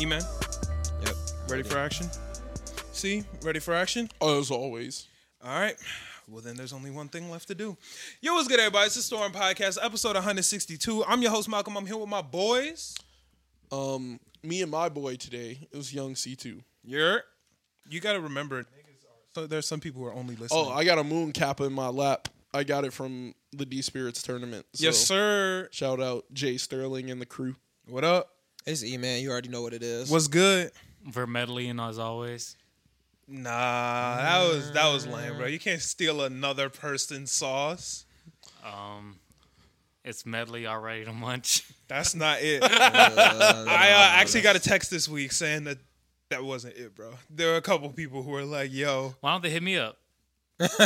E man, Yep. ready for action? C, ready for action? Oh, As always. All right. Well, then there's only one thing left to do. Yo, what's good, everybody? It's the Storm Podcast, episode 162. I'm your host, Malcolm. I'm here with my boys. Um, me and my boy today it was young C two. You're. You got to remember, so there's some people who are only listening. Oh, I got a moon kappa in my lap. I got it from the D Spirits tournament. So yes, sir. Shout out Jay Sterling and the crew. What up? It's E man. You already know what it is. What's good? Vermedlian as always. Nah, that was that was lame, bro. You can't steal another person's sauce. Um, it's medley already to munch. That's not it. I uh, actually got a text this week saying that that wasn't it, bro. There were a couple people who were like, "Yo, Why don't they hit me up? low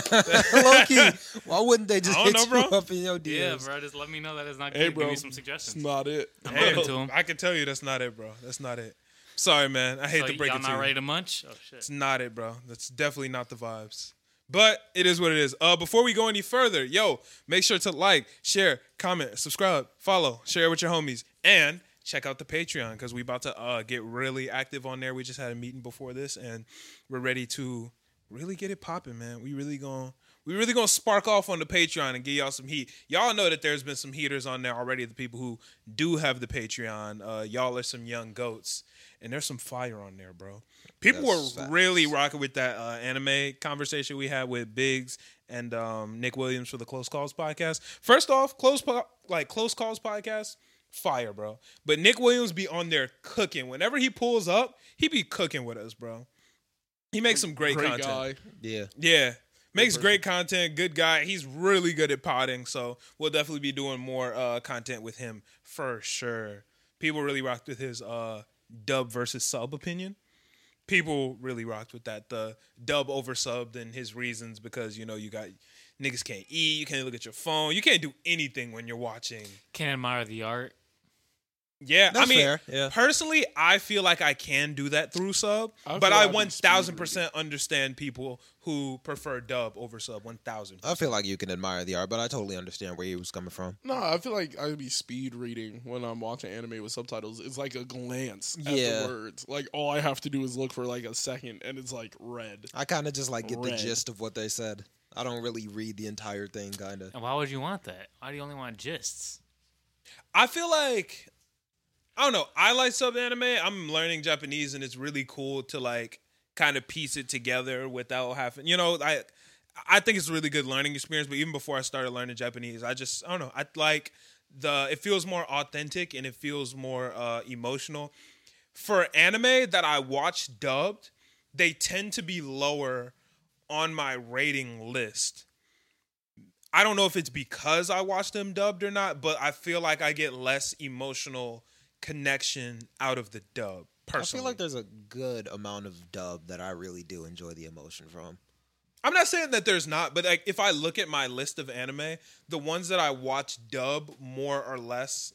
key? Why wouldn't they just I hit don't know, you bro. up in your DMs? Yeah, bro. Just let me know that it's not good. Hey, Give bro. me some It's suggestions. not it. I'm open to them. I can tell you that's not it, bro. That's not it. Sorry, man. I hate So to break y'all it to not you. ready to munch? Oh shit. It's not it, bro. That's definitely not the vibes. But it is what it is. Uh, before we go any further, yo, make sure to like, share, comment, subscribe, follow, share it with your homies, and check out the Patreon because we about to uh, get really active on there. We just had a meeting before this, and we're ready to really get it popping, man. We really going we really gonna spark off on the Patreon and give y'all some heat. Y'all know that there's been some heaters on there already. The people who do have the Patreon, uh, y'all are some young goats, and there's some fire on there, bro. People That's were facts. really rocking with that uh, anime conversation we had with Biggs and um, Nick Williams for the Close Calls podcast. First off, close po- like Close Calls podcast, fire, bro. But Nick Williams be on there cooking. Whenever he pulls up, he be cooking with us, bro. He makes some great, Great content. guy. Yeah. Yeah. Makes great content, good guy. He's really good at potting, so we'll definitely be doing more uh, content with him for sure. People really rocked with his uh, dub versus sub opinion. People really rocked with that. The dub over sub and his reasons because you know you got niggas can't eat, you can't look at your phone, you can't do anything when you're watching. Can't admire the art. Yeah, I That's mean, fair, yeah. personally, I feel like I can do that through sub, I but feel I I can one speed thousand percent understand people who prefer dub over sub. One thousand. I feel like you can admire the art, but I totally understand where he was coming from. No, I feel like I'd be speed reading when I'm watching anime with subtitles. It's like a glance at Yeah. the words. Like all I have to do is look for like a second, and it's like red. I kind of just like get the Red. gist of what they said. I don't really read the entire thing, kind of. And why would you want that? Why do you only want gists? I feel like I don't know. I like sub anime. I'm learning Japanese, and it's really cool to like kind of piece it together without having. You know, I I think it's a really good learning experience. But even before I started learning Japanese, I just I don't know. I like the it feels more authentic and it feels more uh, emotional. For anime that I watch dubbed, they tend to be lower on my rating list. I don't know if it's because I watched them dubbed or not, but I feel like I get less emotional connection out of the dub. I feel Personally, like there's a good amount of dub that I really do enjoy the emotion from. I'm not saying that there's not, but like if I look at my list of anime, the ones that I watch dub more or less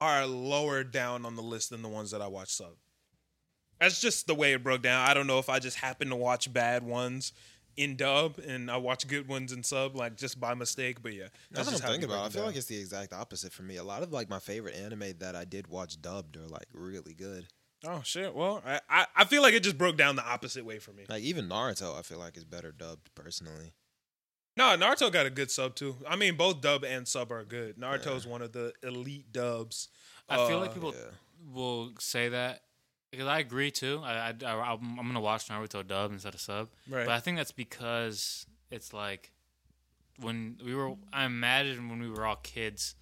are lower down on the list than the ones that I watch sub. That's just the way it broke down. I don't know if I just happen to watch bad ones in dub and I watch good ones in sub, like just by mistake. But yeah, That's what just how I'm it thinking about. I broke feel down. like it's the exact opposite for me. A lot of like my favorite anime that I did watch dubbed are like really good. Oh shit! Well, I, I I feel like it just broke down the opposite way for me. Like even Naruto, I feel like is better dubbed personally. No, Naruto got a good sub too. I mean, both dub and sub are good. Naruto's one of the elite dubs. I feel Uh, like people yeah. will say that because I agree too. I, I, I am gonna watch Naruto dub instead of sub, Right. but I think that's because it's like when we were. I imagine when we were all kids,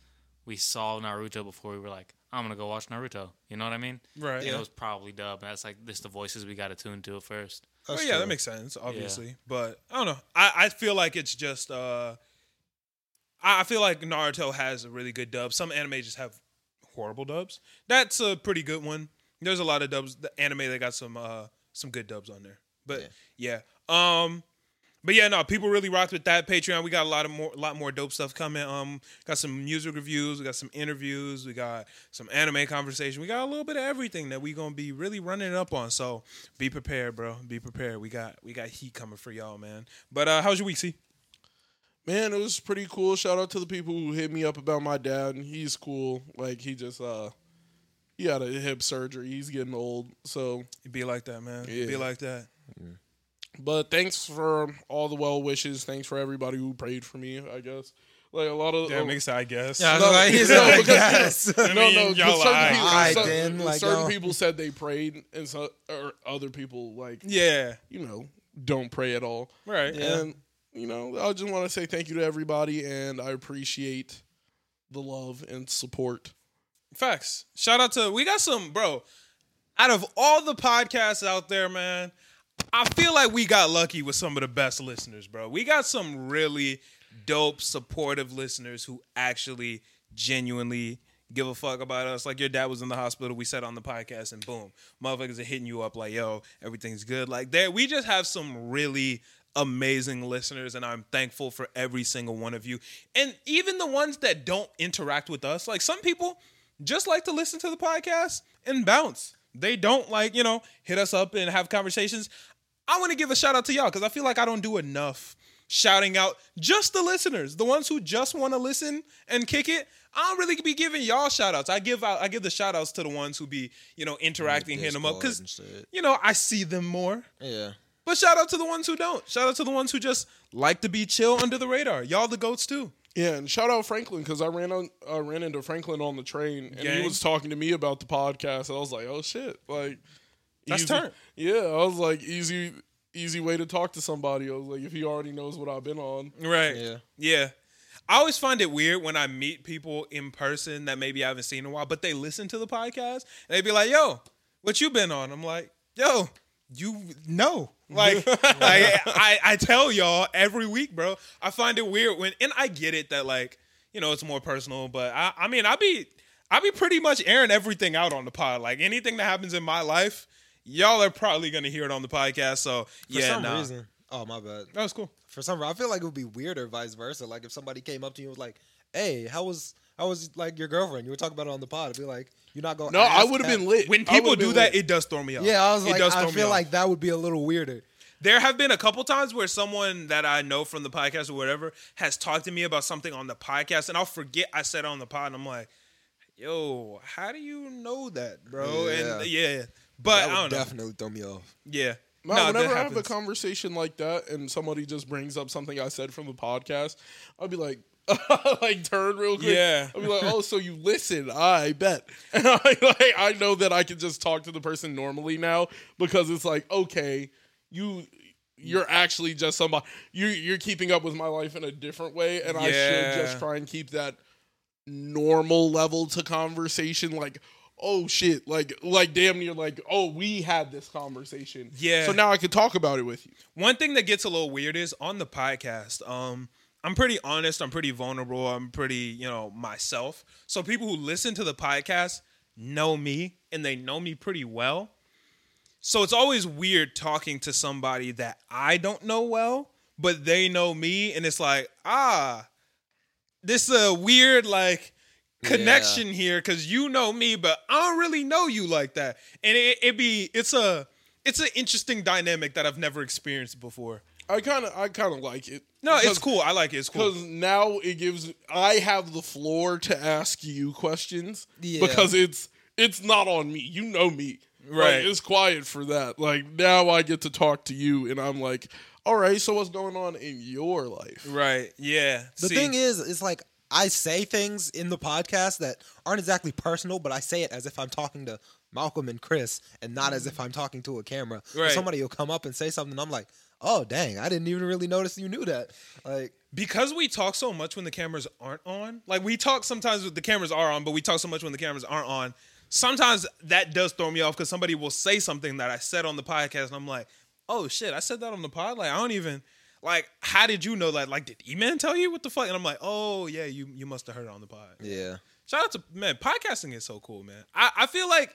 we saw Naruto before we were like, I'm gonna go watch Naruto. You know what I mean? Right. And Yeah. It was probably dub. and That's like this the voices we got attuned to at first. Oh That's yeah, that true. makes sense, obviously. But I don't know. I, I feel like it's just uh I, I feel like Naruto has a really good dub. Some anime just have horrible dubs. That's a pretty good one. There's a lot of dubs. The anime they got some uh some good dubs on there. But yeah. Um but yeah, no, people really rocked with that Patreon. We got a lot of more, lot more dope stuff coming. Um, got some music reviews, we got some interviews, we got some anime conversation. We got a little bit of everything that we gonna be really running up on. So be prepared, bro. Be prepared. We got we got heat coming for y'all, man. But uh, how's your week, C? Man, it was pretty cool. Shout out to the people who hit me up about my dad. He's cool. Like he just uh he had a hip surgery. He's getting old. So, It'd be like that, man. It'd Yeah. Be like that. but thanks for all the well wishes. Thanks for everybody who prayed for me. I guess like a lot of oh, Damn, makes I guess. Yeah, I was No, like, no, I because- guess. No, no, I mean, 'cause y'all certain, lied. people, I certain- didn't, like, certain y'all- people said they prayed, and so or other people like Yeah, you know don't pray at all. right. And you know, I just want to say thank you to everybody, and I appreciate the love and support. Facts. Shout out to we got some bro. Out of all the podcasts out there, man, I feel like we got lucky with some of the best listeners, bro. We got some really dope, supportive listeners who actually genuinely give a fuck about us. Like your dad was in the hospital, we said on the podcast, and boom, motherfuckers are hitting you up like, yo, everything's good. Like there, we just have some really amazing listeners and I'm thankful for every single one of you. And even the ones that don't interact with us, like some people just like to listen to the podcast and bounce. They don't like, you know, hit us up and have conversations. I want to give a shout out to y'all because I feel like I don't do enough shouting out just the listeners, the ones who just want to listen and kick it. I don't really be giving y'all shout outs. I give out I give the shout outs to the ones who be, you know, interacting, hitting them up Discord because and shit. you know, I see them more. Yeah. But shout out to the ones who don't. Shout out to the ones who just like to be chill under the radar. Y'all the goats too. Yeah, and shout out Franklin because I ran on I ran into Franklin on the train, and Gang. he was talking to me about the podcast, and I was like, oh shit, like That's easy- turn. Yeah, I was like, easy, easy way to talk to somebody. I was like, if he already knows what I've been on, Right. Yeah. Yeah. I always find it weird when I meet people in person that maybe I haven't seen in a while, but they listen to the podcast and they be like, "Yo, what you been on?" I'm like, "Yo, you know." Like, like I, I tell y'all every week, bro. I find it weird when, and I get it that like, you know, it's more personal, but I, I mean, I be, I be pretty much airing everything out on the pod. Like anything that happens in my life, y'all are probably gonna hear it on the podcast. So For yeah, some nah. reason. Oh my bad. that was cool. For some reason, I feel like it would be weirder, vice versa. Like if somebody came up to you and was like, "Hey, how was how was like your girlfriend?" You were talking about it on the pod. I'd be like, "You're not going." no, I would have been lit. When I people would've do been that, lit. it does throw me off. Yeah, I was it like, does throw I me feel off. like that would be a little weirder. There have been a couple times where someone that I know from the podcast or whatever has talked to me about something on the podcast, and I'll forget I said it on the pod, and I'm like, "Yo, how do you know that, bro?" And yeah, but That I don't would know. definitely throw me off. yeah, No, Nah, that whenever I have a happens. conversation like that and somebody just brings up something I said from the podcast, I'll be like, like turn real quick. Yeah. I'll be like, oh, so you listen? I bet. And I like, I know that I can just talk to the person normally now because it's like, okay, you. You're actually just somebody. You you're keeping up with my life in a different way, and Yeah. I should just try and keep that normal level to conversation like oh shit like like damn near like oh we had this conversation Yeah. so now i could talk about it with you one thing that gets a little weird is on the podcast um i'm pretty honest i'm pretty vulnerable i'm pretty you know myself so people who listen to the podcast know me and they know me pretty well so it's always weird talking to somebody that i don't know well but they know me and it's like ah this a weird like connection here because you know me but i don't really know you like that and it, it be it's a it's an interesting dynamic that i've never experienced before i kind of i kind of like it no it's cool i like it it's cool because now it gives i have the floor to ask you questions Yeah. because it's it's not on me you know me Like, Right. it's quiet for that like now i get to talk to you and i'm like all right so what's going on in your life right yeah The thing is, it's like I say things in the podcast that aren't exactly personal, but I say it as if I'm talking to Malcolm and Chris and not as if I'm talking to a camera. Or Mm. Right. Somebody will come up and say something, I'm like, oh, dang, I didn't even really notice you knew that. Like, because we talk so much when the cameras aren't on like we talk sometimes when the cameras are on but we talk so much when the cameras aren't on sometimes that does throw me off because somebody will say something that i said on the podcast and i'm like oh shit i said that on the pod like i don't even like how did you know that like did e-man tell you what the fuck and i'm like oh yeah you you must have heard it on the pod yeah. shout out to man podcasting is so cool man i, I feel like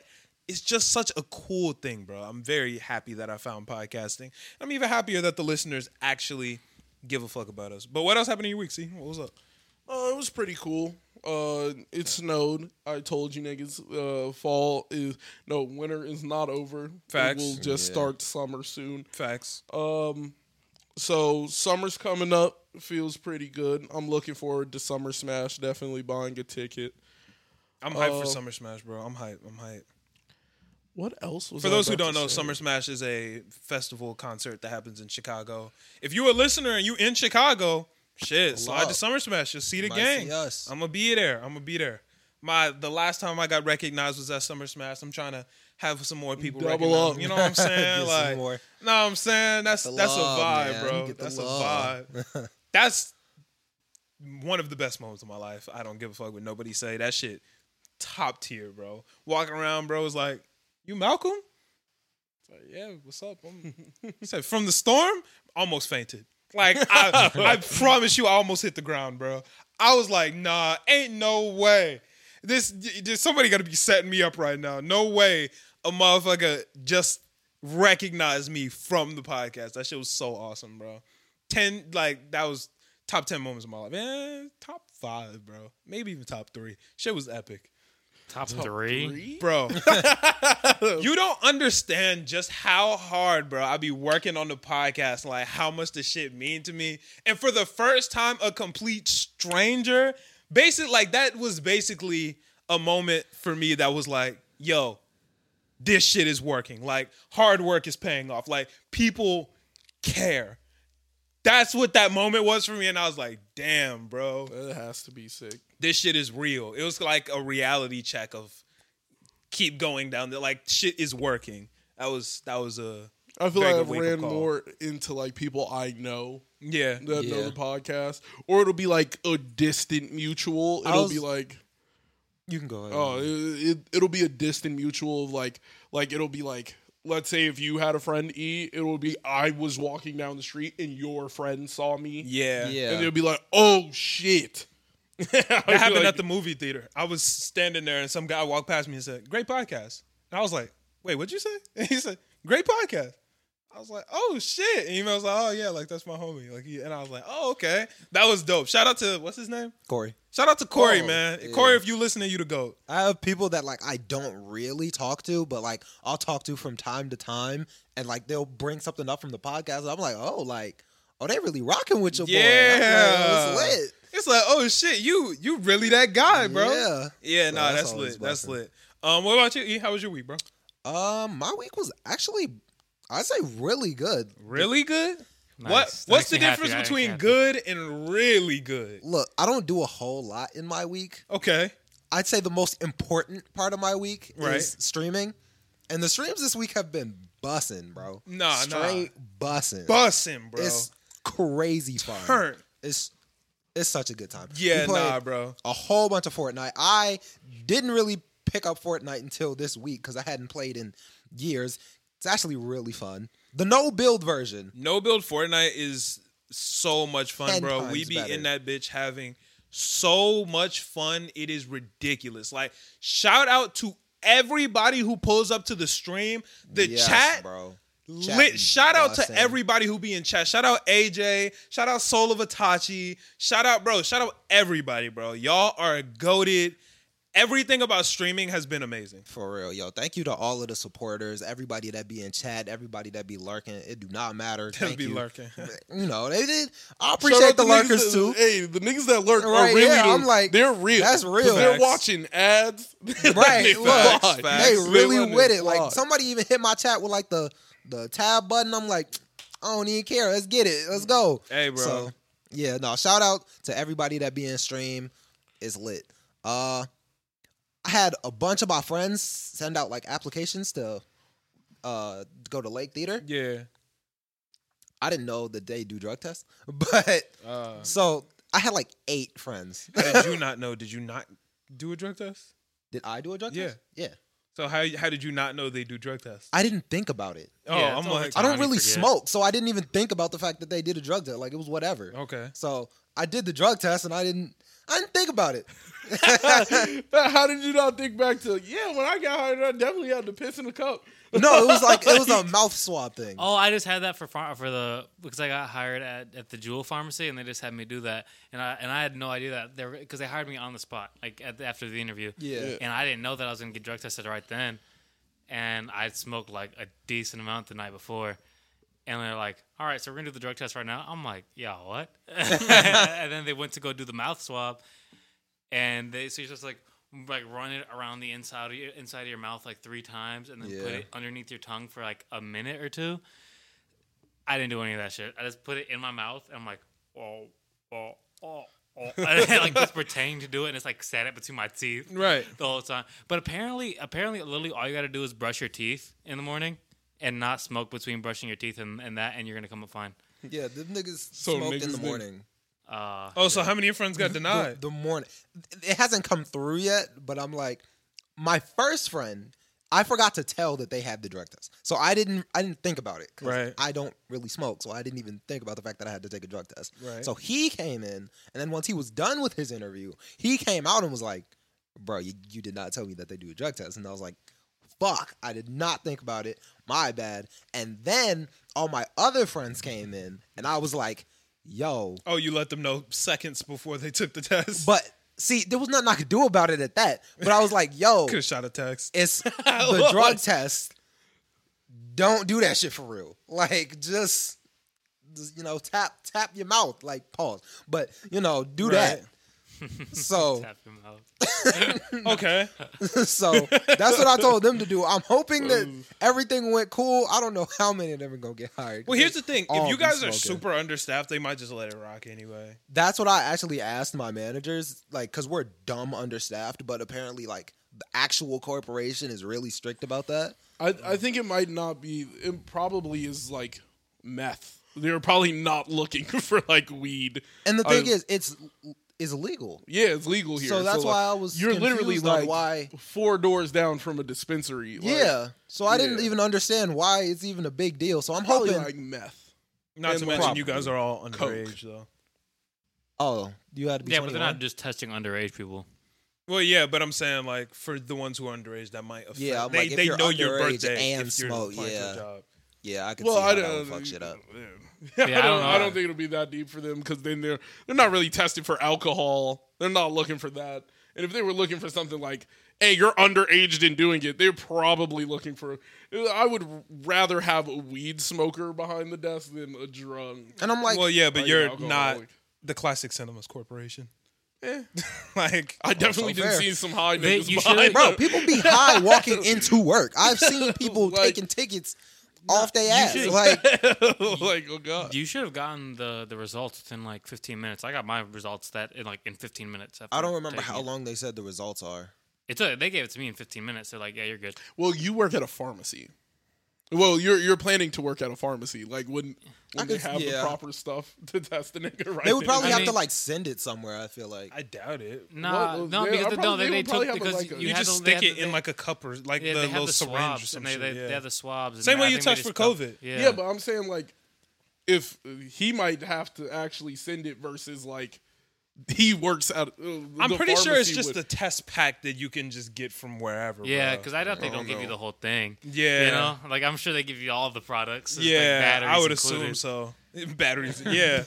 it's just such a cool thing bro i'm very happy that i found podcasting i'm even happier that the listeners actually give a fuck about us but what else happened in your week see what was up Oh, it was pretty cool. Uh, it snowed. I told you niggas, uh, fall is no winter is not over. Facts. We'll just Yeah. start summer soon. facts So summer's coming up. Feels pretty good. I'm looking forward to Summer Smash. Definitely buying a ticket. I'm hyped for Uh, Summer Smash, bro. I'm hyped. I'm hyped. What else was For I those who about don't to know, say? Summer Smash is a festival concert that happens in Chicago. If you're a listener and you in Chicago, shit, slide up. to Summer Smash. You'll see the Might gang. see us. I'm gonna be there. I'm gonna be there. My the last time I got recognized was at Summer Smash. I'm trying to have some more people Double recognize up. me. You know what I'm saying? Get some like, more. no, I'm saying that's The that's love, a vibe, man. bro. Get the That's love. a vibe. that's one of the best moments of my life. I don't give a fuck what nobody say. That shit, top tier, bro. Walking around, bro, is like, you Malcolm? It's like, yeah, what's up? I'm... he said, from the storm, almost fainted. Like, I, I promise you, I almost hit the ground, bro. I was like, nah, ain't no way. This, y- y- somebody got to be setting me up right now. No way a motherfucker just recognized me from the podcast. That shit was so awesome, bro. 10 like that was top 10 moments of my life man top five bro maybe even top three shit was epic Top, three. bro you don't understand just how hard bro i be working on the podcast like how much the shit mean to me and for the first time a complete stranger basically like that was basically a moment for me that was like yo this shit is working like hard work is paying off like people care that's what that moment was for me and i was like damn bro It has to be sick. this shit is real. It was like a reality check of keep going down there. Like shit is working. That was that was a I feel Big like I've wake-up ran call. more into like people I know yeah. that know Yeah. the podcast, or it'll be like a distant mutual. I It'll was- be like You can go ahead. oh, it, it, will be a distant mutual of like like it'll be like let's say if you had a friend E, it will be I was walking down the street and your friend saw me, Yeah. Yeah. and they'll be like oh shit. That happened at the movie theater. I was standing there and some guy walked past me and said, Great podcast. And I was like, Wait, what'd you say? And he said, Great podcast. I was like, Oh shit. And he was like, Oh yeah, like that's my homie. Like he, and I was like, Oh, okay. That was dope. Shout out to what's his name? Corey. Shout out to Corey, Oh, man. yeah. Corey, if you listening, you the GOAT. I have people that like I don't really talk to, but like I'll talk to from time to time, and like they'll bring something up from the podcast. And I'm like, oh, like oh, they really rocking with your Yeah. boy. I'm Like, it's lit. It's like, oh shit, you you really that guy, bro. Yeah. Yeah, So nah, that's that's, always lit. That's bussin'. lit. Um, what about you? E? How was your week, bro? Um, my week was actually, I'd say, really good. Really good. What Nice. That What's makes the me happy. difference That makes me between happy. good and really good? Look, I don't do a whole lot in my week. Okay. I'd say the most important part of my week Right. is streaming, and the streams this week have been bussing, bro. Nah, nah. straight bussing. Bussin', bro. It's crazy fun. Turn. It's it's such a good time. Yeah, We played nah, bro. A whole bunch of Fortnite. I didn't really pick up Fortnite until this week because I hadn't played in years. It's actually really fun. The no build version. No build Fortnite is so much fun, Ten bro. We times be better. in that bitch having so much fun. It is ridiculous. Like, shout out to everybody who pulls up to the stream. The Yes, chat bro. Chat Lit, be shout out to bussin'. everybody who be in chat. Shout out AJ. Shout out Soul of Itachi. Shout out, bro. Shout out everybody, bro. Y'all are goaded. Everything about streaming has been amazing. For real, yo. Thank you to all of the supporters, everybody that be in chat, everybody that be lurking. It do not matter. Thank be you. lurking. You know, they did. I Shout appreciate out the niggas lurkers that- too. Hey, the niggas that lurk Right, are really. yeah, the- I'm like, they're real. that's 'Cause real. They're Facts. watching ads. Right, They look, fly. facts. they They really running with it. Like fly. somebody even hit my chat with like the the tab button. I'm like, I don't even care. Let's get it. Let's go. Hey, bro. So yeah, no. Shout out to everybody that be in stream. It's lit. Uh, I had a bunch of my friends send out like applications to uh go to Lake Theater. Yeah. I didn't know that they do drug tests, but Uh, so I had like eight friends. how did you not know? Did you not do a drug test? Did I do a drug Yeah. test? Yeah. So how how did you not know they do drug tests? I didn't think about it. Oh, Yeah, I'm it's all like, the I Tommy don't really forget. smoke, so I didn't even think about the fact that they did a drug test. Like it was whatever. okay. So I did the drug test, and I didn't. I didn't think about it. How did you not think back to? Yeah, when I got hired, I definitely had to piss in a cup. No, it was like it was a mouth swab thing. Oh, I just had that for far- for the because I got hired at, at the Jewel Pharmacy and they just had me do that and I and I had no idea that they because they hired me on the spot like at the, after the interview Yeah. Yeah. and I didn't know that I was gonna get drug tested right then and I'd smoked like a decent amount the night before and they're like all right so we're gonna do the drug test right now I'm like yeah what and then they went to go do the mouth swab and they so you're just like like run it around the inside of your, inside of your mouth like three times and then put Yeah. it underneath your tongue for like a minute or two. I didn't do any of that shit. I just put it in my mouth and I'm like, oh, oh, oh, oh. And I, like just pretending to do it and it's like sat it between my teeth Right. the whole time. But apparently, apparently, literally all you got to do is brush your teeth in the morning and not smoke between brushing your teeth and, and that, and you're gonna come up fine. Yeah, them niggas So smoked in niggas the did- morning. Uh, Oh, so how many of your friends got The, denied? the morning. It hasn't come through yet, but I'm like, my first friend, I forgot to tell that they had the drug test, so I didn't. I didn't think about it. 'cause Right. I don't really smoke, so I didn't even think about the fact that I had to take a drug test. Right. So he came in, and then once he was done with his interview, he came out and was like, "Bro, you, you did not tell me that they do a drug test," and I was like. Fuck, I did not think about it. My bad. And then all my other friends came in, and I was like, yo, Oh, you let them know seconds before they took the test. but see, there was nothing I could do about it at that. But I was like, yo, could have shot a text. it's the drug test. Don't do that shit for real. Like, just, just, you know, tap tap your mouth, like pause. But you know, do that. So, tap your mouth. Okay. so that's what I told them to do. I'm hoping that everything went cool. I don't know how many of them are gonna get hired. Well, here's the thing: All if you be guys are smoking. super understaffed, they might just let it rock anyway. That's what I actually asked my managers, like, because we're dumb understaffed, but apparently, like, the actual corporation is really strict about that. I, I think it might not be. It probably is like meth. They're probably not looking for like weed. And the thing I- is, it's is illegal. Yeah, it's legal here. So that's like, why I was You're literally confused on like why- four doors down from a dispensary. Like, yeah. So I didn't yeah. even understand why it's even a big deal. So I'm probably hoping. like meth. Not And to mention, you probably guys are all coke. underage, though. oh, you had to be. Yeah, but they're 21? not just testing underage people. Well, yeah, but I'm saying like for the ones who are underage, that might affect. Yeah, I'm they like, if they you're know your underage birthday and if you're smoke, applying for a yeah. job. Yeah, I could Well, see how I that don't would fuck shit up. Yeah. I I don't. don't know. I don't think it'll be that deep for them because then they're they're not really tested for alcohol. They're not looking for that. And if they were looking for something like, "Hey, you're underaged in doing it," they're probably looking for. I would rather have a weed smoker behind the desk than a drunk. And I'm like, well, Oh, yeah, but like an you're not alcoholic. the classic cinemas corporation. like I definitely so didn't fair. see some high They- niggas you behind should- them. bro, people be high walking into work. I've seen people Like- taking tickets off their ass. Like, like, oh Uh. god. You should have gotten the the results within like 15 minutes. I got my results that in like in 15 minutes. after I don't remember taking how it. long they said the results are. It took. They gave it to me in 15 minutes. They're like, yeah, you're good. Well, you work at a pharmacy. Well, you're you're planning to work at a pharmacy. Like, wouldn't I when they could- have yeah. the proper stuff to test the nigga? Right? They would then and probably I have to mean- like send it somewhere. I feel like I doubt it. Nah, Well, no, they- I because the, no, probably- they, they they would probably have took a, because like, a- you, You, had just to, stick they it had to- in like a cup or like they, the they little have the syringe or swabs and something. they, they, yeah. they have the swabs. and Same way I you think they touch for just go- COVID. Yeah. Yeah. but I'm saying like, if he might have to actually send it versus like he works out. Uh, I'm the pretty sure it's pharmacy just would- the test pack that you can just get from wherever. Yeah, bro. because I doubt they I don't don't give you know. the whole thing. Yeah. you know, like I'm sure they give you all the products. There's, like, yeah, I batteries would included. assume so. Batteries, yeah.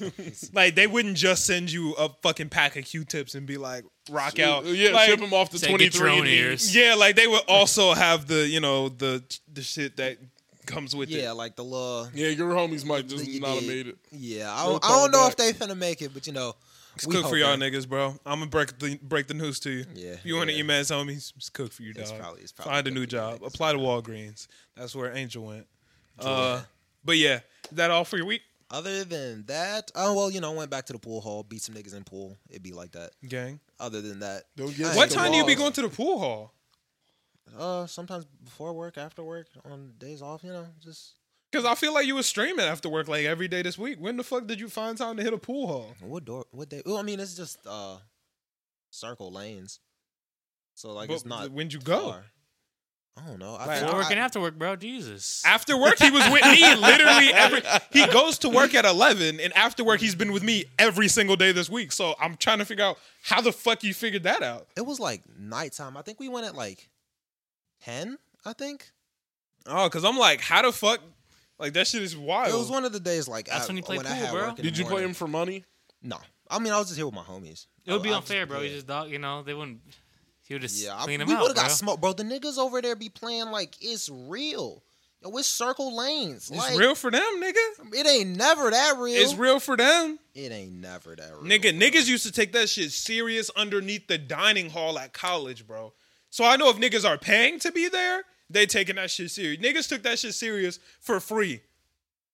like they wouldn't just send you a fucking pack of Q-tips and be like, rock out. yeah. like, ship him off to Say, get your 23 own and eat. ears. Yeah, like they would also have the you know the the shit that comes with yeah, it. like the little. Yeah, your homies might just that you not have did. made it. Yeah, I We'll don't, I call don't know back. if they finna make it, but you know, It's we cook for hoping. y'all niggas, bro. I'm gonna break the break the news to you. Yeah, you want to yeah. email homies? It's cook for you, dog. It's probably- it's probably Find a cook new for you job. niggas. Apply to Walgreens. That's where Angel went. Uh, but yeah, is that all for your week, Other than that, oh well, you know, went back to the pool hall, beat some niggas in pool. It'd be like that. gang? Other than that, Don't get I What ain't time do you be laws. going to the pool hall? Uh, sometimes before work, after work, on days off, you know, just Because I feel like you were streaming after work like every day this week. When the fuck did you find time to hit a pool hall? what door, what day? Well, I mean, it's just uh, circle lanes, so like it's But not. When'd you go? far. I don't know. Like, I, think Before I- work and after work, bro. Jesus. After work, he was with me literally every. He goes to work at eleven, and after work, he's been with me every single day this week. So I'm trying to figure out how the fuck you figured that out. it was like nighttime. I think we went at like ten. I think Oh, because I'm like, how the fuck? Like that shit is wild. it was one of the days like That's I, when you play I pool, had bro. work in Did the you play morning. him for money? No, I mean I was just here with my homies. It would I- be I was unfair, bro. yeah. You just dog, you know, they wouldn't. He would just yeah, I- clean him we out, would've bro. got smoked, bro. The niggas over there be playing like it's real. Yo, it's circle lanes. It's like, real for them, nigga. It ain't never that real. It's real for them. It ain't never that real. Nigga, niggas used to take that shit serious underneath the dining hall at college, bro. So I know if niggas are paying to be there, they taking that shit serious. Niggas took that shit serious for free.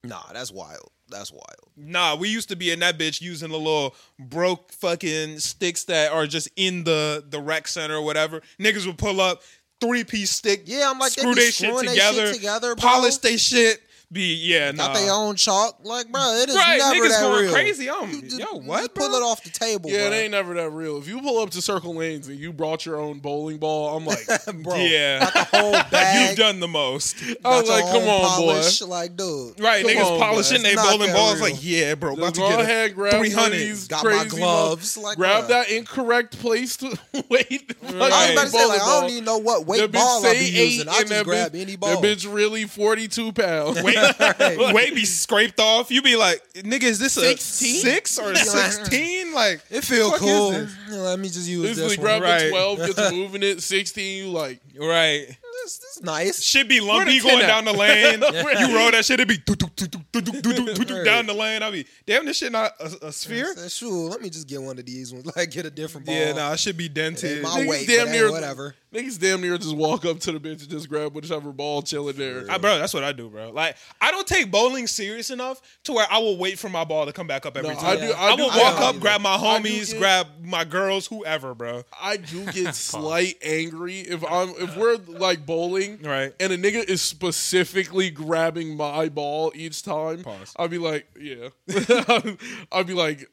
Nah, that's wild. That's wild. Nah, we used to be in that bitch using the little broke fucking sticks that are just in the the rec center or whatever. Niggas would pull up three piece stick, Yeah, I'm like, screw they their be shit screwing they together, shit together, bro. polish they shit. Be yeah, nah. Got their own chalk. Like, bro, it is right, never niggas that going real. crazy. Um, You just- yo, you what? just bro? pull it off the table, Yeah, it bro. ain't never that real. If you pull up to Circle Lanes and you brought your own bowling ball, I'm like, bro. Yeah. got the whole bag. You've done the most. I was got like, your come own on, polish, Like, dude, Right, Come niggas on, polishing guys. their Not bowling that balls. real. Like, yeah, bro, boy. about Just to go get a ahead, grab 300. these Got crazy my gloves. mo- Like, grab bruh. that incorrect place to wait. I was Right. about to say, like, Bowling I don't ball. even know what That weight bitch ball I say be eight, using. I and just that grab bitch- any ball. That bitch really 42 pounds. Wait, wait, be scraped off. You be like, nigga, is this a 16? six or a Yeah. sixteen? Like, It feel Fuck is cool. this? Yeah, Let me just use This this is one. grab Right. the 12, gets moving it. 16, you like, right? This, this is nice. Shit be lumpy the going 10 at? down the lane. Yeah. You roll that shit, it be doo doo doo doo doo doo doo doo doo Right. down the lane. I be damn, this shit not a, a sphere. I said, Shoot, let me just get one of these ones. Like, get a different ball. Yeah, nah, I should be It ain't dented. my Niggas weight, damn but near- hey, whatever. niggas damn near just walk up to the bitch and just grab whichever ball chilling there. I, bro, that's what I do, bro. Like, I don't take bowling serious enough to where I will wait for my ball to come back up every No, I time. do- I I, do will get- walk I up, do grab my I do homies, get- grab my girls, whoever, bro. I do get slight angry if I'm if we're like bowling Right. and a nigga is specifically grabbing my ball each time. Pause. I'll be like, yeah. I'll be like,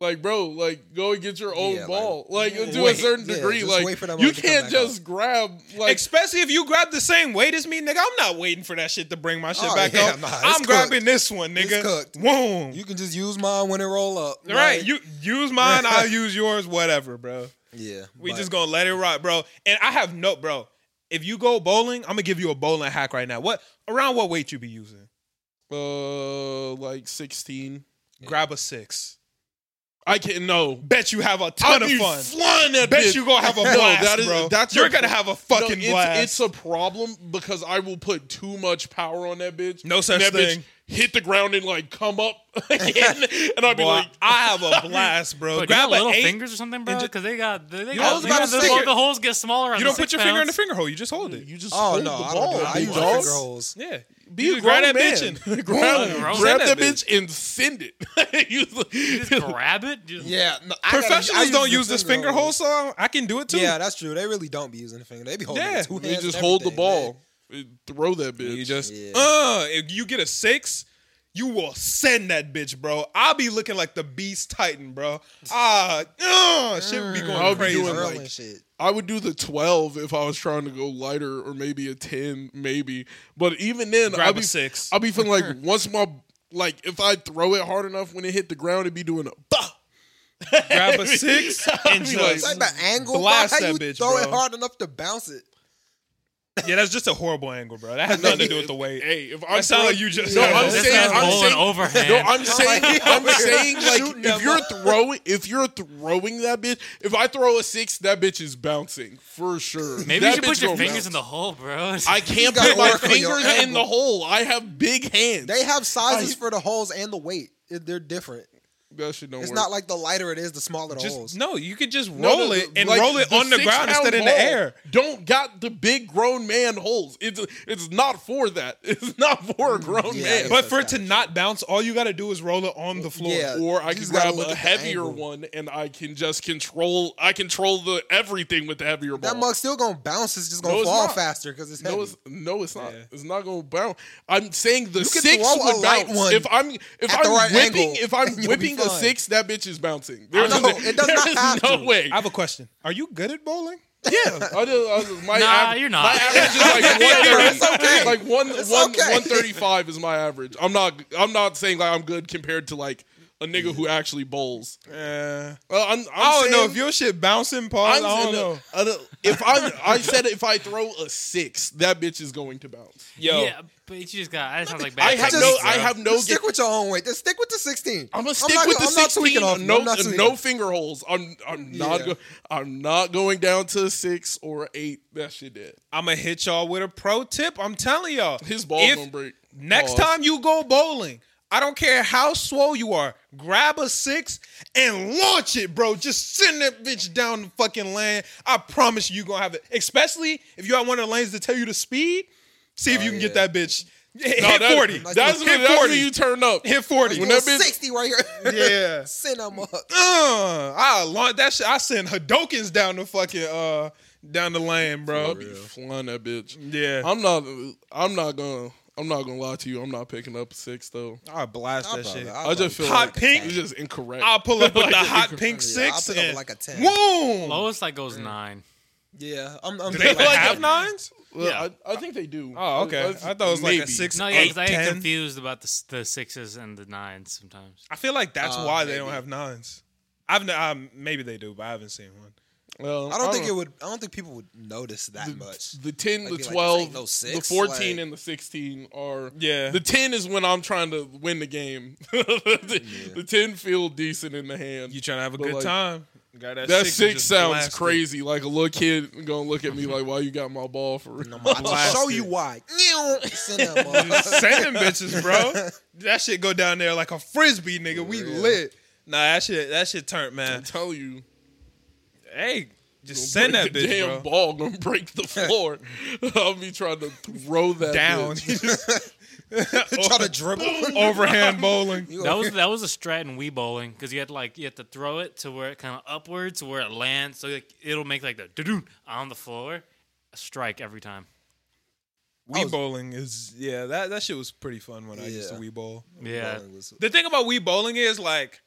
like bro, like go and get your own Yeah, like, ball. Like, to a wait. certain Yeah, degree, just wait like for that you ball to come can't back up. just grab like Especially if you grab the same weight as me, nigga. I'm not waiting for that shit to bring my shit Oh, back yeah, up. nah, it's I'm cooked. grabbing this one, nigga. It's cooked. Boom. You can just use mine when it roll up. All right, Like, you use mine, I'll use yours, whatever, bro. Yeah. We but- just gonna let it rock, bro. And I have no, bro. If you go bowling, I'm gonna give you a bowling hack right now. What around what weight you be using? uh like sixteen. Grab a six. I can't no. Bet you have a I'll ton of be fun. flying that Bet bitch. you gonna have a No, blast, that is- bro. that's You're a- gonna have a fucking No, it's, blast. It's a problem because I will put too much power on that bitch. No such and that thing. Bitch hit the ground and like come up again, and I'll be Boy, like, I have a blast, bro. But grab you got a little eight. fingers or something, bro? ju- Because they got they, they I got was they about got to the, say- hole- the holes get smaller. on You the don't put six your finger in the pounds. finger hole. You just hold it. "You just Oh hold no, the I ball, don't do that. I big use dog." finger holes. Yeah, Be you a just grab that grown man. bitch and grab, Grown grab man. that bitch and send it. You- You just grab it. Just, Yeah. No, I gotta- I Professionals don't the use this finger hole, so I can do it too. Yeah, that's true. They really don't be using the finger. They be holding Yeah. the two they hands just and hold the everything, man. ball, and throw that bitch. You just Yeah. uh if you get a six, you will send that bitch, bro. I'll be looking like the beast titan, bro. Ah, uh, shit be going I'll be crazy. doing Curling like- shit. I would do the 12 if I was trying to go lighter or maybe a 10, maybe. But even then, Grab I'll a be, six. I'll be feeling like once my, like if I throw it hard enough when it hit the ground, it'd be doing a bah. Grab a six and I'll be like- just Like the angle, Blast bro. How that you bitch, throw it bro. hard enough to bounce it? yeah. That's just a horrible angle, bro. That has nothing to do with the weight. Hey, if I'm That sound throwing- like you just No, I'm this saying- man's I'm bowling saying- overhand. No, I'm saying I'm yeah. saying like Shooting if that you're mother- throwing if you're throwing that bitch, if I throw a six, that bitch is bouncing for sure. Maybe that you should put bitch your gonna fingers bounce. in the hole, bro. I can't gotta put my work on your fingers in the angle. hole. I have big hands. They have sizes I- for the holes and the weight. It- They're different. that shit don't It's work. not like the lighter it is, the smaller the Just holes. no, you could just roll No, no, it the- and like, roll it on the six ground pound instead in the ball air. Don't got the big grown man holes. It's it's not for that. It's not for a grown Mm, Yeah, man. it's But so for it bad. to not bounce, all you got to do is roll it on the floor. Yeah. or I you can just gotta grab look a at the heavier angle. one and I can just control. I control the everything with the heavier ball. That mug's still gonna bounce. It's just gonna No, it's fall not. faster because it's heavy. no, it's no, it's not. Yeah. It's not gonna bounce. I'm saying the can six throw a would light bounce. one if I'm if at the I'm right whipping angle, if I'm and you'll be whipping a fine. six, that bitch is bouncing. There's know, it does not there's have no to. way. I have a question. Are you good at bowling? Yeah, I do. I was, my Nah, av- you're not. My average is like one thirty. It's okay. Like one It's one okay. one thirty five is my average. I'm not. I'm not saying like I'm good compared to like a nigga who actually bowls. Yeah. Uh, I'm, I do I'm not know saying- Oh, if your shit bouncing, pause. I'm I don't saying, know. uh, uh, if I I said if I throw a six, that bitch is going to bounce. Yo, Yeah, but you just got. That sounds like bad. I have Just- no. technique, I bro. have no. stick with your own weight. Just stick with the 16. I'm gonna not stick with go- the I'm not 16. tweaking off. no, I'm not tweaking. no finger holes. I'm. I'm not. Yeah. Go, I'm not going down to a six or a eight. That shit dead. I'ma hit y'all with a pro tip. I'm telling y'all. His ball If- gonna break. Next Pause. time you go bowling, I don't care how swole you are, grab a six and launch it, bro. Just send that bitch down the fucking lane. I promise you, you gonna have it. Especially if you have one of the lanes that tell you to speed. See if you can get yeah. that bitch. Hit Oh, No, Oh, that- 40. That's hit when, that's 40. when you turn up. hit 40. When Go that bitch- 60 right here. Yeah. Send them up. Uh, I launch that shit. I send Hadokens down the fucking uh down the lane, I'll bro. be flying that bitch. Yeah. I'm not. I'm not gonna. I'm not gonna lie to you. I'm not picking up a six though. I blast I'll that probably- shit. I'll I just feel probably- Hot like pink? It's just incorrect. I'll pull up with the Like, hot pink Yeah, I'll six. pick up and like a 10. Boom. Lowest like goes nine. Yeah, I'm. I'm Do they like, like have have nines? Well, Yeah. I, I think they do. Oh, okay. I, thought it was like a maybe. six, No, yeah, eight, 'cause I get ten. confused about the s- the sixes and the nines sometimes. I feel like that's Uh, why they don't maybe. have nines. I've n- um, maybe they do, but I haven't seen one. Well, I don't think it know. would. I don't think people would notice that much. Oh. The ten, the Like, be like, this twelve, ain't no the six, fourteen, like- and the sixteen are. Yeah. The ten is when I'm trying to win the game. the, the ten feel decent in the hand. You trying to have a But, good like, time? Got that and six, just sounds blast it. crazy. Like a little kid gonna look at me like, "Why you got my ball for?" real?" I'll just show Blasted. you why. Send them up. Sand bitches, bro. That shit go down there like a frisbee, nigga. We real. lit. Nah, that shit, that shit turned, I'm man. telling you, Hey, just gonna send that break bitch, the damn bro. ball gonna break the floor. I'll be trying to throw that Down, bitch. Try to dribble. overhand bowling. You That was that was a strat in Wii bowling because you had like you had to throw it to where it kind of upwards to where it lands, so like, it'll make like the doo on the floor, a strike every time. Wii I was- bowling is yeah. That that shit was pretty fun when I used to Yeah. Wii bowl. Yeah, Was, The thing about Wii bowling is like.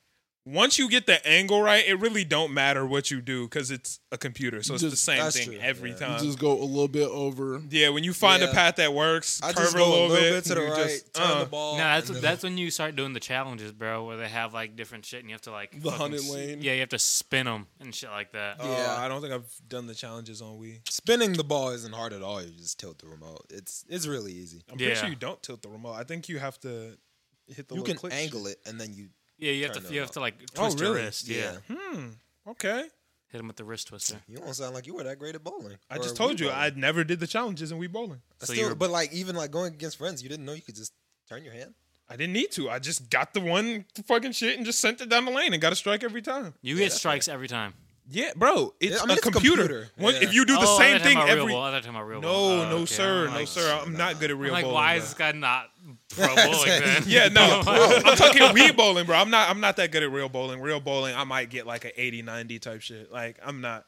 Once you get the angle right, it really don't matter what you do because it's a computer, so it's the Just- same that's thing true, every yeah. You time. just go a little bit over. yeah, when you find a Yeah. path that works, I curve just it go a little, bit, to the you right, just, turn uh, the ball. no, that's and then- that's when you start doing the challenges, bro, where they have like different shit and you have to like The fucking hunted s- lane. Yeah, you have to spin them and shit like that. Oh, Yeah. I don't think I've done the challenges on Wii. spinning the ball isn't hard at all. You just tilt the remote. It's it's really easy. I'm pretty Yeah. sure you don't tilt the remote. I think you have to hit the You little can click. angle it and then you. Yeah, you have Turn to it you have up. to like Oh, twist your really? wrist. Yeah, Hmm, Okay. hit them with the wrist twister. You don't sound like you were that great at bowling. I or just told Wii you bowling. I never did the challenges in Wii Bowling. I So still, you're- but like even like going against friends, you didn't know you could just turn your hand. I didn't need to. I just got the one fucking shit and just sent it down the lane and got a strike every time. You Yeah, get that's strikes every time. Yeah, bro. It's Yeah, I mean, a it's a computer. computer. One- Yeah. If you do the Oh, I same thought you thing were talking about real every. ball. I thought you were talking about real No, ball. Oh, no, okay. sir, I'm no, like- sir. I'm not good at I'm real like, bowling. why bro. is this guy not pro bowling? then? Yeah, no. I'm talking Wii bowling, bro. I'm not I'm not that good at real bowling. Real bowling, I might get like an 80 90 type shit. Like I'm not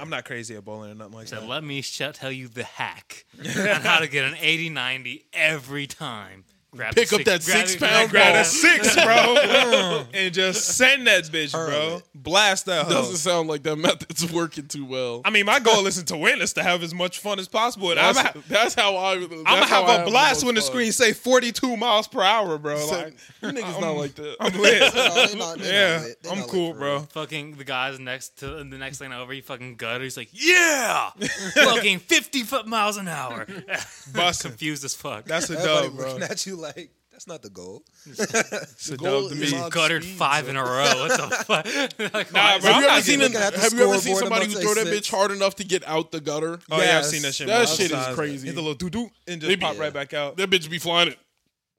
I'm not crazy at bowling or nothing like So that. let me sh- tell you the hack on how to get an 80-90 every time. Grab the Pick up that grab the- six-pound Grab grab the- a six, bro, and just send that bitch, bro. Hurl Blast that hoe. Doesn't sound like that method's working too well. I mean, my goal isn't to win; it's to have as much fun as possible. And I'm, That's, ha- that's how I. I'm gonna that's how I have a blast most when the fun. screen say 42 miles per hour, bro. So, Like, you niggas not like that. I'm lit. No, they not- they not yeah, lit. They I'm not lit cool, for bro. real. Fucking the guys next to the next lane over, he fucking gutter. He's like, yeah, fucking fifty foot miles an hour. Busting. Confused as fuck. That's a Everybody dub, bro. looking at you like that's not the goal. It's a goal dub to is me. on guttered speed, five so- in a row. What the fuck? Like, Nah, why- bro. I'm Have you not ever seen getting- a, Looking at the Have you ever seen scoreboard, somebody I'm about who to throw say that six. bitch hard enough to get out the gutter? Oh yeah, I've Yes. seen that shit. That bro. shit is Outside. crazy. Hit the little doo doo and just They be- pop right back out. That bitch be flying it.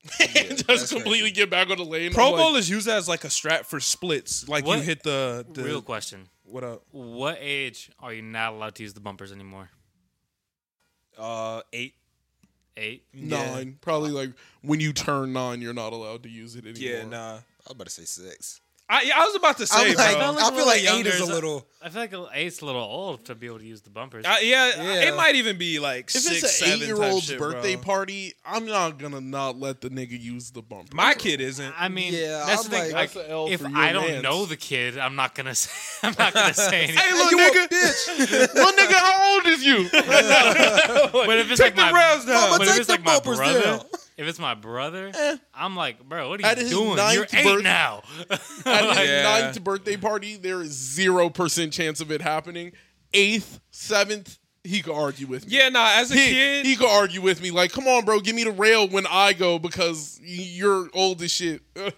and that's just completely crazy. get back on the lane. Pro I'm Bowl like, is used as like a strat for splits. Like What? you hit the, the Real question: what up? What age are you not allowed to use the bumpers anymore? Uh, eight. Eight. nine. Probably like when you turn nine, you're not allowed to use it anymore. Yeah, nah. I better say six. I yeah, I was about to say, I'm bro. like, That looks I a feel like little eight is a younger. little. I feel like eight's a little old to be able to use the bumpers. I- yeah, Yeah. it might even be like If six, it's an seven type eight-year-old's shit, birthday bro. party, I'm not gonna not let the nigga use the bumper. My kid isn't. I mean, Yeah, that's I'm the thing. like- Like, That's a L if for your I don't mans. know the kid, I'm not gonna say. I'm not gonna say anything. Hey, little you a nigga, Well, nigga, how old is you? but if it's Pick like the my, rails Mama, down. but if take it's the Eh. like my bumpers brother, down. if If it's my brother, I'm like, bro, what are At you his doing? You're ninth eight birth- now. At his Yeah. ninth birthday party, there is zero percent chance of it happening. Eighth, seventh, he could argue with me. Yeah, nah. As a he, kid, he could argue with me. Like, come on, bro, give me the rail when I go because y- you're old as shit. like,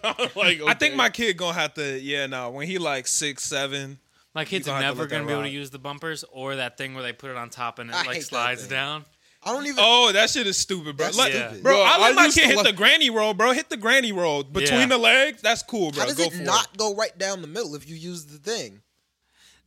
I think okay. my kid gonna have to. Yeah, nah. When he like six, seven. My kids gonna are have to never let that gonna be able to ride. use the bumpers or that thing where they put it on top and it I hate like that slides thing. down. I Mm. don't even. Oh, that shit is stupid, bro. That's Like- stupid. Bro, Bro, I let I my used kid to hit like- the granny roll, bro. Hit the granny roll between Yeah. the legs. That's cool, bro. how does Go it for not go right down the middle if you use the thing?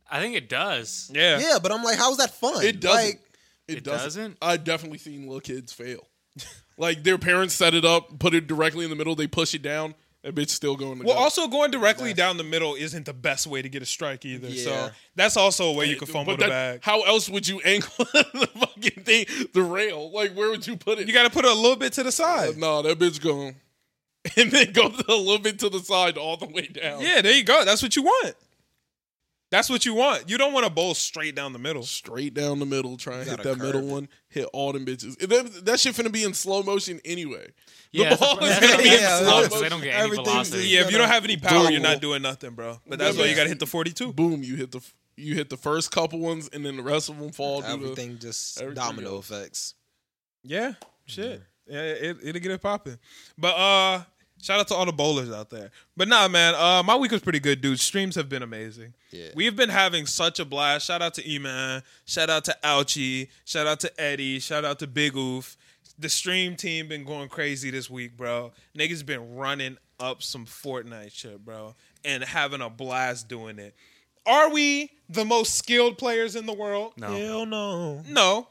I think it does. it. Yeah. Yeah, but I'm like, how is that fun? It doesn't. Like, it, It doesn't. doesn't? I've definitely seen little kids fail. like their parents set it up, put it directly in the middle, they push it down, that bitch still going. To Well, go. also going directly down the middle isn't the best way to get a strike either. So Yeah. that's also a way you can fumble But the that- bag. how else would you angle the fucking thing, the rail? Like where would you put it? You got to put it a little bit to the side. no, that bitch going, and then go a little bit to the side, all the way down. Yeah, there you go. That's what you want. That's what you want. You don't want to bowl straight down the middle. straight down the middle, try and You hit gotta that middle curve. one, hit all them bitches. And That, that shit finna be in slow motion anyway. Yeah, that's ball the- was that's gonna gonna be be in slow slow 'cause they don't get any Everything's velocity. just Yeah, if you don't gonna- have any power, you're Double. not doing nothing, bro. But that's why you got to hit the 42. Boom, you hit the f- you hit the first couple ones, and then the rest of them fall. due to- everything just everything domino goes. effects. Yeah, shit. Yeah, it, it'll get it popping. But uh, shout out to all the bowlers out there. But nah, man, uh, my week was pretty good, dude. Streams have been amazing. Yeah. We've been having such a blast. Shout out to E-Man. Shout out to Ouchie. Shout out to Eddie. Shout out to Big Oof. The stream team been going crazy this week, bro. Niggas been running up some Fortnite shit, bro, and having a blast doing it. Are we the most skilled players in the world? No. Hell no. No.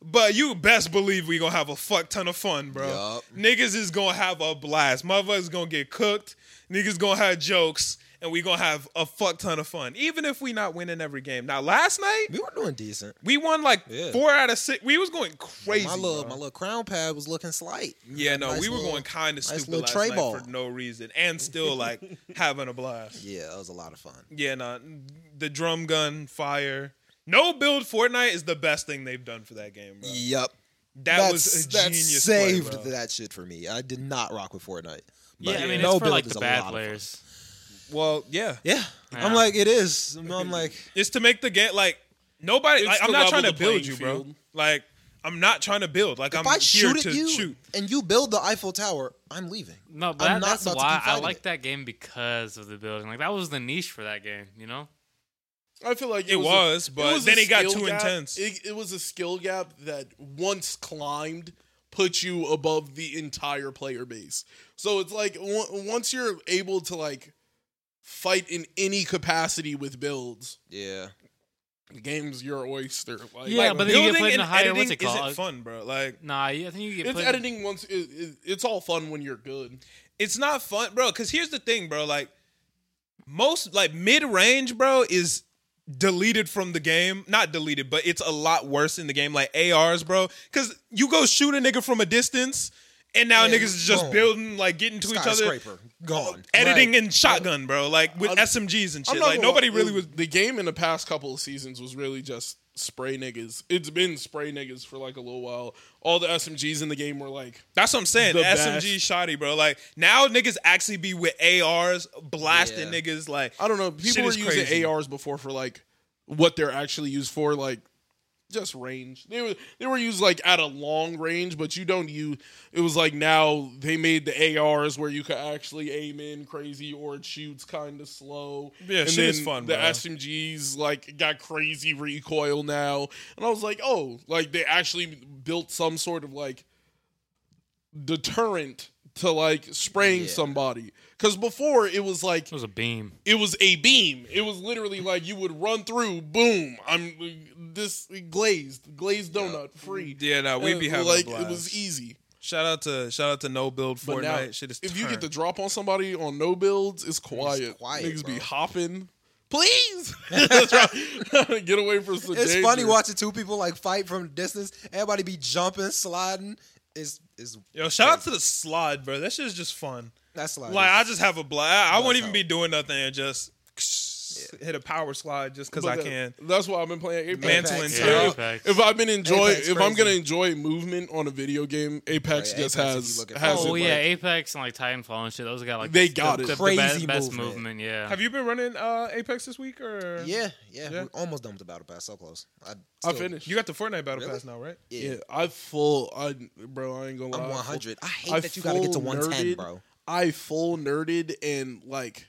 But you best believe we gonna have a fuck ton of fun, bro. Yup. Niggas is gonna have a blast. Motherfuckers gonna get cooked. Niggas gonna have jokes, and we gonna have a fuck ton of fun. Even if we not winning every game. Now last night We were doing decent. we won like Yeah. four out of six. We was going crazy. my little bro. my little crown pad was looking slight. yeah, no, nice we were little- going kind of nice stupid little last tray night ball. for no reason, and still like having a blast. Yeah, that was a lot of fun. Yeah, no, the drum gun fire. No build Fortnite is the best thing they've done for that game, bro. Yep. That That's- was a that genius saved play, bro. that shit for me. I did not rock with Fortnite. But Yeah, I mean, no it's for build like is the a lot bad of fun. players. Well, yeah. Yeah. Yeah. I'm like, it is. I'm- I'm like, It's to make the game like nobody. It's Like, I'm to not level trying to the build playing you, bro. field. Like I'm not trying to build. Like if I'm I here shoot to at you shoot. and you build the Eiffel Tower, I'm leaving. No, but I'm that- not that's about to why keep I fighting like it. that game because of the building. Like that was the niche for that game, you know? I feel like it, It a- was, but a then it got skill too gap. intense. It, it was a skill gap that once climbed put you above the entire player base. So it's like on- once you're able to like fight in any capacity with builds, Yeah. the game's your oyster. Like, Yeah, like, but then you get Building put in and a higher- what's editing it called? isn't fun, bro. Like Nah, I think you get it's put. editing once. It, it, it's all fun when you're good. it's not fun, bro. Because here's the thing, bro. Like most like mid range, bro, is deleted from the game. Not deleted, but it's a lot worse in the game. Like ARs, bro. Because you go shoot a nigga from a distance, and now Yeah, niggas is just boom. building, like getting to each other. Skyscraper. Gone. Editing and shotgun, bro. Like with I'm- SMGs and shit. not Like gonna nobody lie, really it- was. The game in the past couple of seasons was really just spray niggas. It's been spray niggas for like a little while. All the SMGs in the game were like That's what I'm saying. The SMG shoddy, bro. Like now niggas actually be with ARs blasting Yeah. niggas. Like I don't know. People Shit were is using crazy. ARs before for like what they're actually used for, like just range. They were they were used like at a long range, but you don't use. It was like now they made the ARs where you could actually aim in crazy or it shoots kind of slow. Yeah, and shit then is fun, The bro. SMGs like got crazy recoil now, and I was like, oh, like they actually built some sort of like deterrent to like spraying Yeah. somebody because before it was like It was a beam. it was a beam. It was literally like you would run through, boom. I'm this glazed, glazed donut, free. yeah, no, we be Uh, having a like blast. it was easy. Shout out to shout out to No Build But Fortnite. now, shit is if you get turned. the drop on somebody on no builds, it's quiet. quiet, Niggas be bro. hopping. Please, That's right. get away from some. It's danger. funny watching two people like fight from a distance. Everybody be jumping, sliding. It's it's Yo, shout out to the slide, bro. That shit is just fun. that's like, Like I just have a blast. I, I won't That's even how- be doing nothing and just just hit a power slide just because I But that- can. That's why I've been playing Apex. Mantle and Apex. Terra. Yeah, If- Apex. If I've been enjoy, Apex if I'm crazy. gonna enjoy movement on a video game, Apex Oh, yeah, just Apex, if you has. look at- has oh it, yeah, like- Apex and like Titanfall and shit. Those got like They the- got the, it. the Crazy best, best movement. movement. Yeah. Have you been running uh, Apex this week or? Yeah, Yeah. yeah, We're almost done with the battle pass. So close. I, I still, finished. You got the Fortnite battle Really? pass now, right? Yeah, yeah, I full. I bro, I ain't gonna lie. I'm I full- 100. I hate I that you got to get to full 110, nerded. bro. I full nerded and like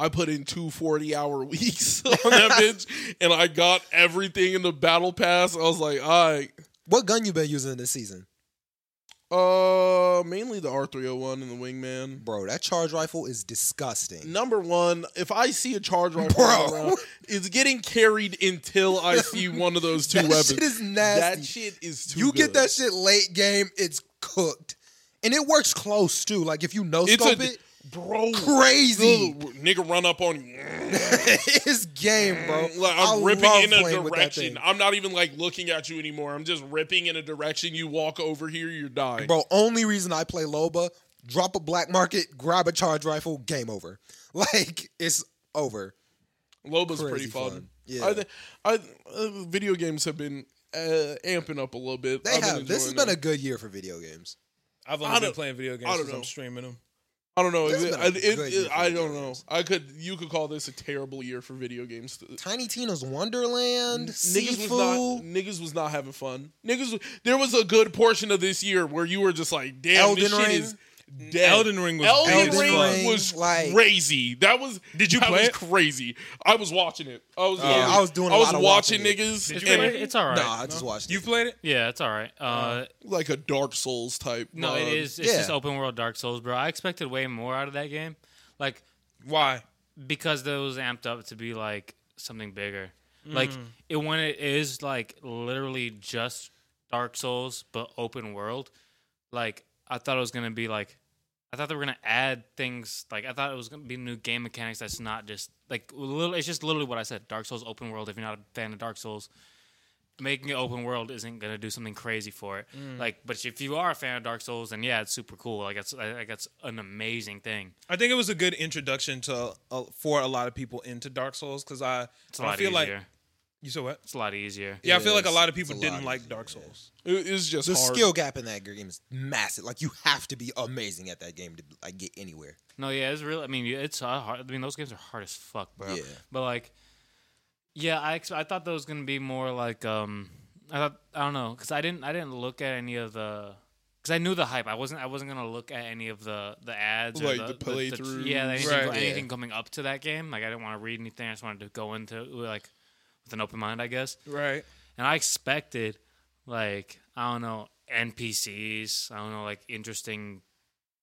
I put in two 40 hour weeks on that bitch and I got everything in the battle pass. I was like, all right. What gun you been using this season, Uh mainly the R301 and the Wingman. bro? That charge rifle is disgusting. Number one, if I see a charge rifle, Bro. around, it's getting carried until I see one of those two that weapons. shit is that nasty. shit is too. you good. get that shit late game, it's cooked, and it works close too. Like if you no It's a scope it, bro crazy. ugh, nigga run up on you. it's game, bro. Like I I'm love ripping in a playing with that direction. thing. I'm not even like looking at you anymore. I'm just ripping in a direction. You walk over here, you're dying. Bro, only reason I play Loba, drop a black market, grab a charge rifle, game over. Like it's over. Loba's crazy pretty fun. fun. Yeah. I, th- I uh, video games have been uh, amping up a little bit. They I've have. This has enjoying been them. a good year for video games. I've I only been don't- playing video games I don't since I'm know. streaming them. I don't know. this Is it, has been I- a it- good it- year for I video don't know. games. I could. You could call this a terrible year for video games. Tiny Tina's Wonderland, Niggas was not. Sifu, Niggas was not having fun. Niggas. was- There was a good portion of this year where you were just like, "Damn, this Elden shit Ring. is dead." Elden Ring was Elden dope as Ring fuck. was like- crazy. That was. Did you that play was it? Crazy. I was watching it. I was. watching- Oh, I was doing a I was lot of watching watching it. niggas. Did you and- play It's all right. Nah, I just watched You it. played it? Yeah, it's all right. Uh, like a Dark Souls type. no, vibe. it is. It's yeah. just open world Dark Souls, bro. I expected way more out of that game, like Why? because that was amped up to be like something bigger. Like Mm. it when it is like literally just Dark Souls but open world. Like I thought it was gonna be like. I thought they were gonna add things like I thought it was gonna be new game mechanics. That's not just like little. It's just literally what I said. Dark Souls open world. If you're not a fan of Dark Souls, making it open world isn't gonna do something crazy for it. Mm. Like, but if you are a fan of Dark Souls, then yeah, it's super cool. Like, that's like that's an amazing thing. I think it was a good introduction to uh, for a lot of people into Dark Souls because I, It's a lot I feel easier. like you said what? it's a lot easier. Yeah, I It feel like a is. lot of people It's a didn't lot like easier, Dark yeah. Souls. It is just The hard. skill gap in that game is massive. Like you have to be amazing at that game to like get anywhere. No, yeah, it's real. I mean, it's uh, hard. I mean, those games are hard as fuck, bro. Yeah. But like, yeah, I ex- I thought that was gonna be more like um, I thought I don't know, cause I didn't I didn't look at any of the. Cause I knew the hype. I wasn't. I wasn't gonna look at any of the the ads, or Like the, the playthroughs. yeah, anything, Right. anything coming up to that game. Like I didn't want to read anything. I just wanted to go into it, like with an open mind, I guess. Right. And I expected like I don't know NPCs, I don't know like interesting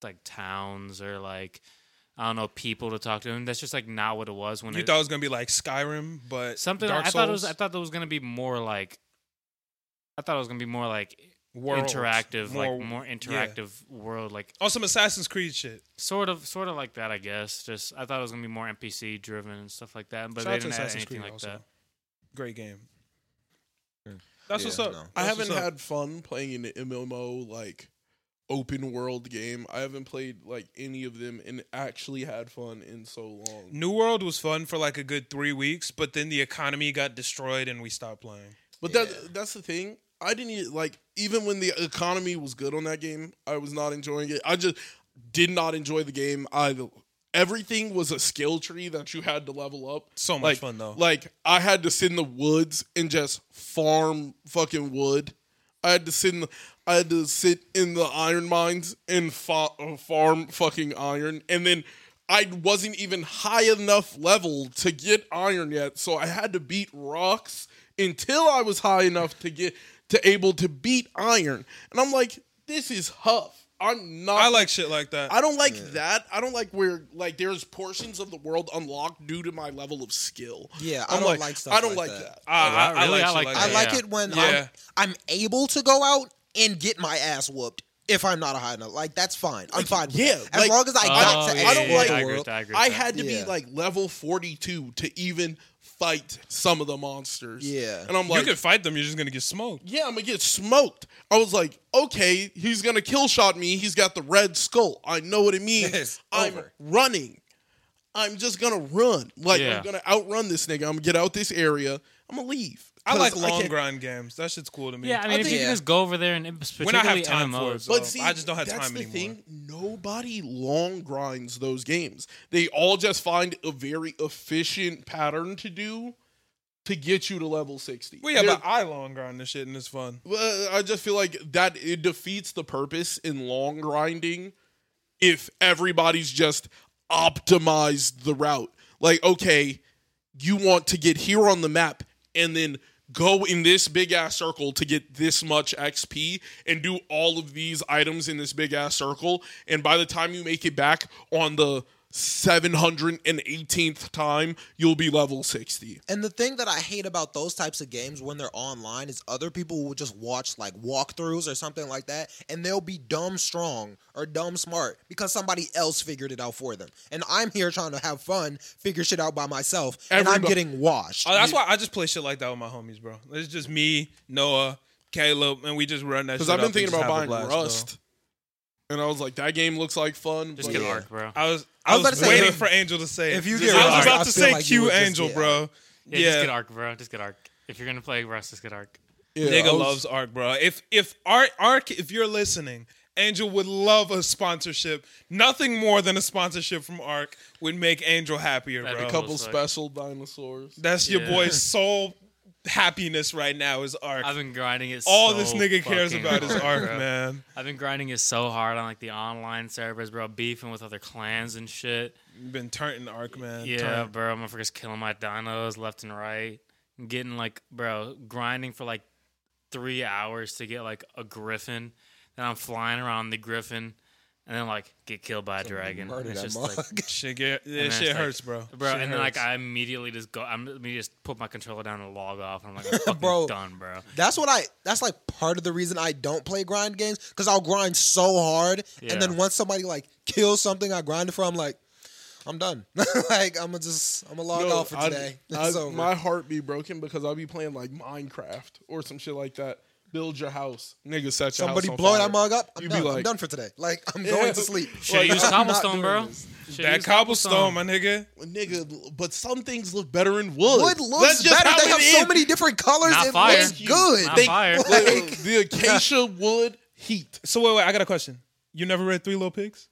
like towns or like I don't know people to talk to. And that's just like not what it was when You it, thought it was gonna be like Skyrim, but something. Dark I Souls, thought it was. I thought there was gonna be more like. I thought it was gonna be more like worlds, interactive, more- like more yeah. interactive world, like On some Assassin's Creed shit. sort of, sort of like that, I guess. Just I thought it was gonna be more NPC driven and stuff like that, but Shout out they to didn't add Assassin's anything Creed like also. that. Great game. That's Yeah, what's up. no. That's I haven't what's up. had fun playing an MMO like open world game. I haven't played like any of them and actually had fun in so long. New World was fun for like a good three weeks, but then the economy got destroyed and we stopped playing. But Yeah. that that's the thing. I didn't even, like even when the economy was good on that game, I was not enjoying it. I just did not enjoy the game. I everything was a skill tree that you had to level up. So much like, fun though. Like I had to sit in the woods and just farm fucking wood. I had to sit in the, I had to sit in the iron mines and fa- uh, farm fucking iron, and then I wasn't even high enough level to get iron yet, so I had to beat rocks until I was high enough to get to able to beat iron, and I'm like, this is huff. I'm not. I like shit like that. I don't like that. I don't like where like there's portions of the world unlocked due to my level of skill. Yeah, I I'm don't like stuff I don't like like, that. that. I, I, I Really? like I shit like like Oh, that. I that. like yeah. it when Yeah. I'm, I'm able to go out and get my ass whooped if I'm not a high enough. Like that's fine. I'm fine. With yeah, that. as like- long as I got Oh, to yeah, I explore don't yeah, like- the I agree world. with that, I, agree with I that. had to Yeah. be like level 42 to even fight some of the monsters. Yeah. and I'm like, you can fight them, you're just gonna get smoked. yeah, I'm gonna get smoked. I was like, okay, he's gonna kill shot me. He's got the red skull. I know what it means. Yes, I'm over. running. I'm just gonna run. Like Yeah. I'm gonna outrun this nigga. I'm gonna get out this area. I'm gonna leave. I like 'Cause long can't- grind games. That shit's cool to me. Yeah, I mean, if think- you can Yeah. just go over there and particularly when I have time MMOs. for it, so But see, I just don't have that's time the anymore. Thing. Nobody long grinds those games. They all just find a very efficient pattern to do to get you to level sixty. Well, yeah, They're- but I long grind this shit and it's fun. Well, I just feel like that it defeats the purpose in long grinding if everybody's just optimized the route. Like, okay, you want to get here on the map and then go in this big ass circle to get this much XP and do all of these items in this big ass circle. And by the time you make it back on the 718th time, you'll be level 60. And the thing that I hate about those types of games when they're online is other people will just watch like walkthroughs or something like that, and they'll be dumb strong or dumb smart because somebody else figured it out for them. And I'm here trying to have fun, figure shit out by myself, and I'm Everybody- getting washed. Oh, that's why I just play shit like that with my homies, bro. It's just me, Noah, Caleb, and we just run that. Because shit I've up been and thinking just about have a buying blast, Rust, and I was like, that game looks like fun. Just but- get Yeah. Ark, bro. I was I I was was, about to say, waiting if- for Angel to say. if it. you I get was Rust, about I to feel say like you Q would just- Angel, yeah. bro. Yeah, Yeah, just get Ark, bro. Just get Ark. If you're gonna play Rust, just get Ark. Yeah, I nigga was- loves Ark, bro. If if Ark Ark, if you're listening, Angel would love a sponsorship. Nothing more than a sponsorship from Ark would make Angel happier, That'd bro. be a couple Looks like- special dinosaurs. That's your Yeah. boy's sole happiness right now is Ark. I've been grinding it. All so this nigga cares fucking about is hard, Ark, bro. man. I've been grinding it so hard on like the online servers, bro, beefing with other clans and shit. You've been turning Ark, man. yeah, Turn. bro, I'm freaking killing my dinos left and right, getting like, bro, grinding for like three hours to get like a griffin. Then I'm flying around the griffin, and then like get killed by a dragon. Murder And it's that just mug. like, Shit, get, yeah, And then shit it's like- hurts, bro. bro. Shit and then like hurts. I immediately just go, I'm immediately just put my controller down and log off. And I'm like, I'm fucking Bro. done, bro. That's what I. That's like part of the reason I don't play grind games because I'll grind so hard, Yeah. and then once somebody like kills something I grinded for, I'm like, I'm done. like I'm gonna just I'm gonna log No, off for I'd- today. I'd- It's over. my heart be broken because I'll be playing like Minecraft or some shit like that. Build your house, nigga. Set your Somebody house on blow fire. that mug up. I'm You be done. I'm like- done for today. Like I'm going to sleep. Should Like, use I'm not cobblestone, doing bro. this. Shoulda that used cobblestone, my nigga. nigga. But some things look better in wood. Wood That's looks just better. how They it have is. so many different colors. Not it fire. looks good. Not They- fire. The- Like- the acacia wood heat, So wait, wait, I got a question. You never read Three Little Pigs?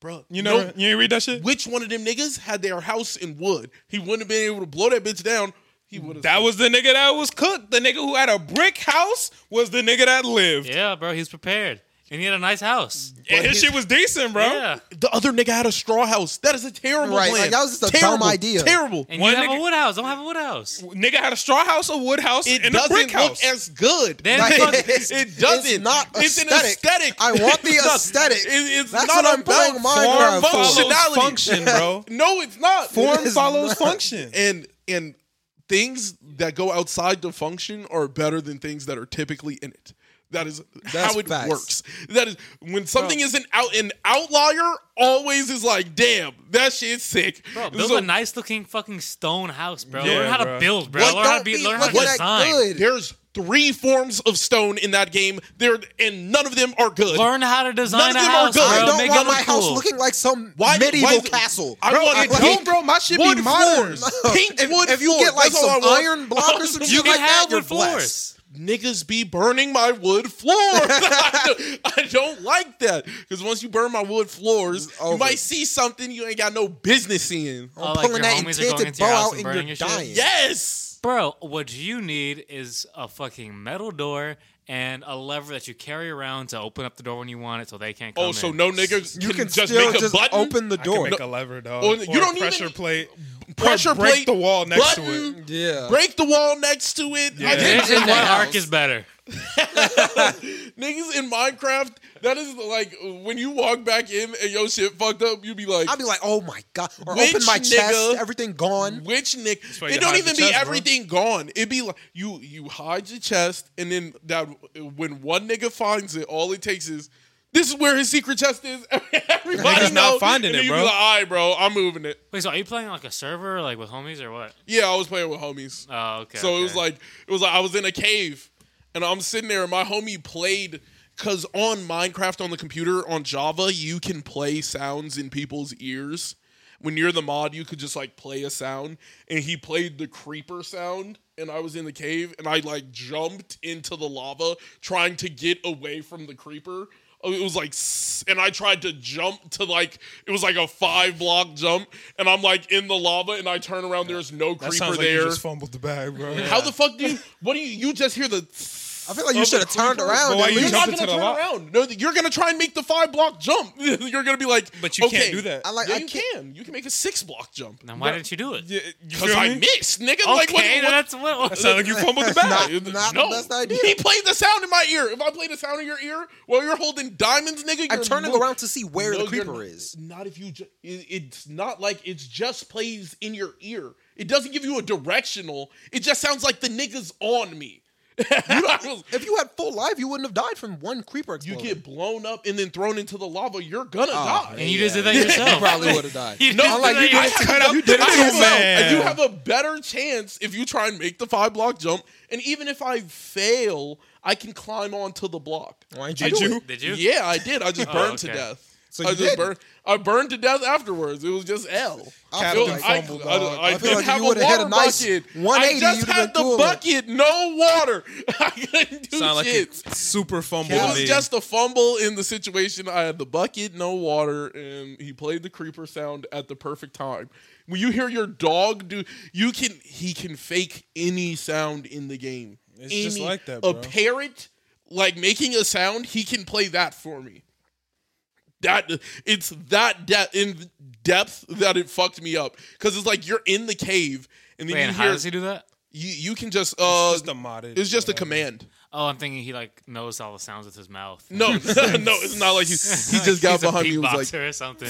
bro. You never, you ain't read that shit? which one of them niggas had their house in wood? He wouldn't have been able to blow that bitch down. He would have. That was the nigga that was cooked. The nigga who had a brick house was the nigga that lived. Yeah, bro, he was prepared, and he had a nice house. and his, his- shit was decent, bro. Yeah, The other nigga had a straw house. That is a terrible Right, plan. like, that was just a terrible, dumb idea. Terrible. and One you have nigga- a wood house. Don't have a wood house. Nigga had a straw house, a wood house, It and a doesn't brick look house. as good. They had Like, fucking- it's- it doesn't. It's not It's an aesthetic. aesthetic. I want the It's not- aesthetic. it- it's That's not what I'm about playing form Minecraft for. follows functionality. function, bro. No, it's not. Form It is follows not. function. and and things that go outside the function are better than things that are typically in it. That is That's how it facts. works. That is when something is an out an outlier always is like, damn, that shit's sick. Bro, build So- a nice looking fucking stone house, bro. Yeah, learn how bro. to build, bro. Like, learn how don't to be, be learn how to looking at design. good. There's three forms of stone in that game. There and none of them are good. Learn how to design of a them are house, good. bro. I don't Make want it look my house cool. looking like some Why- why medieval is it- castle. I Bro, want it pink- don't, bro. My shit be wood modern. floors. Pink if, wood if you get floors. like That's all I some want. iron block or some You shit can like that, have you're wood blessed. floors. niggas be burning my wood floors. I, don't, I don't like that because once you burn my wood floors, It's you over. might see something you ain't got no business seeing. Oh, I'm like pulling your that homies are enchanted going into bow your house out and and burning you're your shit? dying. Yes, Bro, what you need is a fucking metal door and a lever that you carry around to open up the door when you want it so they can't come Oh, so in. no niggas You can, can just still make a just button. open the I can door. make a lever, dog. Or Or, you a don't even- pressure plate. pressure or break plate the wall next button, to it. Yeah. Break the wall next to it. Yeah. I think This is In the why house. Ark is better. niggas in Minecraft, that is like when you walk back in and your shit fucked up, you be like, I'd be like, oh my god, or Which open my nigga- chest, everything gone. Which Nick? why It you don't hide even the be chest, bro. everything gone. It be like you you hide your chest, and then that when one nigga finds it, all it takes is this is where his secret chest is. Everybody Niggas not know, finding and it, then you bro. Be like, all right, bro, I'm moving it. Wait, so are you playing like a server, like with homies or what? Yeah, I was playing with homies, Oh, okay. so it was okay. like it was like I was in a cave, and I'm sitting there, and my homie played. Cause on Minecraft on the computer on Java you can play sounds in people's ears, when you're the mod, you could just like play a sound, and he played the creeper sound, and I was in the cave, and I like jumped into the lava trying to get away from the creeper. Oh, It was like, s- and I tried to jump to like it was like a five block jump, and I'm like in the lava, and I turn around, there's no That creeper sounds like there. you just fumbled the bag, bro. How the fuck do you? What do you? You just hear the. I feel like you should have turned around. But why at you You're least. jump not into gonna the turn lo- around. No, you're gonna try and make the five block jump. you're gonna be like, But you okay. can't do that. I like. yeah, I you can't. can. You can make a six block jump. Then why didn't you do it? Yeah, you Because feel I me? missed, nigga. Okay, like, what, what- that's uh, what. Sound like you fumbled the bag. Not- not the best idea. He played the sound in my ear. If I play the sound in your ear while you're holding diamonds, nigga, you're I'm turning mo- around to see where No, the you're creeper not- is. Not if you. Ju- it- it's not like it's just plays in your ear. It doesn't give you a directional. It just sounds like the niggas on me. If you had full life, you wouldn't have died from one creeper you explosion. get blown up and then thrown into the lava, you're gonna die. And you just did that yourself. Oh, You probably would have died. You You No, just no, did like that you did yourself. it Cut out to- you the did it to middle, yourself. man. I do have a better chance if you try and make the five block jump. And even if I fail, I can climb onto the block. Why didn't Did you? do you? it? Did you? Yeah, I did. I just Oh, burned to okay. death. So I you just did. burned. I burned to death afterwards. It was just L. I It feel was- like- I, fumble, I- I dog. I feel didn't like if have you a would've had a water nice bucket. 180, I just you'd have had been the cool. bucket, no water. I couldn't do Sound like shit. a super fumble It to was me. just a fumble in the situation. I had the bucket, no water, and he played the creeper sound at the perfect time. When you hear your dog do, you can he can fake any sound in the game. It's just Any- like that, bro. A parrot like making a sound, he can play that for me. That it's that de- in depth that it fucked me up because it's like you're in the cave and then Wait, you and how hear does he do that? you, you can just uh just a modded. it's just a whatever. command. Oh, I'm thinking he like knows all the sounds with his mouth. No, no, it's not like he, he just got He's behind a me. and beatboxer Was like, or something.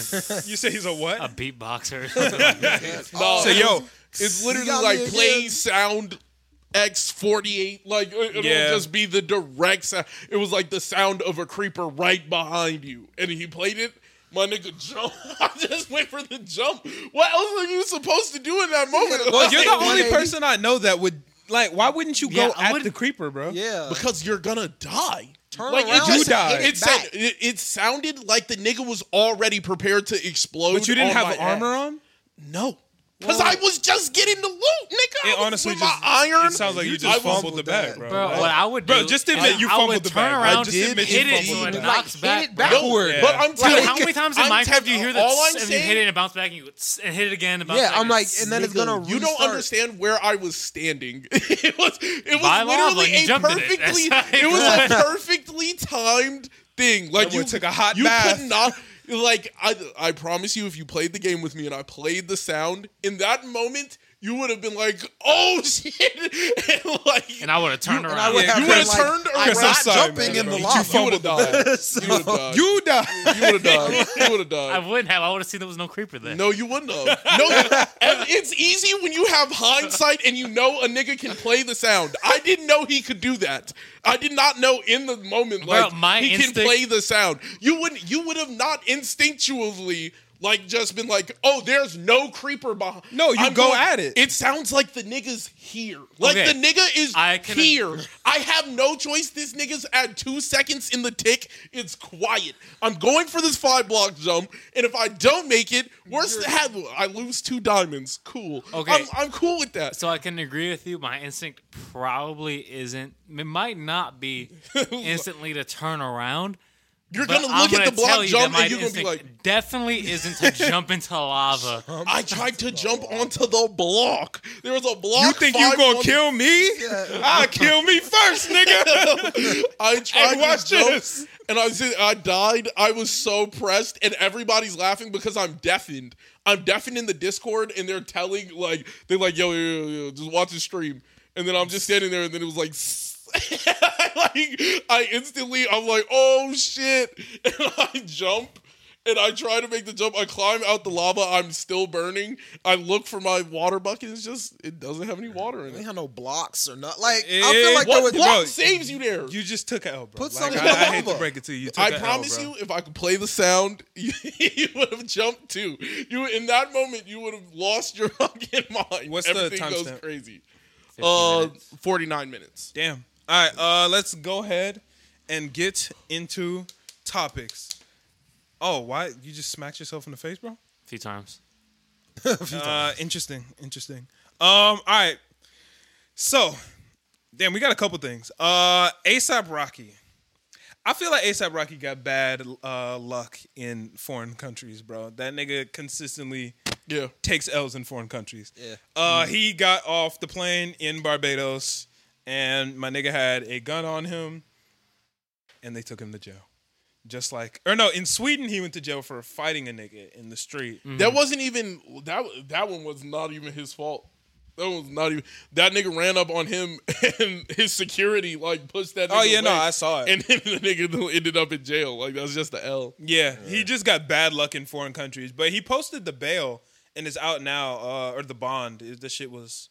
You say he's a what? A beatboxer. Or something like that. no, so yo, it's You literally got me like again. play sound X forty eight. Like it- it'll Yeah. just be the direct sound. It was like the sound of a creeper right behind you, and he played it. My nigga jump. I just went for the jump. What else are you supposed to do in that moment? well, you're the Like, only 180. person I know that would like. Why wouldn't you Yeah, go I at would- the creeper, bro? Yeah. because you're gonna die. Turn like around it just You die. It, hit it sound- back. it, it sounded like the nigga was already prepared to explode. but you didn't on have my armor ass. on. No. Because I was just getting the loot, nigga. I It was honestly with just my iron. It sounds like you I just was- fumbled the bag, that. bro. Bro, Like- what I would do, Bro, just admit is you I fumbled would the turn bag, bro. around, Just admit hit you it, so fumbled it the bag. knocks Like, back. hit it bro. No, Backward. But I'm Like, telling how many times in I'm Minecraft do you telling- hear All I'm this and you saying, hit it and it bounce back and you tss, and hit it again and bounce Yeah, back? I'm and like, tss. and then it's gonna. you don't restart. understand where I was standing. it was it was By lava, literally you a jumped in it. perfectly That's it was right. a perfectly timed thing. Like That you boy took a hot You bath. could not like I I promise you if you played the game with me and I played the sound in that moment you would have been like, "Oh shit!" and like and I would have turned And I around. would have You been would've like, turned I'm around. not Sorry, jumping man, in bro. the You lava. You would have died. You would have died. You You die. would have died. You would have died. I wouldn't have. I would have seen there was no creeper there. No, you wouldn't have. No, and it's easy when you have hindsight and you know a nigga can play the sound. I didn't know he could do that. I did not know in the moment Bro, like my he can instinct- play the sound. You wouldn't. You would have not instinctually. Like just been like, oh, there's no creeper behind. No, you go at it. It sounds like the nigga's here. Like Okay. the nigga is I can- here. I have no choice. This nigga's at two seconds in the tick. It's quiet. I'm going for this five block jump, and if I don't make it, worse to have, I lose two diamonds. Cool. Okay. I'm, I'm cool with that. So I can agree with you. My instinct probably isn't. It might not be instantly to turn around. You're but gonna I'm look gonna at the tell block you jump, that my and you're gonna be instinct like, definitely isn't to jump into lava. I tried to jump onto the block. There was a block. You think you five gonna on- kill me? I kill me first, nigga. I tried Hey, watch to jump, this. and I said I died. I was so pressed, and everybody's laughing because I'm deafened. I'm deafened in the Discord, and they're telling like they're like, "Yo, yo, yo, yo, just watch the stream." And then I'm just standing there, and then it was like. like I instantly, I'm like, oh shit! And I jump, and I try to make the jump. I climb out the lava. I'm still burning. I look for my water bucket. It's just, it doesn't have any water in They it. have no blocks or not. Like I It- feel like there What was block Bro, saves you there? You just took an L, bro. Put like, something I, I hate above to her. break it to you. you took I a L, promise bro. you, if I could play the sound, you, would have jumped too. You in that moment, you would have lost your fucking mind. What's the Everything goes timestamp? crazy. 15 Uh, minutes. forty nine minutes. Damn. All right, uh, let's go ahead and get into topics. Oh, why you just smacked yourself in the face, bro? a few times. Uh, interesting, interesting. Um, all right. So, damn, we got a couple things. Uh, ASAP Rocky. I feel like ASAP Rocky got bad uh, luck in foreign countries, bro. That nigga consistently Yeah. takes L's in foreign countries. Yeah. Uh, He got off the plane in Barbados, and my nigga had a gun on him, and they took him to jail. Just like, or no, in Sweden he went to jail for fighting a nigga in the street. That wasn't even that. That one was not even his fault. That one was not even that nigga ran up on him and his security like pushed that. Nigga Oh yeah, no, away. I saw it. and then the nigga ended up in jail. Like that was just the L. Yeah, he just got bad luck in foreign countries. But he posted the bail and it's out now, uh, or the bond. It- This shit was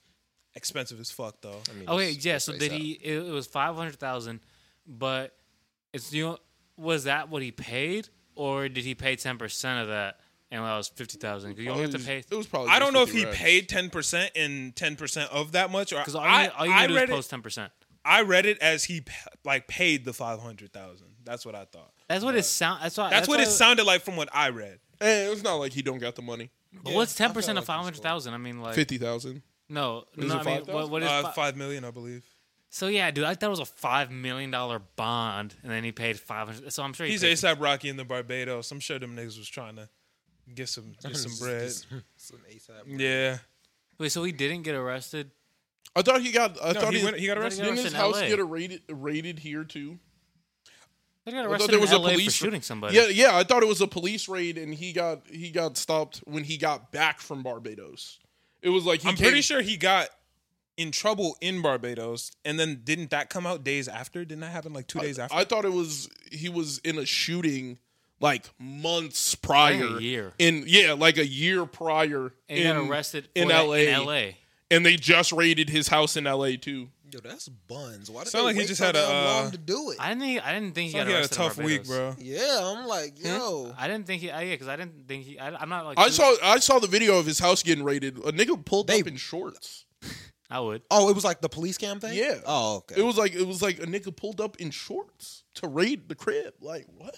expensive as fuck though. Oh wait, yeah. So did he? It, it was five hundred thousand, but it's you know was that what he paid, or did he pay ten percent of that and that was fifty thousand? Because you only have to pay It was probably. I just don't know if 50 he racks. paid ten percent and ten percent of that much. Or because all you, I, all you I gotta do read is it. post ten percent. I read it as he p- like paid the five hundred thousand. That's what I thought. That's what it sound. That's why. That's, what why- it sounded like from what I read. Eh, it's not like he don't got the money. But what's Yeah, I ten percent feel of like five hundred thousand? I mean, like Fifty thousand. no, it no. I mean, 5,000? what, what is Uh, fi- Five million, I believe. so? Yeah, dude, I thought it was a five million dollar bond, and then he paid five hundred. So I'm sure he He's paid ASAP Rocky in the Barbados. I'm sure them niggas was trying to get some get some bread. Some Yeah. Wait, so he didn't get arrested? I thought he got. I No, thought he, he, went, he got I thought arrested. he didn't his arrested in house LA. get a raided raided here too. They got I thought arrested there in was LA a police for shooting somebody. Yeah, yeah. I thought it was a police raid, and he got he got stopped when he got back from Barbados. It was like he I'm came- pretty sure he got in trouble in Barbados, and then didn't that come out days after? Didn't that happen like two Uh, days after? I thought it was he was in a shooting like months prior. a year. In yeah, like a year prior. and he in, got arrested in for that LA. In LA. and they just raided his house in LA too. Yo, that's buns. Why did Sound they like he wait just so had a, damn long uh, to do it? I didn't. Think, I didn't think he Sounds got like he had a arrested. in tough week, Barbados. bro. yeah, I'm like, yo, Hmm? I didn't think he. I, yeah, because I didn't think he. I, am not like. I too- saw I saw the video of his house getting raided. A nigga pulled They- up in shorts. I would. oh, it was like the police cam thing. Yeah. Oh, okay. It was like it was like a nigga pulled up in shorts to raid the crib. Like what?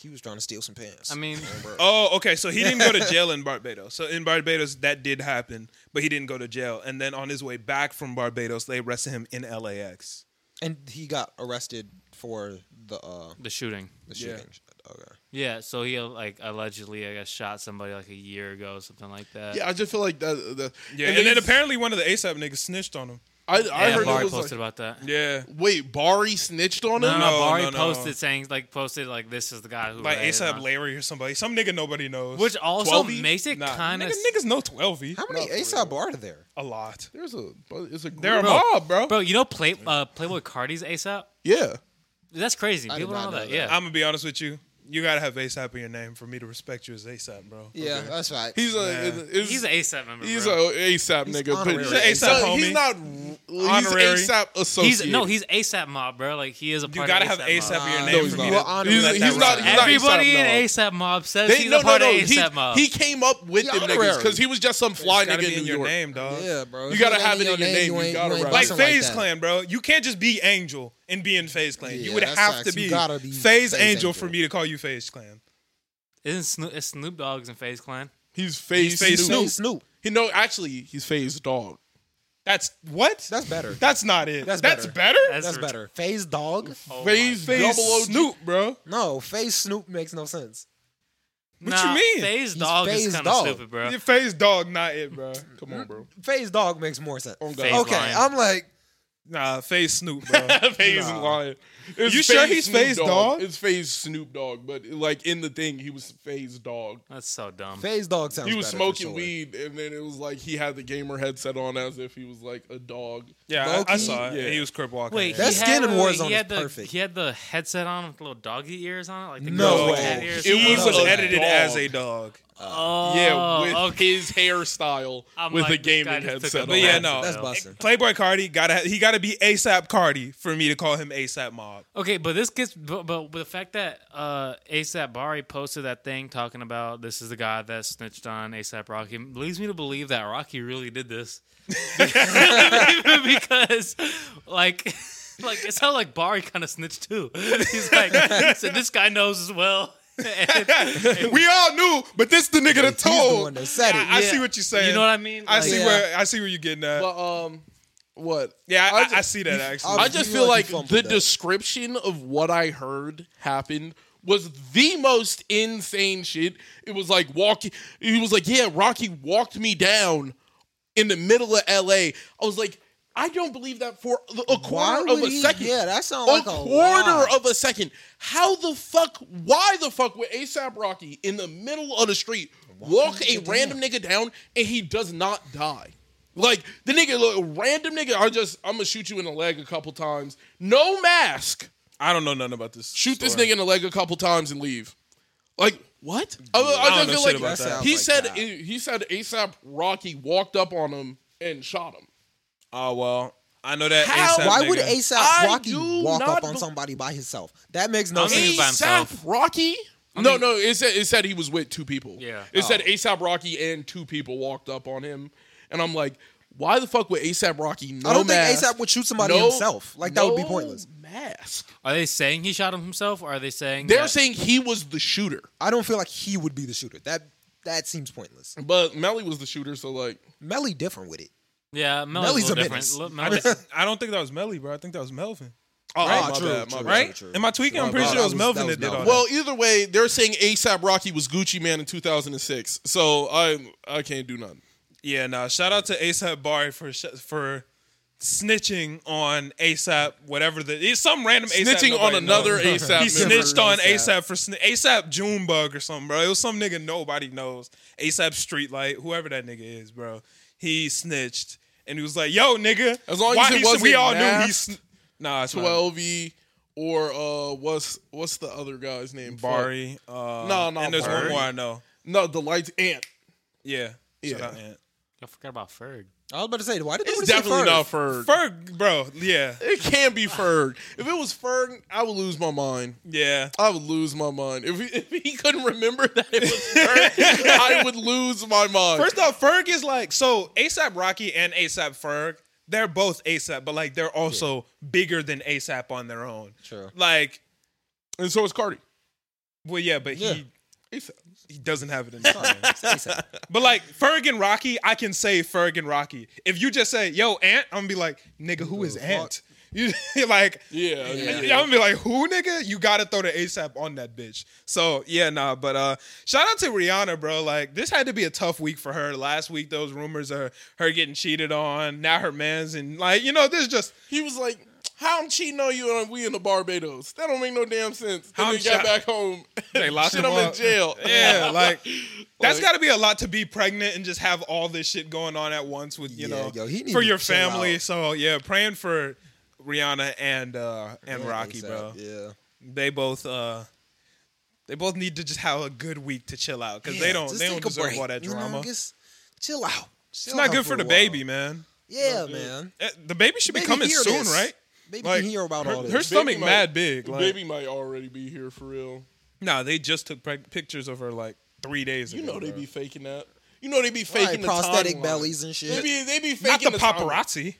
he was trying to steal some pants. I mean, Oh, okay. So he didn't go to jail in Barbados. So in Barbados, that did happen, but he didn't go to jail. And then on his way back from Barbados, they arrested him in LAX. and he got arrested for the uh the shooting. the Yeah. shooting. Okay. Yeah. So he like allegedly, I guess, shot somebody like a year ago, something like that. Yeah, I just feel like that. The, Yeah. And, then he's- apparently one of the ASAP niggas snitched on him. I, I Yeah, heard Barry it was posted like, about that. Yeah. wait, Bari snitched on No, him. no, No, Barry no, no. posted saying like posted like this is the guy who Like raided ASAP on- Larry or somebody. Some nigga nobody knows. E? which also 12E? makes it nah, kind of niggas, niggas know 12 How many ASAP are there? A lot. There's a it's a They're a group- mob, bro. bro. You know, play uh, Playboy Cardi's ASAP. Yeah, That's crazy. did People not don't know know that. that. Yeah. I'm going to be honest with you. You got to have ASAP in your name for me to respect you as ASAP, bro. Yeah, that's right. he's a it's- He's an ASAP member. he's a bro. ASAP nigga. honorary. But He's an ASAP homie. He's not Honorary. he's ASAP associate. He's no, he's ASAP mob, bro. Like he is a. You Part gotta of have ASAP in your Nah, name no, for he's me. not. to Well, honestly, he's, let he's that not. ride. He's not Everybody ASAP, in no. ASAP mob says They, he's no, a part no, no. of ASAP He, mob. he came up with He's them niggas honorary. because he was just some fly It's gotta nigga be in in New your York. name, dog. yeah, bro. You gotta uh, ain't have it in your name, you ain't- gotta ain't rap. Like busting Phase that. Clan, bro. You can't just be Angel and be in Phase Clan. you Yeah, would have that's facts. to You be, gotta be Phase FaZe Angel Angel. for me to call you Phase Clan. Isn't Snoop, is Snoop Dogg's in Phase Clan? He's phase Phase Snoop. Snoop. Snoop. He no, actually, he's phase dog. That's what? That's better. That's not it. That's, That's better. That's ret- better. Phase dog? Oh my- Phase Phase double OG. Snoop, bro. No, phase Snoop makes no sense. What Nah, you mean? Phase He's Dog Phase is kind of Dog. stupid, bro. Your Phase Dog, not it, bro. Come on, bro. Phase dog makes more sense. On Phase God. okay, Lion. I'm like, Nah, Phase Snoop, bro. phase Nah. lion. It's You sure Phase he's Snoop Phase Dogg? It's phase Snoop Dogg, but like in the thing, he was phase dog. That's so dumb. phase dog sounds he was better for smoking sure. weed, and then it was like he had the gamer headset on as if he was like a dog. yeah, I, I Low-key, saw it. yeah. He was crip walking. Wait, yeah. That he skin had, in wait, Warzone he is had the, perfect. He had the headset on with little doggy ears on it, like the No. girls with cat ears. It he was was, a edited dog. as a dog. oh, yeah, with okay. his hairstyle, I'm with like, a this guy gaming just took headset. a on. But yeah, no. That's busting. Playboy Cardi gotta ha- he gotta be ASAP Cardi for me to call him ASAP Mob. Okay, but this gets but, but the fact that uh ASAP Bari posted that thing talking about this is the guy that snitched on ASAP Rocky leads me to believe that Rocky really did this because like like it's how like Bari kind of snitched too. He's like he said this guy knows as well. we all knew, but this the nigga that He's the one told. that said I, it. I Yeah. see what you're saying. you know what I mean? I Like, see Yeah. where I see where you're getting at. But um, what? yeah, I, I, I ju- see that actually. I I'll- just You feel really like fumbled the that. description of what I heard happened was the most insane shit. It was like walking. He was like, "Yeah, Rocky walked me down in the middle of L.A." I was like, "I don't believe that for a Why quarter of would a he- second. Yeah, that sounds a like a quarter lie. of a second. How the fuck? Why the fuck would ASAP Rocky in the middle of the street walk a random nigga down and he does not die? Like the nigga, look, random nigga. I just I'm gonna shoot you in the leg a couple times. No mask. I don't know nothing about this. Shoot this story. nigga in the leg a couple times and leave. Like what? I, I I don't know just feel shit about like that. he Sounds said like that. he said ASAP Rocky walked up on him and shot him. Oh well, I know that. How- ASAP Why nigga. would ASAP I Rocky do walk not up on bel- somebody by himself? That makes I no don't think sense. he's by ASAP himself. Rocky? no, no. It said it said he was with two people. Yeah. It said ASAP Rocky and two people walked up on him, and I'm like, why the fuck would ASAP Rocky? No I don't think mask, ASAP would shoot somebody no- himself. Like that would be no pointless. Mask. Are they saying he shot him himself, or are they saying They're that- saying he was the shooter, I don't feel like he would be the shooter. That that seems pointless. but Melly was the shooter. So like, Melly different with it. Yeah, Melly's Melly's, a a little different. menace. Look, I, Melly's- don't- I don't think that was Melly, bro. I think that was Melvin. oh, Right. my True, bad, my true, bad. Right? true. Am I tweaking? I'm My pretty bad. sure it was That was- Melvin that that, was did all Melvin. that. Well, either way, they're saying ASAP Rocky was Gucci Man in 2006. So I I can't do nothing. Yeah, no. shout out to ASAP Bari for sh- for snitching on ASAP whatever the it's some random ASAP Snitching on nobody another knows. ASAP. He snitched on ASAP. ASAP for sn- ASAP Junebug or something, bro. It was some nigga nobody knows. ASAP Streetlight, whoever that nigga is, bro. He snitched and he was like, "Yo, nigga." As long as why it he sn- we wasn't all knew he. masked, Sn- nah, it's twelve Twelvey or uh, what's what's the other guy's name? Fuck. Bari. Uh, No, not And there's Bari. one more I know. No, the lights ant. Yeah. Shout Yeah. out, Ant. I forgot about Ferg. I was about to say, why did It's they definitely say not first? Ferg. Ferg, bro. Yeah. It can be Ferg. If it was Ferg, I would lose my mind. Yeah. I would lose my mind. If he, if he couldn't remember that it was Ferg, I would lose my mind. First off, Ferg is like so ASAP Rocky and ASAP Ferg. They're both ASAP, but like they're also bigger than ASAP on their own. True. Like, and so is Cardi. well, yeah, but Yeah. he he doesn't have it in his name. ASAP. But like Ferg and Rocky, I can say Ferg and Rocky. If you just say "Yo, Ant," I'm gonna be like, "Nigga, who is fuck? Ant?" You like, Yeah, yeah. I'm gonna be like, "Who, nigga?" You gotta throw the ASAP on that bitch. So yeah, nah. But uh, shout out to Rihanna, bro. Like this had to be a tough week for her. Last week, those rumors of her getting cheated on. Now her man's and like, you know, this just He was like, "How I'm cheating on you and we in the Barbados? That don't make no damn sense." How Then I'm he got shot- back home. They locked Shit, him I'm in up. jail. yeah, like. That's Like- got to be a lot to be pregnant and just have all this shit going on at once with you Yeah, know yo, he need for to your chill family. out. So yeah, praying for Rihanna and uh and Rocky, bro. Yeah. They both uh they both need to just have a good week to chill out because they Yeah, don't just they don't take a deserve break, all that you know, drama. just chill out. it's not good for the baby, man. Yeah, man. Eh, The baby should be Baby coming hear soon, this. right? Baby Like, can hear about all Her this. stomach might- mad big. the Like, baby might already be here for real. nah, they just took preg- pictures of her like three days You ago. know they bro. be faking that. You know they be faking Right, the prosthetic timeline. bellies and They shit. be they be not faking the the timeline. paparazzi.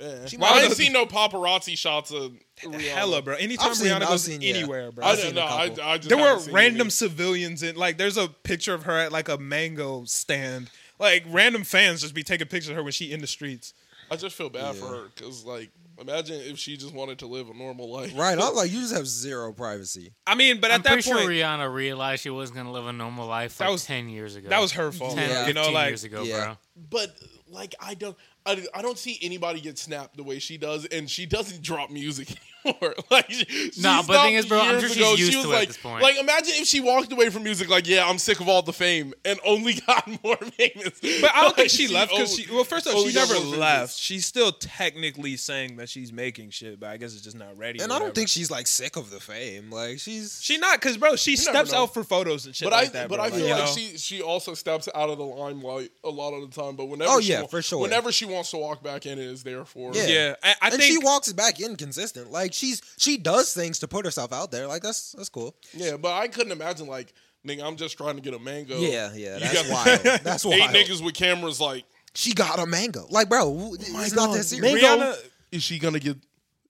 Yeah. She might I ain't have- seen no paparazzi shots of Rihanna. Hella, bro. Anytime I've seen- Rihanna I've goes seen, yeah. anywhere, bro. I I've don't seen a know. I, couple. I just there were haven't seen random any. civilians in like there's a picture of her at like a mango stand like random fans just be taking pictures of her when she in the streets I just feel bad for her because, like, imagine if she just wanted to live a normal life. Right. I was like, you just have zero privacy. i mean but I'm at that pretty point sure Rihanna realized she wasn't gonna live a normal life. That like was- ten years ago. that was her fault Ten, Yeah. you know 15 like years ago, yeah. bro. But like, I don't, I, I don't see anybody get snapped the way she does, and she doesn't drop music anymore. like, she, Nah, she but the stopped thing is, bro, I'm years sure she's ago. used she to was it at like, this point. Like, imagine if she walked away from music, like, yeah, I'm sick of all the fame, and only got more famous. but i don't think Like, she left because only- she well first off only she got never more famous. left she's still technically saying that she's making shit but i guess it's just not ready or And I don't whatever. think she's like sick of the fame. Like she's she not because bro she never steps know. out for photos and shit But like I, that but bro. I feel you like know? she she also steps out of the limelight a lot of the time. But whenever, Oh, she yeah, wa- for sure. Whenever she wants to walk back in, it is there for. her. Yeah. yeah i, I and think she walks back inconsistent. Like she's she does things to put herself out there. Like that's that's cool. yeah. But I couldn't imagine like, nigga, I'm just trying to get a mango. Yeah, yeah, You that's got- wild. That's Eight wild. niggas with cameras like. Oh She got a mango. Like, bro, it's not that serious. Mango, Rihanna- is she gonna get?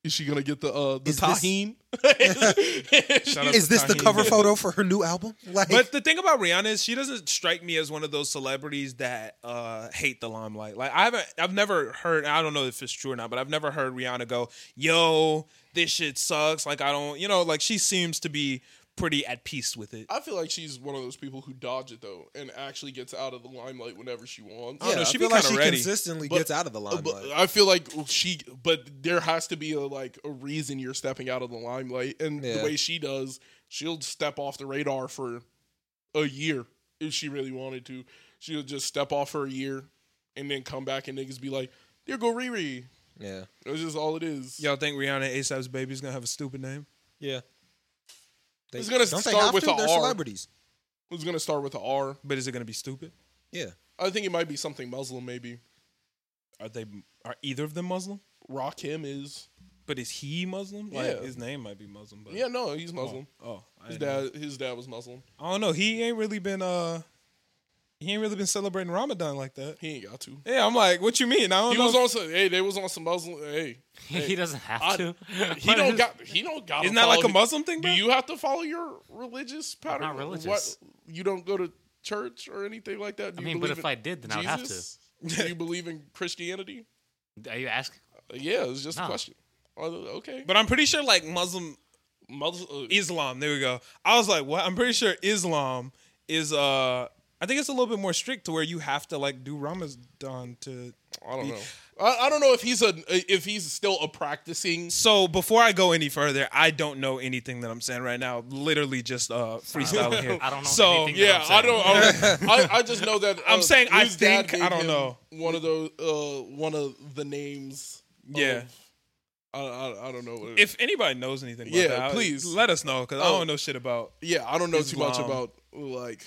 Is she gonna get the uh the Is this- tahine? Shout out Is to this the Tahini. cover photo for her new album? Like, But the thing about Rihanna is she doesn't strike me as one of those celebrities that uh, hate the limelight. Like I haven't, I've never heard. I don't know if it's true or not, but I've never heard Rihanna go, "Yo, this shit sucks." Like I don't, you know, like she seems to be pretty at peace with it. I feel like she's one of those people who dodge it though, and actually gets out of the limelight whenever she wants. don't yeah, know, I she be feel like kinda she ready. consistently But- gets out of the Uh, limelight. But I feel like she, but there has to be a like a reason you're stepping out of the limelight, and the Yeah. way she does, she'll step off the radar for a year if she really wanted to. She'll just step off for a year, and then come back, and niggas be like, "There go Riri." yeah. That's just all it is. Y'all think Rihanna ASAP's baby's gonna have a stupid name? Yeah. They, It's gonna don't they start have with to? a They're R. celebrities. It's gonna start with a R. But is it gonna be stupid? Yeah. I think it might be something Muslim, maybe. Are they? Are either of them Muslim? Rakim is. But is he Muslim? Like Yeah. his name might be Muslim, but Yeah, no, he's Oh, Muslim. Oh, I His didn't know. dad, his dad was Muslim. I don't know. He ain't really been uh he ain't really been celebrating Ramadan like that. He ain't got to. Yeah, I'm like, what you mean? I don't He know. was on some. Hey, they was on some Muslim. Hey, he doesn't have I- to. he don't got. He don't got. Isn't that like a Muslim thing, Do bro? you have to follow your religious pattern? not religious. What, you don't go to church or anything like that. Do I you mean, but believe if in I did, then I'd have to. Jesus? Do you believe in Christianity? Are you asking? Uh, Yeah, it's just a No. question. Uh, Okay, But I'm pretty sure like Muslim Muslim. uh, Islam, there we go. I was like, what? I'm pretty sure Islam is uh I think it's a little bit more strict to where you have to like do Ramadan to I don't know. I, I don't know if he's a uh, if he's still a practicing. So before I go any further, I don't know anything that I'm saying right now. Literally just uh freestyling here. I don't know So anything that Yeah, I'm I saying. don't. I, don't- I, I just know that uh, I'm saying I his dad think- I gave don't him know. one of those uh, one of the names. of- Yeah. I, I, I don't know. What it is. If anybody knows anything about Yeah, that, I- please. let us know because I Oh. don't know shit about Yeah, I don't know too much Islam. about like.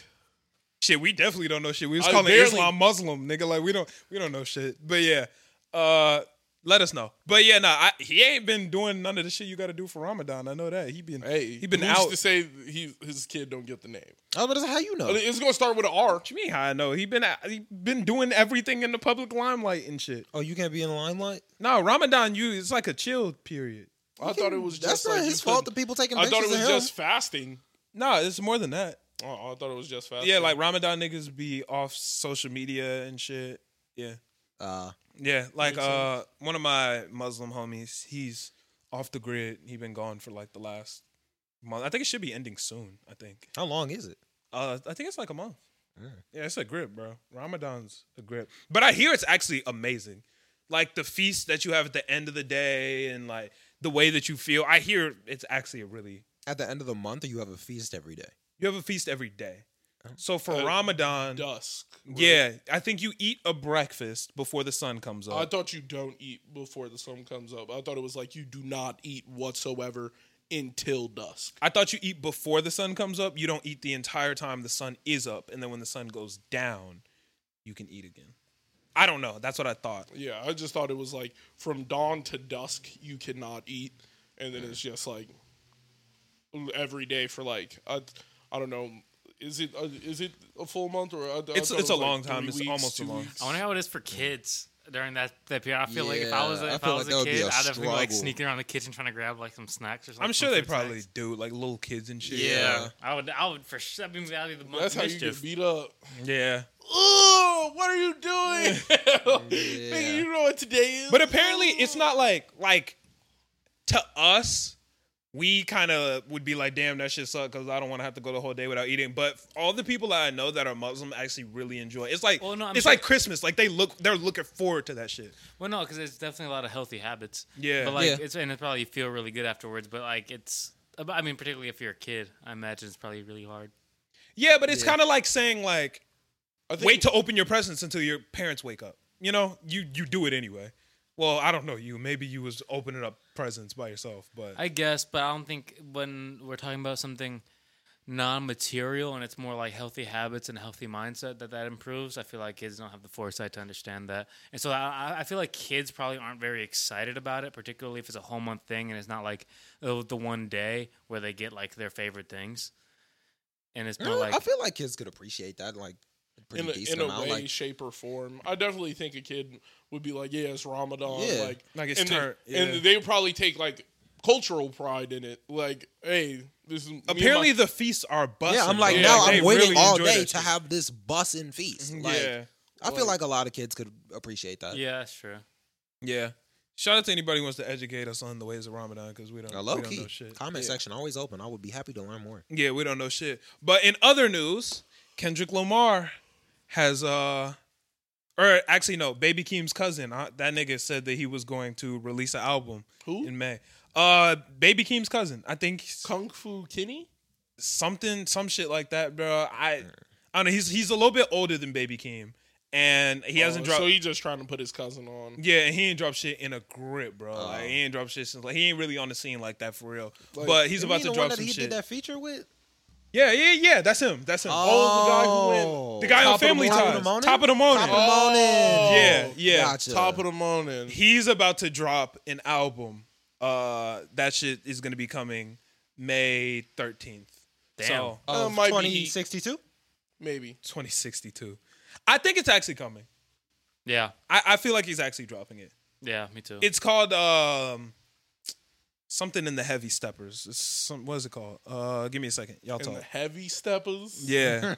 Shit, we definitely don't know shit. We was I calling barely- Islam Muslim, nigga. Like we don't we don't know shit. But yeah, uh, let us know. But yeah, nah, I, he ain't been doing none of the shit you got to do for Ramadan. I know that he been Hey, he been who's out. to say he his kid don't get the name. Oh, but how you know? But It's gonna start with an R. What you mean? How I know he been out- he been doing everything in the public limelight and shit. Oh, you can't be in the limelight. No, Ramadan, you it's like a chill period. I thought it was just hmm, That's not like, you his fault. The couldn't- people taking I pictures thought it was of him. just fasting. No, it's more than that. Oh, I thought it was just fasting. Yeah, like Ramadan niggas be off social media and shit. Yeah. uh, Yeah, like Makes sense. uh, one of my Muslim homies, he's off the grid. He been gone for like the last month. I think it should be ending soon. I think. how long is it? Uh, I think it's like a month. Yeah. Yeah, it's a grip, bro. Ramadan's a grip, but I hear it's actually amazing. Like the feast that you have at the end of the day, and like the way that you feel. I hear it's actually a really. At the end of the month, you have a feast every day. You have a feast every day. So for Uh, Ramadan, dusk. right? yeah, I think you eat a breakfast before the sun comes up. I thought you don't eat before the sun comes up. I thought it was like you do not eat whatsoever until dusk. I thought you eat before the sun comes up. You don't eat the entire time the sun is up, and then when the sun goes down, you can eat again. I don't know. That's what I thought. Yeah, I just thought it was like from dawn to dusk you cannot eat, and then it's just like every day for like I, I don't know. Is it uh, is it a full month or I, I thought It's- it it's was, a like, long three time. It's weeks, almost a two long- weeks? I wonder how it is for kids during that, that period. I feel like if I was Yeah, a, I if I, feel like was that a would be kid, a I'd definitely like struggle. sneaking around the kitchen trying to grab like some snacks or something. I'm sure they probably do, like little kids and shit. Yeah. I would. I would for sure. That'd be that'd be the That's most how you get mischief. beat up. yeah. Oh, what are you doing? Nigga, you know what today is. But apparently, it's not like like to us. We kind of would be like, "Damn, that shit suck," because I don't want to have to go the whole day without eating. But all the people that I know that are Muslim actually really enjoy. It. It's like Well, no, I'm it's sure- like Christmas. Like they look, they're looking forward to that shit. Well, no, because it's definitely a lot of healthy habits. Yeah. But like, Yeah. it's and it probably feel really good afterwards. But like, it's. I mean, particularly if you're a kid, I imagine it's probably really hard. Yeah, but it's Yeah. kind of like saying like, I think- wait to open your presents until your parents wake up. You know, you you do it anyway. Well, I don't know you. Maybe you was opening up presents by yourself, but I guess, but I don't think when we're talking about something non-material and it's more like healthy habits and healthy mindset that that improves. I feel like kids don't have the foresight to understand that, and so I, I- I feel like kids probably aren't very excited about it, particularly if it's a whole month thing and it's not like the, the one day where they get like their favorite things. And it's more Mm, like I feel like kids could appreciate that. Like pretty in a, decent in a amount. way, like shape, or form. I definitely think a kid would be like, "Yeah, it's Ramadan." Yeah. Like, Like, it's and, they, turnt, yeah. and they would probably take like cultural pride in it. Like, hey, this is me and my- Apparently, the feasts are busting. yeah, I'm like bro. Yeah, now they I'm waiting really all enjoy day that to shit. have this bus and feast. Like Mm-hmm. yeah, I feel like- like a lot of kids could appreciate that. Yeah, that's true. yeah. Shout out to anybody who wants to educate us on the ways of Ramadan because we don't. Now, low we don't know key shit. comment yeah. section always open. I would be happy to learn more. Yeah, we don't know shit. But in other news, Kendrick Lamar has uh or actually no, Baby Keem's cousin. Uh, that nigga said that he was going to release an album who in May. Uh Baby Keem's cousin. I think s- Kung Fu Kenny? something some shit like that, bro. I I don't know, he's he's a little bit older than Baby Keem and he hasn't Oh, dropped So he just trying to put his cousin on. yeah, and he ain't dropped shit in a grip, bro. Like Oh. he ain't dropped shit since like he ain't really on the scene like that for real. Like, but he's You about mean to the drop one that some he shit. did that feature with. Yeah, yeah, yeah. That's him. That's him. Oh, the guy who Oh. The guy Top on of the Family Morning? Ties. Top of the Top of the morning. Top of the morning. yeah, yeah. Gotcha. Top of the morning. He's about to drop an album. Uh, that shit is gonna be coming May thirteenth. Damn. So Uh, Of might be- 2062. Maybe. twenty sixty two. I think it's actually coming. Yeah, I, I feel like he's actually dropping it. yeah, me too. It's called um something in the heavy steppers. It's some what is it called? Uh, give me a second. Y'all And the talk. heavy steppers. Yeah,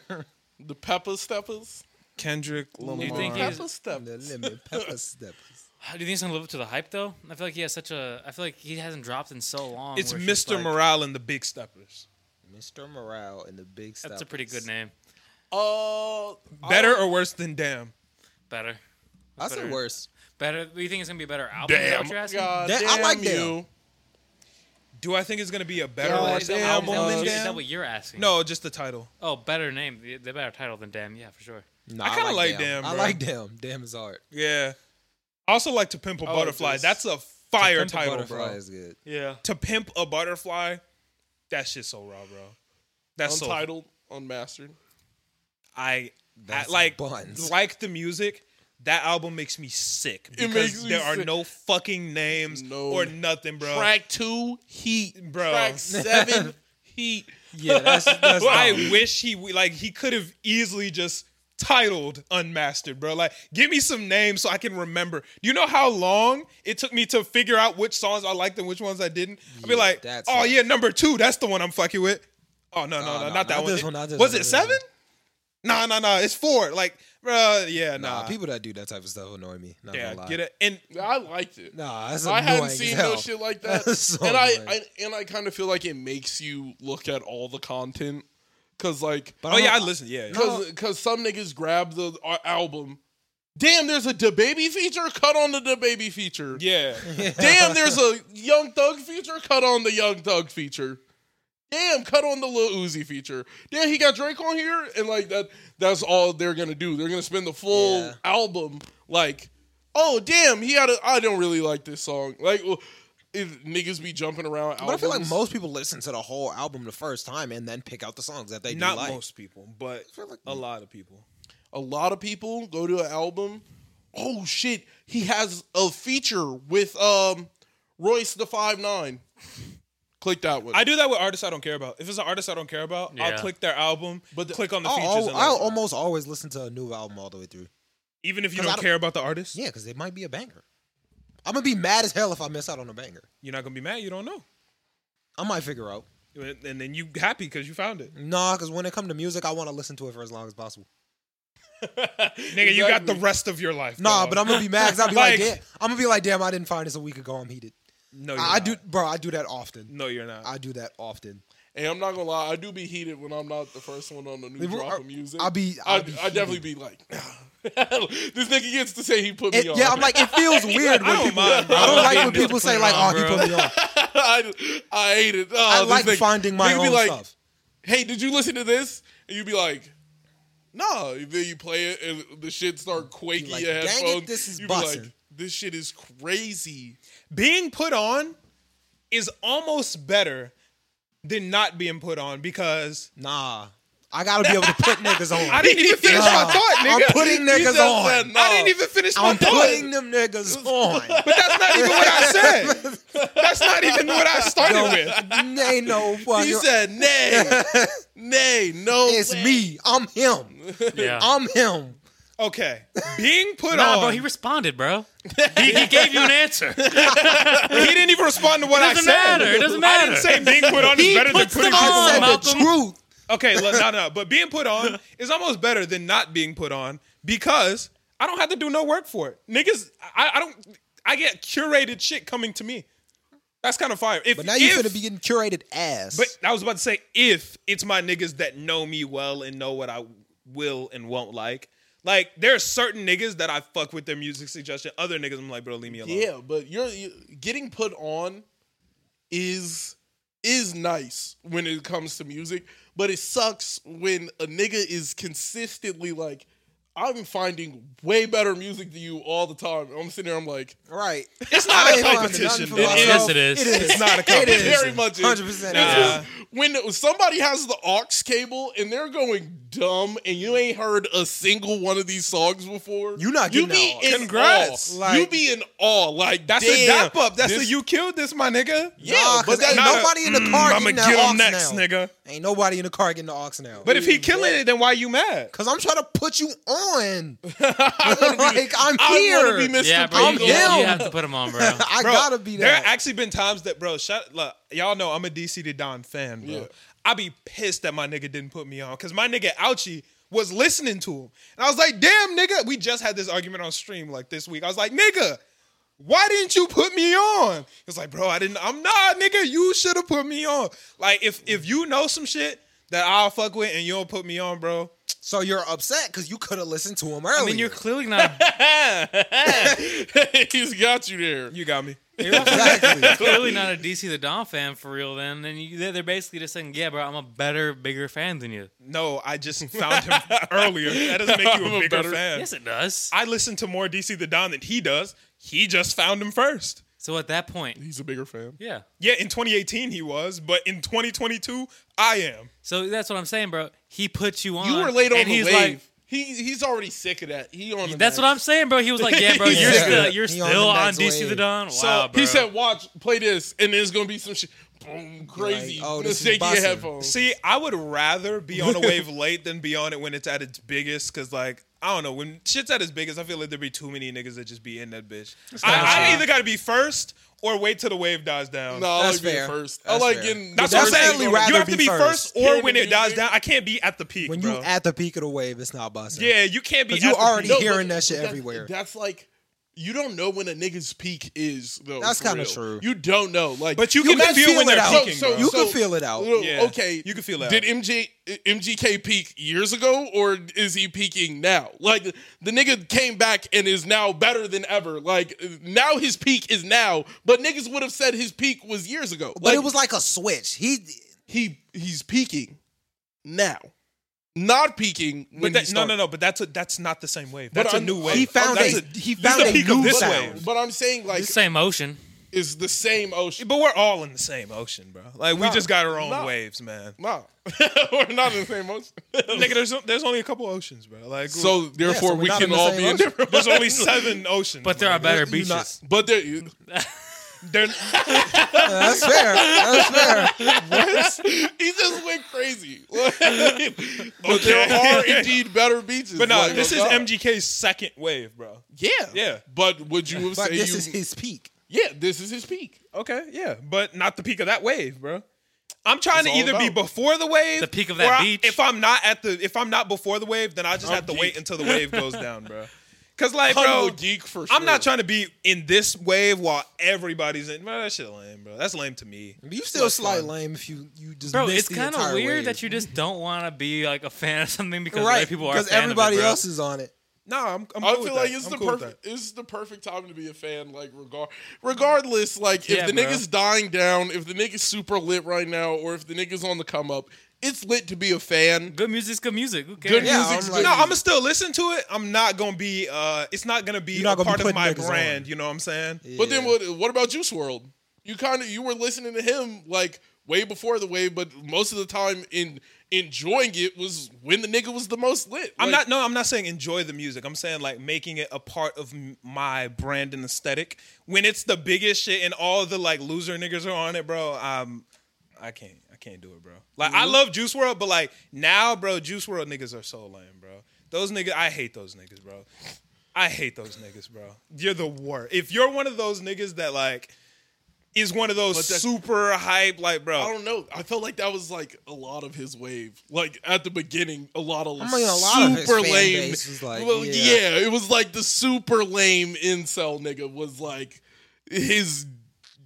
The pepper steppers. Kendrick Lamar. you think he's- pepper The steppers. lemon pepper steppers. Do you think he's gonna live up to the hype though? I feel like he has such a. I feel like he hasn't dropped in so long. it's where just Mr. like- Morale and the Big Steppers. Mr. Morale and the Big Steppers. That's a pretty good name. Oh, uh, Better or worse than Damn? Better, I said Better. worse. better. Do you think it's gonna be a better album? Is that what you're asking? God That- damn I like them. you. Do I think it's gonna be a better Yeah, or like worse that album album. than Is that Damn? what you're asking? No, just the title. Oh, better name. The the better title than Damn. Yeah, for sure. No, I kinda like Damn, I bro. like damn. Damn is hard. Yeah. I also like to pimp a I like butterfly. this. That's a fire Pimp a title, Butterfly bro. is good. Yeah. To pimp a butterfly, that shit's so raw, bro. That's so Untitled, unmastered. I, I That's like buns. like the music. That album makes me sick because makes me there are sick. no fucking names No. or nothing, bro. Track two, heat. Bro. Track seven, heat. Yeah, that's, that's I wish he w- like he could have easily just titled unmastered bro like give me some names so i can remember do you know how long it took me to figure out which songs i liked and which ones i didn't i'd be Yeah, like that's oh it. yeah number two that's the one i'm fucking with oh no no Oh, no, no, not that not one, this one, not this was one, it not this seven no no no it's four like bro yeah nah, nah, people that do that type of stuff annoy me. Not yeah gonna lie. get it and I liked it. Nah, that's I hadn't annoying as seen hell. no shit like that, That's so and I, annoying. I and I kind of feel like it makes you look at all the content, cause like, But oh I'm yeah i not- listened yeah, yeah. cause, cause some niggas grab the uh, album. Damn, there's a da baby feature. Cut on the da baby feature. yeah Damn, there's a Young Thug feature. Cut on the Young Thug feature. Damn, cut on the Lil Uzi feature. Damn, he got Drake on here, and like that. That's all they're gonna do. They're gonna spend the full Yeah. album like, oh damn, he had. A, I don't really like this song. Like, well, if niggas be jumping around. Albums, But I feel like most people listen to the whole album the first time and then pick out the songs that they do not like. most people but feel like- a lot of people a lot of people go to an album. Oh shit, he has a feature with um Royce the Five Nine. Click that one. I do that with artists I don't care about. If it's an artist I don't care about, I'll Yeah. click their album, but But the- click on the I'll, features. I'll, and I'll listen. almost always listen to a new album all the way through. even if you 'cause I don't don't- care about the artist, Yeah, because it might be a banger. I'm gonna be mad as hell if I miss out on a banger. you're not gonna be mad. You don't know, I might figure out. and then you happy because you found it, Nah, because when it comes to music, I want to listen to it for as long as possible. nigga. You got the rest of your life. Nah, dog. but I'm gonna be mad because I'll be like, Like- Oh, damn, I'm gonna be like, damn, I didn't find this a week ago. I'm heated. No, you're I, I not. do, bro. I do that often. No, you're not. I do that often. Hey, I'm not gonna lie, I do be heated when I'm not the first one on the new If we're- drop of music. I'll be- I I'll be I definitely be like, this nigga gets to say he put me It- on. yeah, I'm like, it feels weird I when don't people. mind, bro. I don't like when Just people put say it like, on, "Oh, he bro. put me on." I, I hate it. Oh, I this like nigga- finding my nigga be own like, stuff. Hey, did you listen to this? And you be like, Nah. And then you play it, and the shit start quaking like, your "Dang it, headphones. this is you be like, bussin'. this shit is crazy. being put on is almost better than not being put on because Nah, I gotta be able to put niggas on. I didn't even finish my Nah, thought, I'm nigga. putting You niggas just on. said, I didn't even finish my I'm thought. putting them niggas on. But that's not even what I said. That's not even what I started with. Ain't no He fucking. said, Nay, nay, no. It's way. me. I'm him. Yeah. I'm him. Okay, being put Nah, on. bro, he responded, bro. He, he gave you an answer. It he didn't even respond to what I doesn't said. matter. It doesn't matter. I didn't say being put on is better than puts putting them people on, on. said the Malcolm. truth. Okay, look, no, no, but being put on is almost better than not being put on because I don't have to do no work for it. Niggas, I, I don't, I get curated shit coming to me. That's kind of fire. If, But now you're if- gonna be getting curated ass. But I was about to say, if it's my niggas that know me well and know what I will and won't like, like there are certain niggas that I fuck with their music suggestion. Other niggas, I'm like, bro, leave me alone. Yeah, but you're, you getting put on is is nice when it comes to music, but it sucks when a nigga is consistently like, I'm finding way better music than you all the time. I'm sitting there, I'm like, right. It's not I a ain't finding competition. nothing for though. myself. Yes, it is. It is. It's not a It competition. is. very much is. 100%. Nah. It's just When somebody has the aux cable and they're going dumb, and you ain't heard a single one of these songs before, You not you getting be that aux. in Congrats. awe. Like- you be in awe. Like That's a damn, dap up. That's this- a you killed this, my nigga. Yeah, Nah, 'cause but that, ain't not a- Mm, nobody in the car I'ma getting that get 'em aux next, now. nigga. Ain't nobody in the car getting the aux now. But if he killing it, then why you mad? Cause I'm trying to put you on. like I'm I here. want to be Mr. yeah, bro. I'm You, Potato you down. have to put him on, bro. I Bro, gotta be There there. have actually been times that, bro, shut, look, y'all know I'm a DC to Don fan, bro. Yeah. I be pissed that my nigga didn't put me on because my nigga Ouchie was listening to him. And I was like, damn, nigga, we just had this argument on stream like this week. I was like, nigga, why didn't you put me on? He was like, bro, I didn't, I'm not, nigga, you should have put me on. Like, if if you know some shit that I'll fuck with and you don't put me on, bro, so you're upset because you could have listened to him I earlier. mean, you're clearly not. He's got you there. you got me. exactly. clearly not a DC the Don fan for real. Then, then you, they're they're basically just saying, "Yeah, bro, I'm a better, bigger fan than you." No, I just found him earlier. That doesn't make you I'm a a bigger better- fan. Yes, it does. I listen to more DC the Don than he does. He just found him first. so at that point, He's a bigger fan. yeah. Yeah, in 2018 he was, but in 2022 I am. So that's what I'm saying, bro. He put you on. You were late on and the he's wave. like, he he's already sick of that. He on the That's what I'm saying, bro. He was like, "Yeah, bro, you're Yeah. still you're He on still the on, next DC the wave. Don." Wow, So, bro. He said, "Watch, play this, and there's gonna be some shit, boom, crazy, Like, oh, this is shaky bussin'. headphones." See, I would rather be on a wave late than be on it when it's at its biggest cuz like I don't know, when shit's at its biggest, I feel like there'd be too many niggas that just be in that bitch. I, I either got to be first or wait till the wave dies down. no, I That's like being fair. first. That's I like fair. getting. That's the what I'm first saying. thing Definitely You on the- rather have to be be first, first. or Hear when the it dies music. down. I can't be at the peak, when you bro. at the peak of the wave, it's not busting. yeah, you can't be. 'Cause you at the already peak. but hearing that shit that's- everywhere. That's like. You don't know when a nigga's peak is, though. That's for kinda real. true. You don't know, like, But you, You can, can feel, feel when it they're out. peaking, So- bro. you so- can feel it out. Well, Yeah, Okay, you can feel that. Did uh, MJ MGK peak years ago, or is he peaking now? Like the nigga came back and is now better than ever. Like now his peak is now, but niggas would have said his peak was years ago. but it was like a switch. He he he's peaking now, not peaking. When But he that, no, started. no, no. But that's a, that's not the same wave. But That's a I'm- new wave. he found that's oh, a, he this found the a peak new of this sound. wave. But I'm saying like It's the same ocean. it's the same ocean. But we're all in the same ocean, bro. Like we Nah, just got our own nah. waves, man. Nah, we're not in the same ocean. Nigga, there's there's only a couple oceans, bro. Like so therefore, we're we not can in the all same be in ocean. different. there's only seven oceans. But there bro. are better You're beaches. not- But there, you- They're- That's fair. That's fair. he just went crazy. but there are indeed better beaches. but no, Like, this oh, is God. MGK's second wave, bro. Yeah, Yeah. But would you have But said this you? is his peak. yeah, this is his peak. Okay, yeah, but not the peak of that wave, bro. I'm trying It's to all either be about- before the wave, The peak or of that I- beach. if I'm not at the, if I'm not before the wave, then I just I'm have to geek. wait until the wave goes down, bro. Cause like, I'm bro, a geek for sure. I'm not trying to be in this wave while everybody's in. Bro, that shit lame, bro. That's lame to me. You still slight lame if you you just Bro, miss it's the kind of entire weird wave. that you just don't want to be like a fan of something because other right people are. a because fan of it, everybody bro. else is on it. Nah, I'm. I'm I cool feel with like that. it's I'm the cool with perfect. It's the perfect time to be a fan. Like regard, regardless, like if Yeah, the bro. nigga's dying down, if the nigga's super lit right now, or if the nigga's on the come up, it's lit to be a fan. Good music's good music. Who cares? Good Yeah, music's that. I'm like- No, I'm gonna still listen to it. I'm not gonna be. uh It's not gonna be You're not a gonna be part of putting my niggas brand. on. You know what I'm saying? But then Yeah. what? What about Juice World? You kind of you were listening to him like way before the wave, but most of the time in enjoying it was when the nigga was the most lit. I'm Like, not. No, I'm not saying enjoy the music. I'm saying like making it a part of m- my brand and aesthetic. When it's the biggest shit and all the like loser niggas are on it, bro. Um, I can't. I can't do it, bro. Like Mm-hmm. I love Juice World, but like now, bro, Juice World niggas are so lame, bro. Those niggas, I hate those niggas, bro. I hate those niggas, bro. You're the worst. If you're one of those niggas that like is one of those But that's- super hype, like, bro. I don't know. I felt like that was like a lot of his wave. Like at the beginning, a lot of I mean, a lot of his super fan lame. base was like, well, yeah. it was like the super lame incel nigga was like his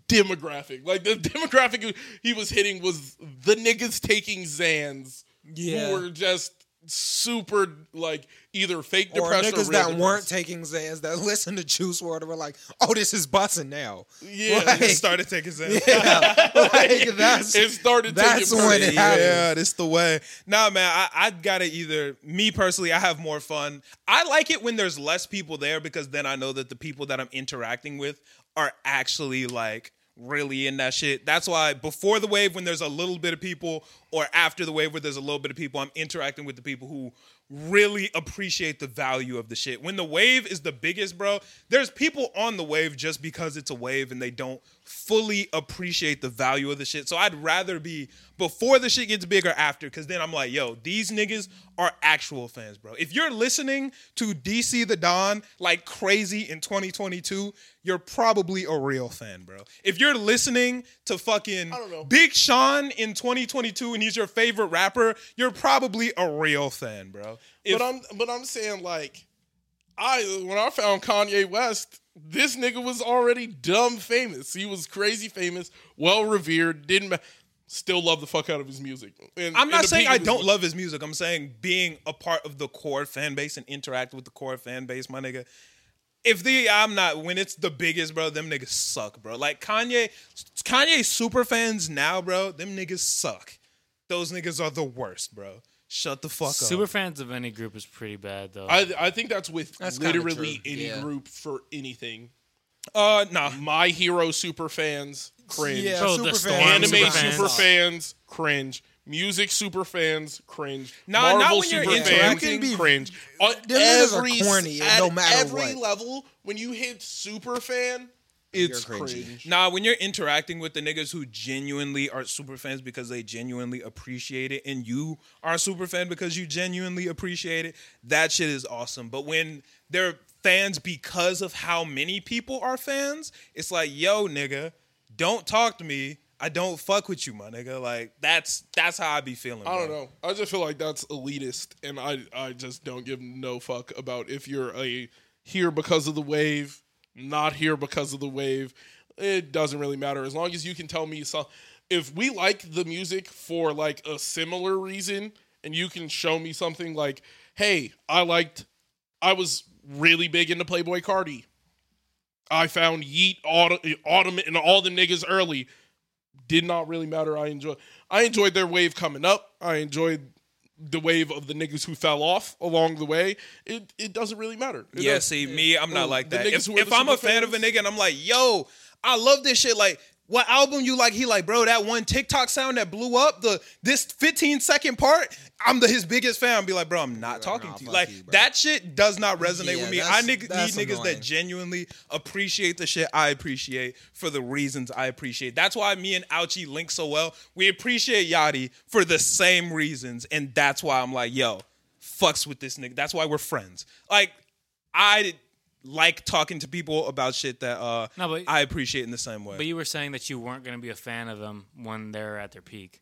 demographic. Like the demographic he was hitting was the niggas taking Zans Yeah. who were just super like either fake Or depression niggas real that depression. weren't taking Zans that listened to Juice WRLD and were like, "Oh, this is busting now." yeah. I Like- just started taking Xanax. Yeah, like that's it started that's taking when person. it happened. Yeah, that's the way. Nah, man, I, I gotta either me personally, I have more fun. I like it when there's less people there because then I know that the people that I'm interacting with are actually like really in that shit. That's why before the wave when there's a little bit of people or after the wave where there's a little bit of people, I'm interacting with the people who really appreciate the value of the shit. When the wave is the biggest, bro, there's people on the wave just because it's a wave and they don't fully appreciate the value of the shit. So I'd rather be before the shit gets big or after, because then I'm like, yo, these niggas are actual fans, bro. If you're listening to DC the Don like crazy in 2022, you're probably a real fan, bro. If you're listening to fucking don't know. Big Sean in 2022 and he's your favorite rapper, you're probably a real fan, bro. If- but I'm but I'm saying like I when I found Kanye West, this nigga was already dumb famous. He was crazy famous, well revered, didn't ma- still love the fuck out of his music. And, I'm and not the saying peak I of his- don't love his music. I'm saying being a part of the core fan base and interact with the core fan base, my nigga. If the I'm not when it's the biggest, bro, them niggas suck, bro. Like Kanye, Kanye super fans now, bro, them niggas suck. Those niggas are the worst, bro. Shut the fuck Super up. fans of any group is pretty bad though. I I think that's with That's kinda literally true, any yeah. group for anything. Uh, nah. My hero super fans cringe. Yeah, Bro, the super Storm fans. Anime Super super fans. fans. cringe. Music super fans cringe. Nah, Marvel not when you're super fans interacting. You can be- cringe. On Them niggas are every, corny, at no matter every what. level, when you hit super fan, it's cringy. cringe. Nah, when you're interacting with the niggas who genuinely are super fans because they genuinely appreciate it, and you are a super fan because you genuinely appreciate it, that shit is awesome. But when they're fans because of how many people are fans, it's like, yo, nigga, don't talk to me. I don't fuck with you, my nigga. Like that's that's how I be feeling. I bro. don't know. I just feel like that's elitist, and I I just don't give no fuck about if you're a here because of the wave, not here because of the wave. It doesn't really matter as long as you can tell me some. If we like the music for like a similar reason, and you can show me something like, hey, I liked, I was really big into Playboy Cardi. I found Yeet Autumn, Autumn and all the niggas early did not really matter. I enjoy I enjoyed their wave coming up. I enjoyed the wave of the niggas who fell off along the way. It it doesn't really matter. It Yeah, does- see, me, I'm Oh, not like the that. niggas If, who are if the I'm a super fan of a fans. nigga and I'm like, yo, I love this shit. Like, what album you like? He like, bro, that one TikTok sound that blew up the this 15 second part. I'm the his biggest fan. be like, bro, I'm not talking nah, to you. fuck Like you, bro. that shit does not resonate Yeah, with me. I that's- nigg- that's need niggas annoying. that genuinely appreciate the shit I appreciate for the reasons I appreciate. That's why me and Ouchie link so well. We appreciate Yachty for the same reasons, and that's why I'm like, yo, fucks with this nigga. That's why we're friends. Like, I like talking to people about shit that uh No, but- I appreciate in the same way. but you were saying that you weren't going to be a fan of them when they're at their peak.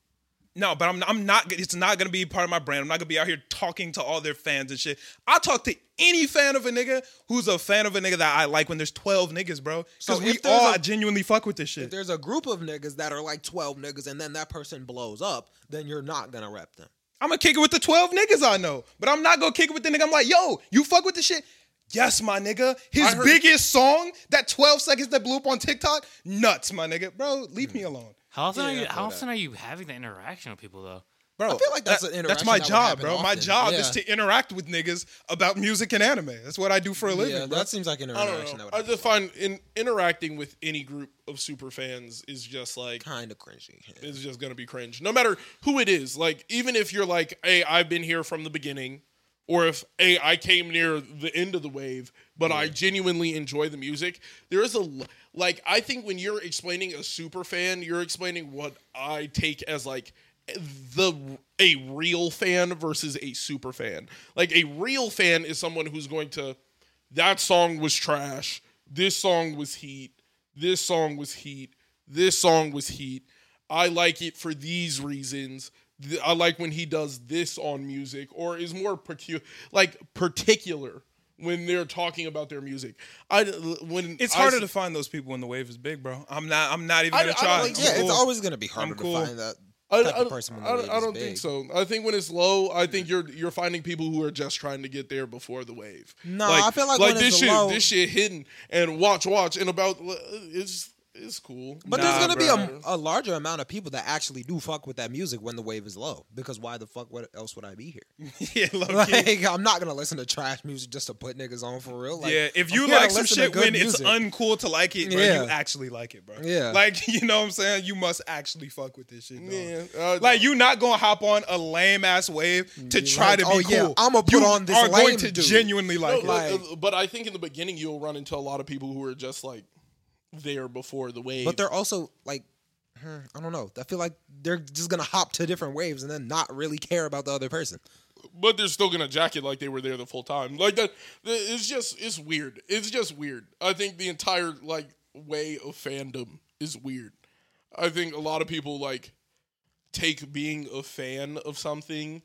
no, but I'm I'm not. It's not gonna be part of my brand. I'm not gonna be out here talking to all their fans and shit. I talk to any fan of a nigga who's a fan of a nigga that I like when there's 12 niggas, bro. So Because we if there's all a- genuinely fuck with this shit. There's a group of niggas that are like 12 niggas, and then that person blows up, then you're not gonna rep them. I'm gonna kick it with the 12 niggas I know, but I'm not gonna kick it with the nigga. I'm like, yo, you fuck with the shit. Yes, my nigga. His I heard- biggest song, that 12 seconds that blew up on TikTok, nuts, my nigga. Bro, leave Hmm. me alone. How often Yeah, are I you? feel How that. often are you having that interaction with people though? Bro, I feel like that's an That's interaction my that would job, happen bro. My often. job is Yeah. to interact with niggas about music and anime. That's what I do for a living. yeah, bro. that seems like an I don't interaction that know. would I just find in interacting with any group of super fans is just like kind of cringy. is just gonna be cringe. No matter who it is. Like even if you're like, hey, I've been here from the beginning, or if hey, I came near the end of the wave, but I genuinely enjoy the music. There is a l- like I think when you're explaining a super fan, you're explaining what I take as like the a real fan versus a super fan. Like a real fan is someone who's going to that song was trash. This song was heat. This song was heat. This song was heat. I like it for these reasons. Th- I like when he does this on music or is more percu- like particular when they're talking about their music. I when It's I harder s- to find those people when the wave is big, bro. I'm not. I'm not even I- gonna I try. don't Like, I'm yeah, cool. it's always gonna be harder cool. to find that I, type I of don't- person when the I, wave don't- I is don't big. think so. I think when it's low, I think you're you're finding people who are just trying to get there before the wave. No, I feel like when this it's shit, low- this shit hidden and watch, watch, and about uh, it's it's cool. But Nah, there's gonna bruh. be a, a larger amount of people that actually do fuck with that music when the wave is low. Because why the fuck what else would I be here? yeah, low-key. Like I'm not gonna listen to trash music just to put niggas on for real. Like, yeah, if I'm you here to like some listen to shit good when it's music. uncool to like it, bro, Yeah. you actually like it, bro. Yeah. Like, you know what I'm saying? You must actually fuck with this shit. dog. Yeah, uh, Like you not gonna hop on a lame ass wave to try like, to be "Oh, cool. yeah, I'ma put you on this are going lame to dude." genuinely like No, it. like- uh, but I think in the beginning you'll run into a lot of people who are just like there before the wave. But they're also like, hmm, I don't know. I feel like they're just gonna hop to different waves and then not really care about the other person. but they're still gonna jacket like they were there the full time. Like that, that- it's just it's weird. It's just weird. I think the entire like way of fandom is weird. I think a lot of people like take being a fan of something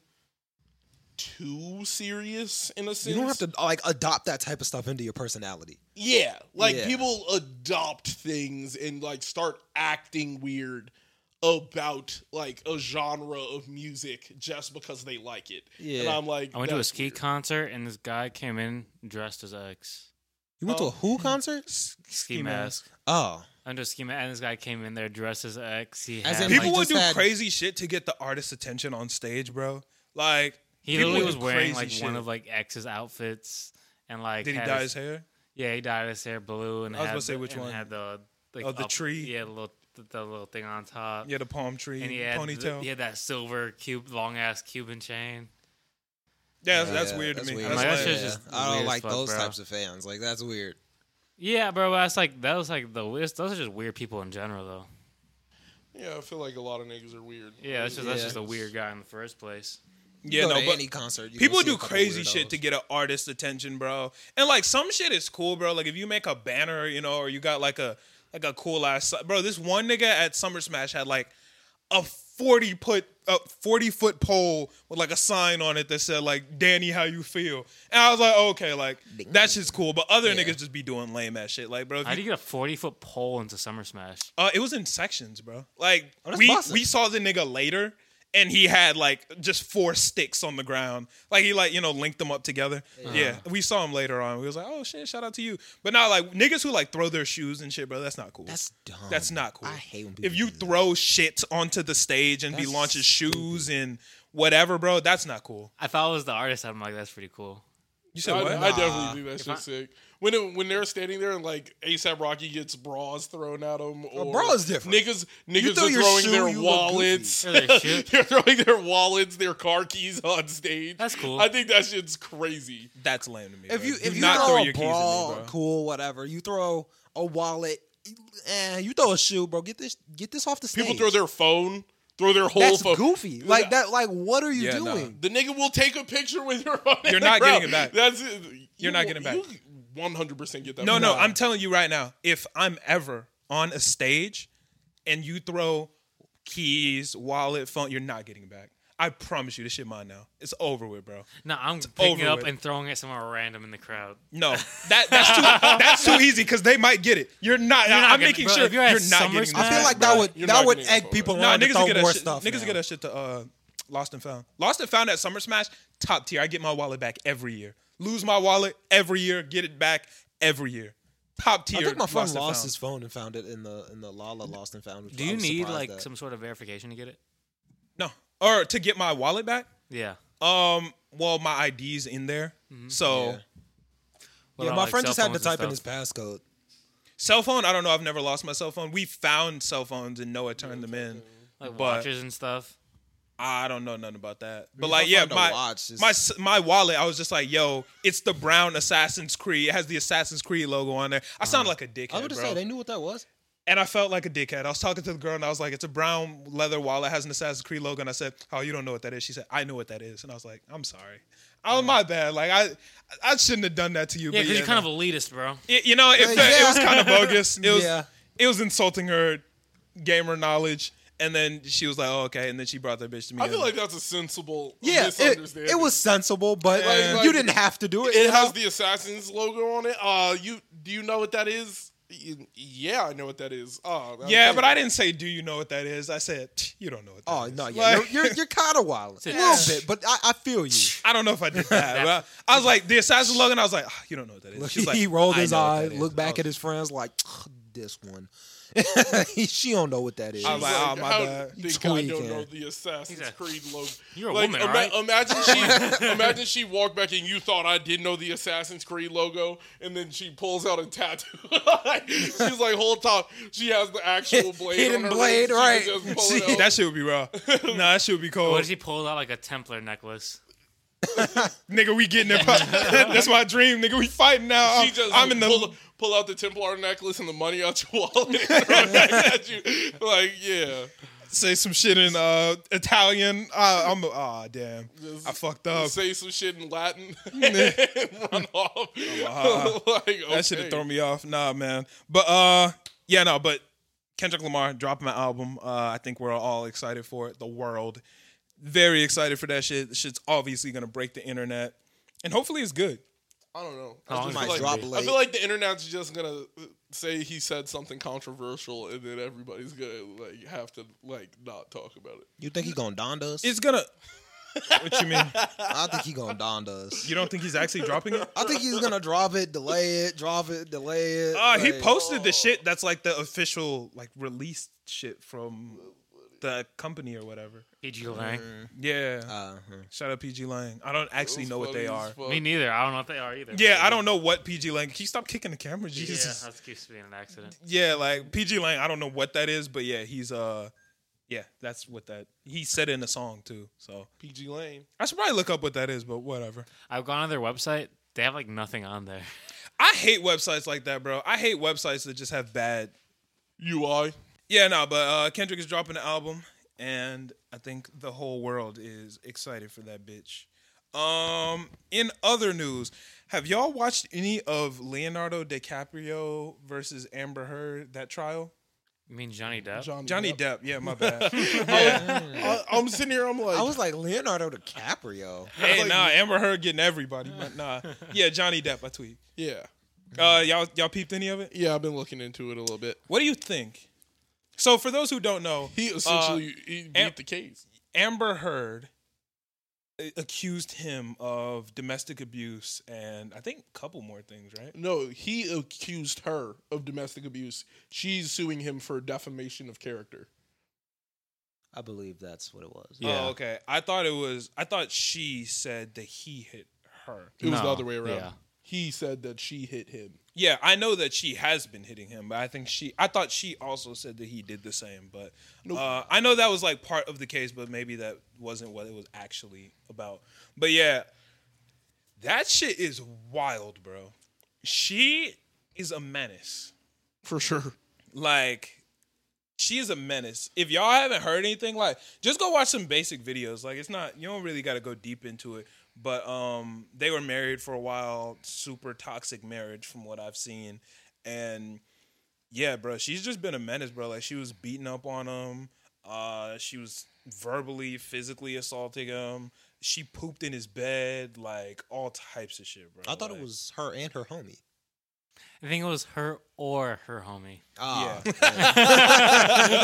too serious in a You sense. don't have to like adopt that type of stuff into your personality. Yeah, like Yeah. people adopt things and like start acting weird about like a genre of music just because they like it. And Yeah. I'm like, I went to a that's ski weird. concert and this guy came in dressed as X. Oh. You went to a Who concert? Ski, mask. Oh, I went to a ski mask and this guy came in there dressed as X. He As had, in, like, People Like, would just do had- crazy shit to get the artist's attention on stage, bro. Like he people literally would was do wearing crazy like shit. one of like X's outfits and like Did he had dye his- his hair? Yeah, he dyed his hair blue, and I was had about to say the- which and one. had the like, Oh, the up- tree? Yeah, the little the, the little thing on top. Yeah, the palm tree and he had the- ponytail. he had that silver cube, long ass Cuban chain. yeah, that's, that's Yeah, weird that's to me. weird. That's Like, that's like- just- just I weird don't as like fuck, those bro. types of fans. Like that's weird. Yeah, bro. but That's like that was like the weirdest. Those are just weird people in general, though. Yeah, I feel like a lot of niggas are weird. Yeah, that's just that's Yeah. just a weird guy in the first place. yeah, you go no, to but any concert, you People gonna see do a couple crazy weirdos. shit to get an artist's attention, bro. And like some shit is cool, bro. Like if you make a banner, you know, or you got like a like a cool ass bro. This one nigga at Summer Smash had like a forty put a forty foot pole with like a sign on it that said like Danny, how you feel? And I was like, okay, like that shit's cool. But other niggas just be doing lame ass shit, like bro. if How you- do you get a forty foot pole into Summer Smash? uh, it was in sections, bro. Like Oh, that's we busted. we saw the nigga later, and he had like just four sticks on the ground. Like he like you know linked them up together. Yeah, we saw him later on. We was like, oh shit, shout out to you. But now like niggas who like throw their shoes and shit, bro. That's not cool. That's dumb. That's not cool. I hate when people if you do that. throw shit onto the stage and be That's launching shoes and whatever, bro. That's not cool. If I was the artist, I'm like, that's pretty cool. You I, said Oh, what? I definitely think that's I- just sick. When it, when they're standing there and like ASAP Rocky gets bras thrown at him, or bra is different. Niggas, niggas throw are your throwing shoe, you their look wallets. goofy. Or their shoe. they're throwing their wallets, their car keys on stage. That's cool. I think that shit's crazy. That's lame to me. If bro. you Do if you not throw, throw a your keys at bra, me, bro. cool, whatever. You throw a wallet, eh, you throw a shoe, bro. Get this get this off the stage. People throw their phone, throw their whole That's phone. goofy. Like that. Like what are you Yeah, nah. doing? The nigga will take a picture with your phone. You're in the not getting crowd. it back. That's it. You're not getting it back. One hundred percent get that. No, back. no, I'm telling you right now, if I'm ever on a stage and you throw keys, wallet, phone, you're not getting it back. I promise you, this shit mine now. It's over with, bro. No, I'm picking it over up with. and throwing it somewhere random in the crowd. No, that that's too that's too easy because they might get it. You're not. You're not I'm getting- making bro, sure if you're, you're at not getting. Summer This Smash- I feel back. like bro. that would You're that not would getting that egg forward. people No, on to niggas throw will get that more shit. stuff. Niggas will now. get that shit to uh, Lost and Found. Lost and Found at Summer Smash, top tier. I get my wallet back every year. Lose my wallet every year. Get it back every year. Top tier. I think my friend Lost and lost Found. his phone and found it in the in the Lala lost and found. which Do I you was need surprised like at. some sort of verification to get it? No, or to get my wallet back. Yeah. Um, well, my ID's in there, so Mm-hmm. Yeah. What Yeah, about, my like, friend cell just had phones to and type in stuff? his passcode. cell phone. I don't know. I've never lost my cell phone. We found cell phones and Noah turned them in. like but- watches and stuff. I don't know nothing about that, but if like, I yeah, find a my watch, it's- my s- my wallet. I was just like, yo, it's the brown Assassin's Creed. It has the Assassin's Creed logo on there. I sound like a dickhead, Uh-huh. I was gonna bro. say they knew what that was. And I felt like a dickhead. I was talking to the girl and I was like, it's a brown leather wallet, has an Assassin's Creed logo. And I said, oh, you don't know what that is. She said, I know what that is. And I was like, I'm sorry. I Uh-huh. was my bad. Like I, I shouldn't have done that to you. Yeah, but because you're no. kind of elitist, bro. It- you know, it, Uh, fa- it yeah. was kind of bogus. It was Yeah. it was insulting her gamer knowledge, and then she was like, "Oh, okay," and then she brought that bitch to me. I feel and- like that's a sensible Yeah, it, misunderstanding. it was sensible, but Like- like- you didn't have to do it. you It know? has the Assassin's logo on it. Uh, you do you know what that is? Y- Yeah, I know what that is. Oh, that- yeah, but I didn't say, "Do you know what that is?" I said, "Tch, "You don't know what that Oh is." no, yeah, Like, you're you're, you're kind of wild a Yeah. little bit, but I, I feel you. I don't know if I did that. but I, I was like, the assassin logo, and I was like, "Ah, "You don't know what that is." Look, She's like, he rolled "I his know what eye, that is." Oh, looked I back was- at his friends like this one. she don't know what that is. I was like, Like, "Oh my how bad." do you think I don't Tweaking. know the Assassin's He's a- Creed logo. You're a like, woman, ima- right? Imagine she, imagine she walked back and you thought I did know the Assassin's Creed logo, and then she pulls out a tattoo. She's like, whole top. She has the actual blade, Hidden on her blade, wrist. She right. can just pull it She- out. That shit would be raw. nah, that shit would be cold. What if she pulled out like a Templar necklace? nigga, we getting it. That's my dream, nigga. We fighting now. She I'm, just I'm in the pull, pull out the Templar necklace and the money out your wallet. and throw it back at you. Like, yeah. say some shit in uh, Italian. Uh, I'm ah damn, I fucked up. Uh, Say some shit in Latin and run off. like, That should have thrown me off. Nah, man. But uh, yeah, no. But Kendrick Lamar dropping an album. Uh, I think we're all excited for it. The world, very excited for that shit. The shit's obviously gonna break the internet, and hopefully it's good. I don't know. Oh, I, it just might feel like, drop I late. feel like the internet's just gonna uh, say he said something controversial, and then everybody's gonna like have to like not talk about it. you think he gonna don us? It's gonna. what you mean? I think he gonna don us. You don't think he's actually dropping it? I think he's gonna drop it, delay it, drop it, delay it. Uh, he like- posted the shit that's like the official like released shit from the company or whatever. E.G. Lang. Mm. Yeah. Uh, Shout out PG Lang. I don't actually It was know what they funny are. as fuck. Me neither. I don't know what they are either. Yeah, I don't know what PG Lang. Can you stop kicking the camera, Jesus? Yeah, that keeps being an accident. Yeah, like PG Lang. I don't know what that is, but yeah, he's uh, yeah, that's what that. He said in a song too. So PG Lane. I should probably look up what that is, but whatever. I've gone on their website. They have like nothing on there. I hate websites like that, bro. I hate websites that just have bad. UI. Yeah, no, but uh, Kendrick is dropping the album, and I think the whole world is excited for that bitch. Um, in other news, have y'all watched any of Leonardo DiCaprio versus Amber Heard that trial? You mean Johnny Depp? Johnny Depp. Yeah, my bad. Oh, I, I'm sitting here. I'm like, I was like Leonardo DiCaprio. hey, nah, Amber Heard getting everybody, but nah. Yeah, Johnny Depp. I tweet. yeah, Uh, y'all, y'all peeped any of it? yeah. I've been looking into it a little bit. What do you think? So, for those who don't know, He essentially he beat Am- the case. Amber Heard uh, accused him of domestic abuse and I think a couple more things, right? No, he accused her of domestic abuse. She's suing him for defamation of character. I believe that's what it was. Oh, okay. I thought it was. I thought she said that he hit her. It was the No, other way around. yeah. He said that she hit him. Yeah, I know that she has been hitting him, but I think she. I thought she also said that he did the same, but uh, I know that was like part of the case, but maybe that wasn't what it was actually about. But yeah, that shit is wild, bro. She is a menace. For sure. Like, she is a menace. If y'all haven't heard anything, like, just go watch some basic videos. Like, it's not you don't really got to go deep into it. But um, they were married for a while. Super toxic marriage, from what I've seen, and yeah, bro, she's just been a menace, bro. Like she was beating up on him. Uh, she was verbally, physically assaulting him. She pooped in his bed, like all types of shit, bro. I thought it Like- was her and her homie. I think it was her or her homie. Ah, Yeah. yeah.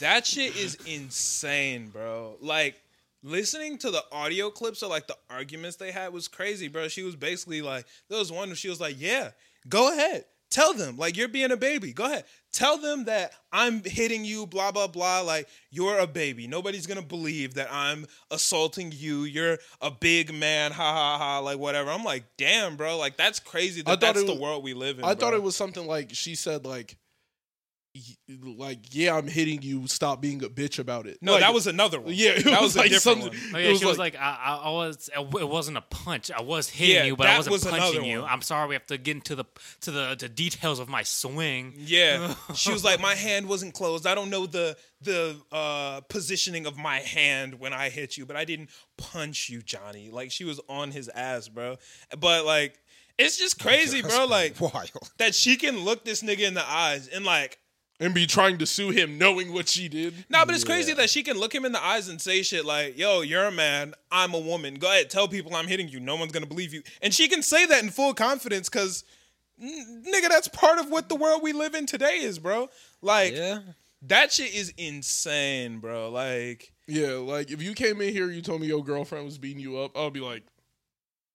That shit is insane, bro. Like listening to the audio clips of like the arguments they had was crazy, bro. She was basically like, there was one where she was like, "Yeah, go ahead, tell them like you're being a baby. Go ahead, tell them that I'm hitting you, blah blah blah. Like you're a baby. Nobody's gonna believe that I'm assaulting you. You're a big man, ha ha ha. Like whatever. I'm like, damn, bro. Like that's crazy. That I thought that's it the was- world we live in. I thought bro. it was something like she said like y- like, yeah, I'm hitting you. Stop being a bitch about it. No, Like, that was another one. yeah. It that was, was, like a different something. one. Oh, No, it Oh, yeah, she was like, I, I, I was. It wasn't a punch. I was hitting Yeah, you, but I that wasn't was another punching you. one. I'm sorry. We have to get into the to the, the details of my swing. Yeah, she was like, my hand wasn't closed. I don't know the the uh, positioning of my hand when I hit you, but I didn't punch you, Johnny. Like she was on his ass, bro. But like, it's just crazy, bro. Like wild. that she can look this nigga in the eyes and like and be trying to sue him, knowing what she did. No, but it's crazy that she can look him in the eyes and say shit like, "Yo, you're a man. I'm a woman. Go ahead, tell people I'm hitting you. No one's gonna believe you." And she can say that in full confidence, cause n- nigga, that's part of what the world we live in today is, bro. Like Yeah. that shit is insane, bro. Like Yeah, like if you came in here, you told me your girlfriend was beating you up, I'll be like,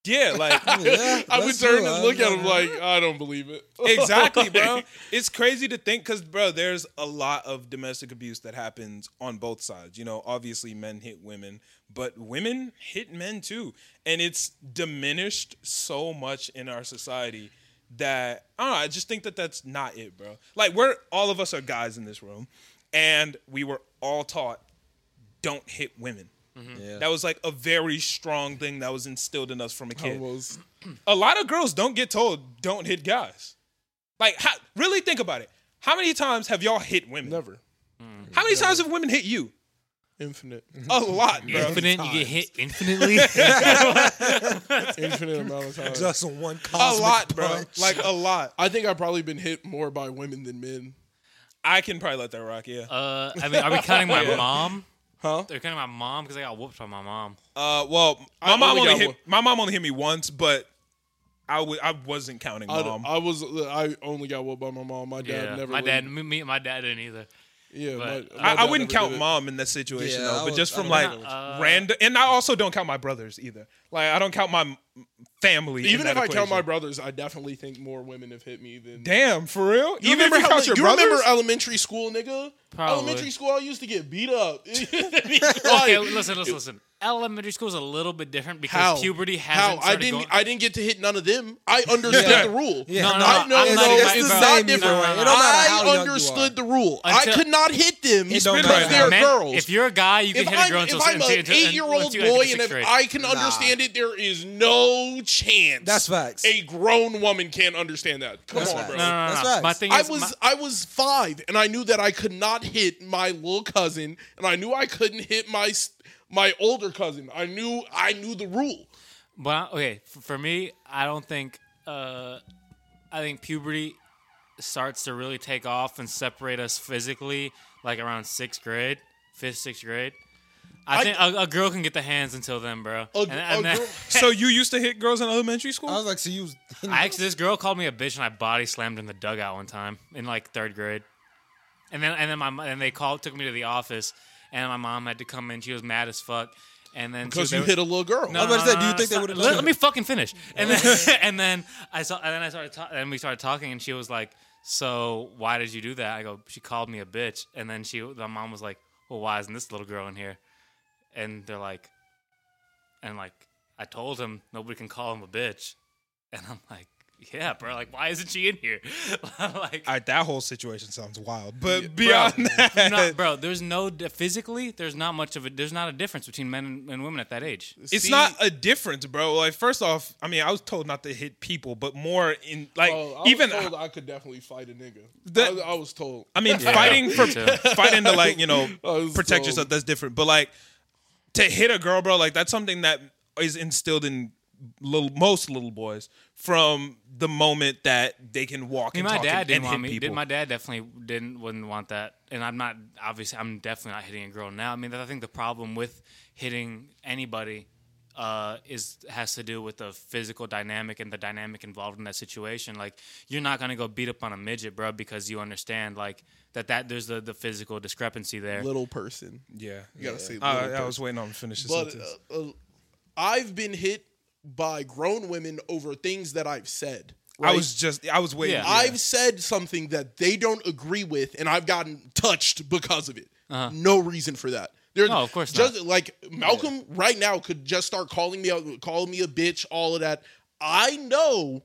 yeah, like Yeah, I would let's turn do it. and look at him like, I don't believe it. exactly, bro. Like, It's crazy to think, cause bro, there's a lot of domestic abuse that happens on both sides. You know, obviously men hit women, but women hit men too, and it's diminished so much in our society that I don't know. I just think that that's not it, bro. Like we're all of us are guys in this room, and we were all taught don't hit women. Yeah. That was like a very strong thing that was instilled in us from a kid Almost. a lot of girls don't get told don't hit guys. Like, how, really think about it. How many times have y'all hit women? Never. How many times have women hit you? Infinite. A lot, bro. Infinite, you get hit infinitely. Infinite amount of times. Just on one A cosmic lot, bro. punch. Like a lot. I think I've probably been hit more by women than men. I can probably let that rock. Yeah. uh, I mean, are we counting my mom? Huh? They're counting my mom because I got whooped by my mom. Uh, well, my I mom only only, got hit one. my mom only hit me once, but I w- I wasn't counting I, mom. I was uh, I only got whooped by my mom. My dad yeah, never. my really- dad, me, me, and my dad didn't either. Yeah, but- my, my I, I, dad wouldn't never count did it. mom in that situation Yeah, though, I but would- just I from would like count. Uh, random, and I also don't count my brothers either. Like I don't count my m- family. in Even that if I count equation. my brothers, I definitely think more women have hit me than. damn for real, You even if remember you uh, how, count like, your you brothers. remember elementary school, nigga? Probably. Elementary school, I used to get beat up. okay, Okay, listen, listen, listen. Elementary school is a little bit different because How? puberty How? hasn't. I started didn't. going- I didn't get to hit none of them. I understood Yeah. the rule. Yeah, No, no, I no, know I'm no, not no, even- it's no, not no, no, different. no, no, no. It don't matter how I young you understood are. the rule. Until- I could not hit don't them because matter. they're Men- girls. If you're a guy, you can if hit a I'm, girl if until I'm until- an until- eight year old until you enter boy sixth and if grade. I can Nah. understand it, there is no chance. That's facts. A grown woman can't understand that. Come That's on, facts. bro. no, no, no, That's no. facts. My thing I is, was my- I was five, and I knew that I could not hit my little cousin, and I knew I couldn't hit my s- my older cousin. I knew I knew the rule. But I- okay, f- for me, I don't think. Uh, I think puberty starts to really take off and separate us physically, like around sixth grade, fifth, sixth grade. I, I- think a, a girl can get the hands until then, bro. A- and, and a then- girl- so you used to hit girls in elementary school? I was like, so you. I actually, this girl called me a bitch, and I body slammed in the dugout one time in like third grade. And then, and then my mo- and they called, took me to the office, and my mom had to come in. She was mad as fuck. And then Because so you they- hit a little girl. was about to say, do you think they stop. would've Let, done let me fucking finish. And then, and then I saw, and then I started, ta- and we started talking, and she was like, "So why did you do that?" I go, "She called me a bitch," and then she, the mom was like, "Well, why isn't this little girl in here?" And they're like, and like, I told him nobody can call him a bitch, and I'm like, "Yeah, bro, like why isn't she in here?" like, All right, that whole situation sounds wild. But bro, beyond that, no, bro, there's no physically, there's not much of a, there's not a difference between men and, and women at that age. it's See- not a difference, bro. Like, first off, I mean, I was told not to hit people, but more in like Oh, I was even. told I could definitely fight a nigga. That- I, was- I was told. I mean, fighting for me too. fighting to like you know I was protect told. yourself. That's different. But like to hit a girl, bro, like that's something that is instilled in little most little boys from the moment that they can walk I mean, and my talk dad and, and didn't want hit me. people. Did, my dad definitely didn't wouldn't want that. And I'm not obviously. I'm definitely not hitting a girl now. I mean, I think the problem with hitting anybody uh, is has to do with the physical dynamic and the dynamic involved in that situation. Like, you're not gonna go beat up on a midget, bro, because you understand like that that there's the the physical discrepancy there. Little person. yeah, You gotta say. Little I, I person. was waiting on him to finish this but sentence. uh, uh, I've been hit by grown women over things that I've said. I right? was just I was waiting. Yeah. I've said something that they don't agree with, and I've gotten touched because of it. No reason for that. There's, Uh-huh. No, of course just, Like Malcolm right now could just start calling me out, call me a bitch, all of that. I know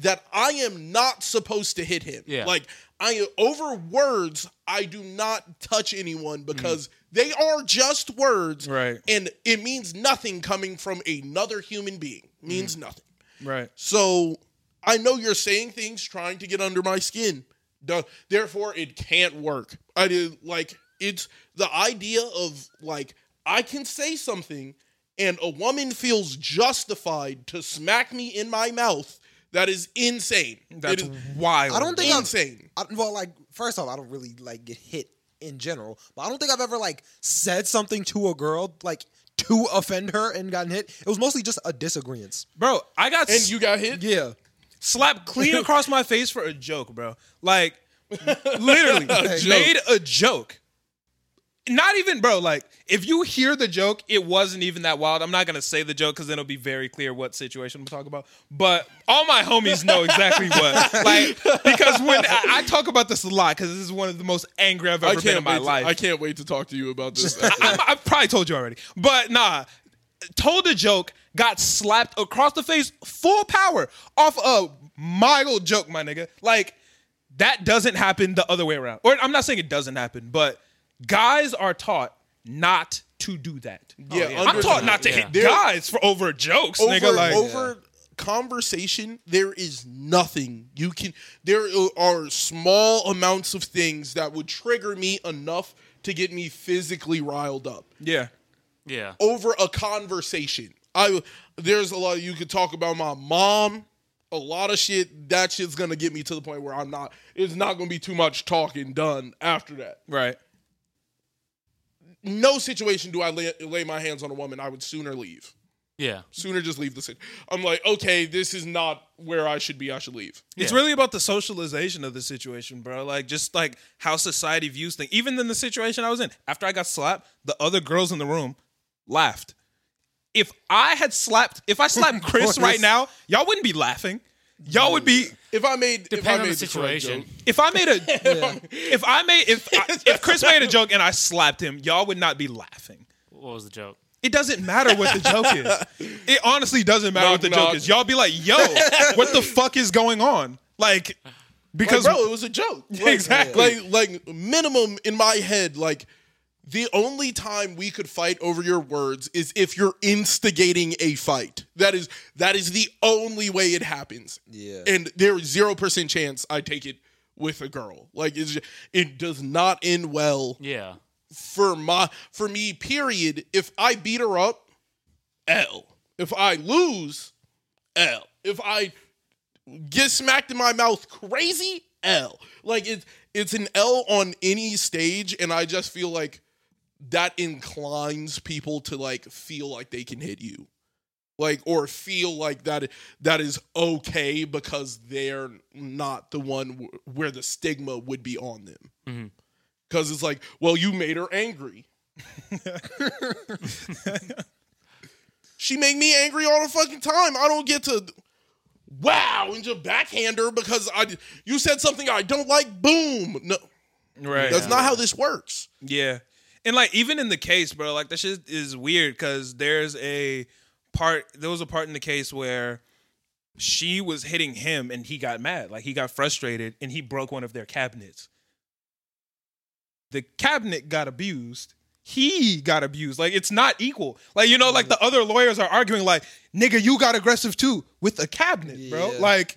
that I am not supposed to hit him. Yeah. Like I over words, I do not touch Mm. anyone because they are just words. Right. And it means nothing coming from another human being. Mm. Means nothing. Right. So I know you're saying things trying to get under my skin. Duh. Therefore, it can't work. I did like it's the idea of like I can say something and a woman feels justified to smack me in my mouth. That is insane. That's it is wild. I don't think I've insane. I, well, like first off, I don't really like get hit in general, but I don't think I've ever like said something to a girl like to offend her and gotten hit. It was mostly just a disagreement. bro. I got And you got hit. Yeah, slapped clean across my face for a joke, bro. Like literally made a joke. Not even, bro. Like if you hear the joke, it wasn't even that wild. I'm not gonna say the joke because then it'll be very clear what situation I'm talking about. But all my homies know exactly what. Like because when I, I talk about this a lot, because this is one of the most angry I've I ever been can't in my wait to- life. I can't wait to talk to you about this. I'm, I've probably told you already, but nah. Told a joke, got slapped across the face, full power off a mild joke, my nigga. Like that doesn't happen the other way around. Or I'm not saying it doesn't happen, but guys are taught not to do that. Yeah, I'm under- taught not to hit There- guys for over jokes, over, nigga. Like over conversation there is nothing you can there are small amounts of things that would trigger me enough to get me physically riled up yeah, Yeah. Oh, over a conversation i there's a lot you could talk about my mom a lot of shit that shit's gonna get me to the point where i'm not it's not gonna be too much talking done after that right. no situation do i lay, lay my hands on a woman i would sooner leave Yeah. sooner just leave the city i'm like okay this is not where i should be i should leave It's really about the socialization of the situation, bro. Like just like how society views things. Even in the situation I was in, after I got slapped, the other girls in the room laughed. If I had slapped, if I slapped Chris course. right now, y'all wouldn't be laughing. Y'all would be. If I made, if I Depending on made the correct situation. joke- If I made a, if I made, if I, if Chris made a joke and I slapped him, y'all would not be laughing. What was the joke? It doesn't matter what the joke is. It honestly doesn't matter Knock, what the knock. joke is. Y'all be like, "Yo, what the fuck is going on?" Like, because like, bro, it was a joke. Like, Exactly. Like, like minimum in my head, like the only time we could fight over your words is if you're instigating a fight. That is that is the only way it happens. Yeah. and there is zero percent chance I take it with a girl. Like, it's just, it does not end well. Yeah. for my for me period if i beat her up l if i lose l if i get smacked in my mouth crazy l like it's it's an l on any stage and i just feel like that inclines people to like feel like they can hit you like or feel like that that is okay because they're not the one wh- where the stigma would be on them because it's like, well, you made her angry. she made me angry all the fucking time. I don't get to wow and just backhand her because I you said something I don't like. Boom. No, right. that's not how this works. Yeah. And like even in the case, bro, like that shit is weird because there's a part there was a part in the case where she was hitting him and he got mad. Like he got frustrated and he broke one of their cabinets. The cabinet got abused. He got abused. Like it's not equal. Like, you know, like the other lawyers are arguing, like, nigga, you got aggressive too with a cabinet, bro. Yeah. Like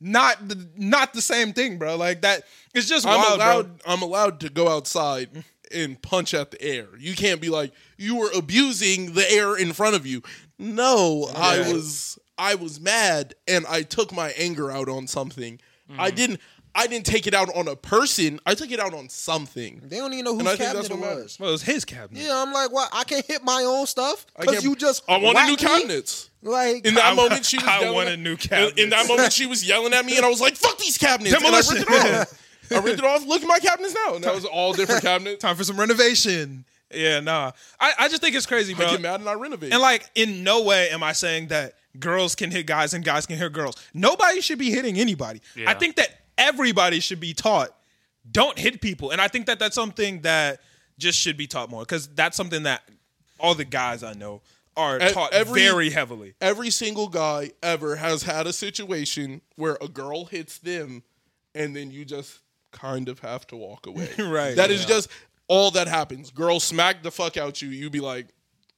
not the not the same thing, bro. Like that it's just I'm wild, bro. allowed. I'm allowed to go outside and punch at the air. You can't be like you were abusing the air in front of you. No, I was. I was mad and I took my anger out on something. Mm. I didn't. I didn't take it out on a person. I took it out on something. they don't even know And I whose think cabinet that's it what matters. was. Well, it was his cabinet. Yeah, I'm like, what? I can't hit my own stuff I because can't- you just. I wanted new whacked me? cabinets. Like, In that I- moment, she was. I yelling want at- a new in- In cabinet. that moment, she was yelling at me, and I was like, "Fuck these cabinets!" And I ripped it Demolition. off. I ripped it off. Look at my cabinets now, and that was all different cabinets. time for some renovation. Yeah, nah. I, I just think it's crazy, I bro. get mad and I renovate. And like, in no way am I saying that girls can hit guys and guys can hit girls. Nobody should be hitting anybody. Yeah. I think that everybody should be taught don't hit people, and I think that that's something that just should be taught more because that's something that all the guys I know are E- taught every- very heavily. every single guy ever has had a situation where a girl hits them and then you just kind of have to walk away. Right. That is just all that happens. Girl smack the fuck out you, you be like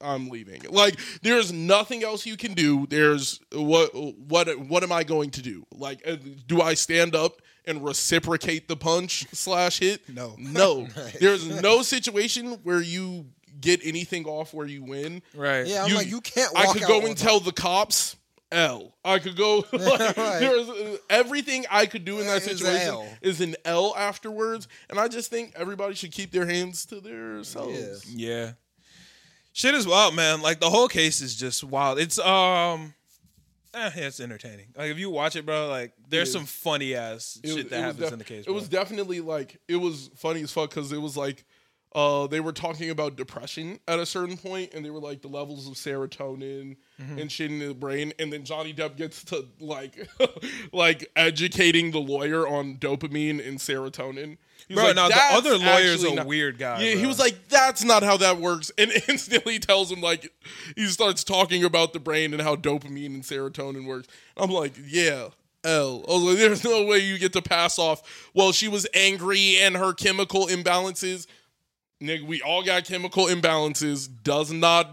I'm leaving. Like there's nothing else you can do. There's what what what am I going to do? Like uh, do I stand up and reciprocate the punch slash hit? No. No. There's no situation where you get anything off where you win. Right. Yeah, I'm You- like, you can't walk I could out go on and tell the cops L. I could go. Like, Right. There's uh, everything I could do in that It's a situation L. is an L afterwards, and I just think everybody should keep their hands to themselves. Yeah. Shit is wild, man. Like the whole case is just wild. It's um eh, yeah, it's entertaining. Like if you watch it, bro, like there's is. some funny ass It was- shit it that was happens def- in the case. It was definitely like it was funny as fuck because it was like. Uh, they were talking about depression at a certain point, and they were like the levels of serotonin Mm-hmm. and shit in the brain. And then Johnny Depp gets to like, like educating the lawyer on dopamine and serotonin. He's bro, like, now the "That's other lawyer's actually a not- weird guy. Yeah, he bro. was like, "That's not how that works," and instantly tells him like, he starts talking about the brain and how dopamine and serotonin works. I'm like, "Yeah, L." I was like, "There's no way you get to pass off." Well, she was angry and her chemical imbalances. Nigga, we all got chemical imbalances. Does not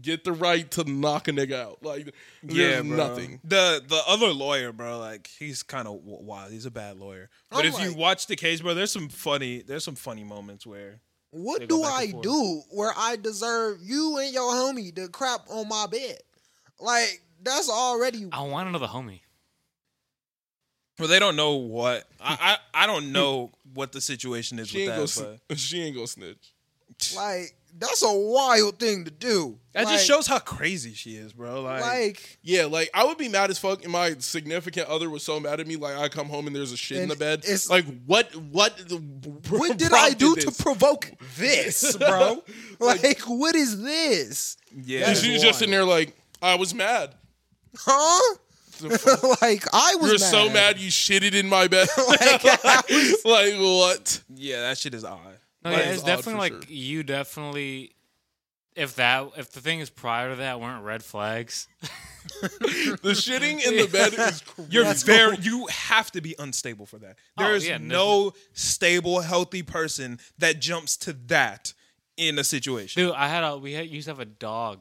get the right to knock a nigga out. Like, yeah, there's bro. nothing. The the other lawyer, bro, like he's kind of wild. He's a bad lawyer. But I'm if you like- watch the case, bro, there's some funny there's some funny moments where What go do back and I forth. do where I deserve you and your homie to crap on my bed? Like that's already I want another homie. well, they don't know what I I, I don't know what the situation is She ain't, gonna, with that. sn- But she ain't gonna snitch. like that's a wild thing to do. that like, just shows how crazy she is, bro. like Yeah, like I would be mad as fuck, and my significant other was so mad at me. Like I come home and there's a shit in And the bed. it's- like what? What? what did I do to prove? provoke this, bro? like what is this? Yeah, That's- She's just in there like I was mad. Huh? like I was You're so mad you shitted in my bed. Like, I was- like what? yeah, that shit is odd. No, That yeah, is it's odd definitely for like you definitely. If that if the things prior to that weren't red flags, The shitting in the bed is crazy. You're very you have to be unstable for that. Oh, There is yeah, no stable, healthy person that jumps to that in a situation. dude, I had a we had, used to have a dog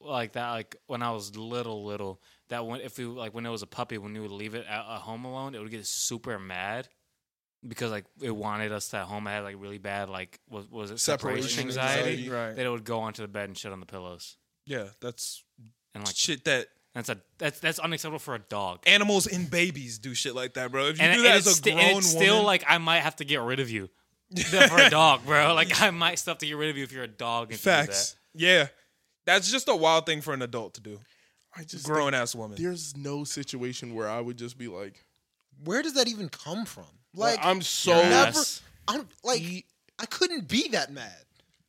like that like when I was little little that when if we like when it was a puppy when we would leave it at, at home alone it would get super mad because like it wanted us at home. I had like really bad like was was it separation, Separation anxiety? anxiety. Right. That it would go onto the bed and shit on the pillows Yeah, that's and like shit that that's a that's that's unacceptable for a dog. animals and babies do shit like that, bro. If you and, do and that it's as a sti- grown and it's still woman, like I might have to get rid of you Except for a dog, bro. Like I might still have to get rid of you if you're a dog. If you do that. facts. Yeah, that's just a wild thing for an adult to do. I just think Grown ass woman. there's no situation where I would just be like, Where does that even come from? like Like I'm so Your never. ass. I'm like I couldn't be that mad.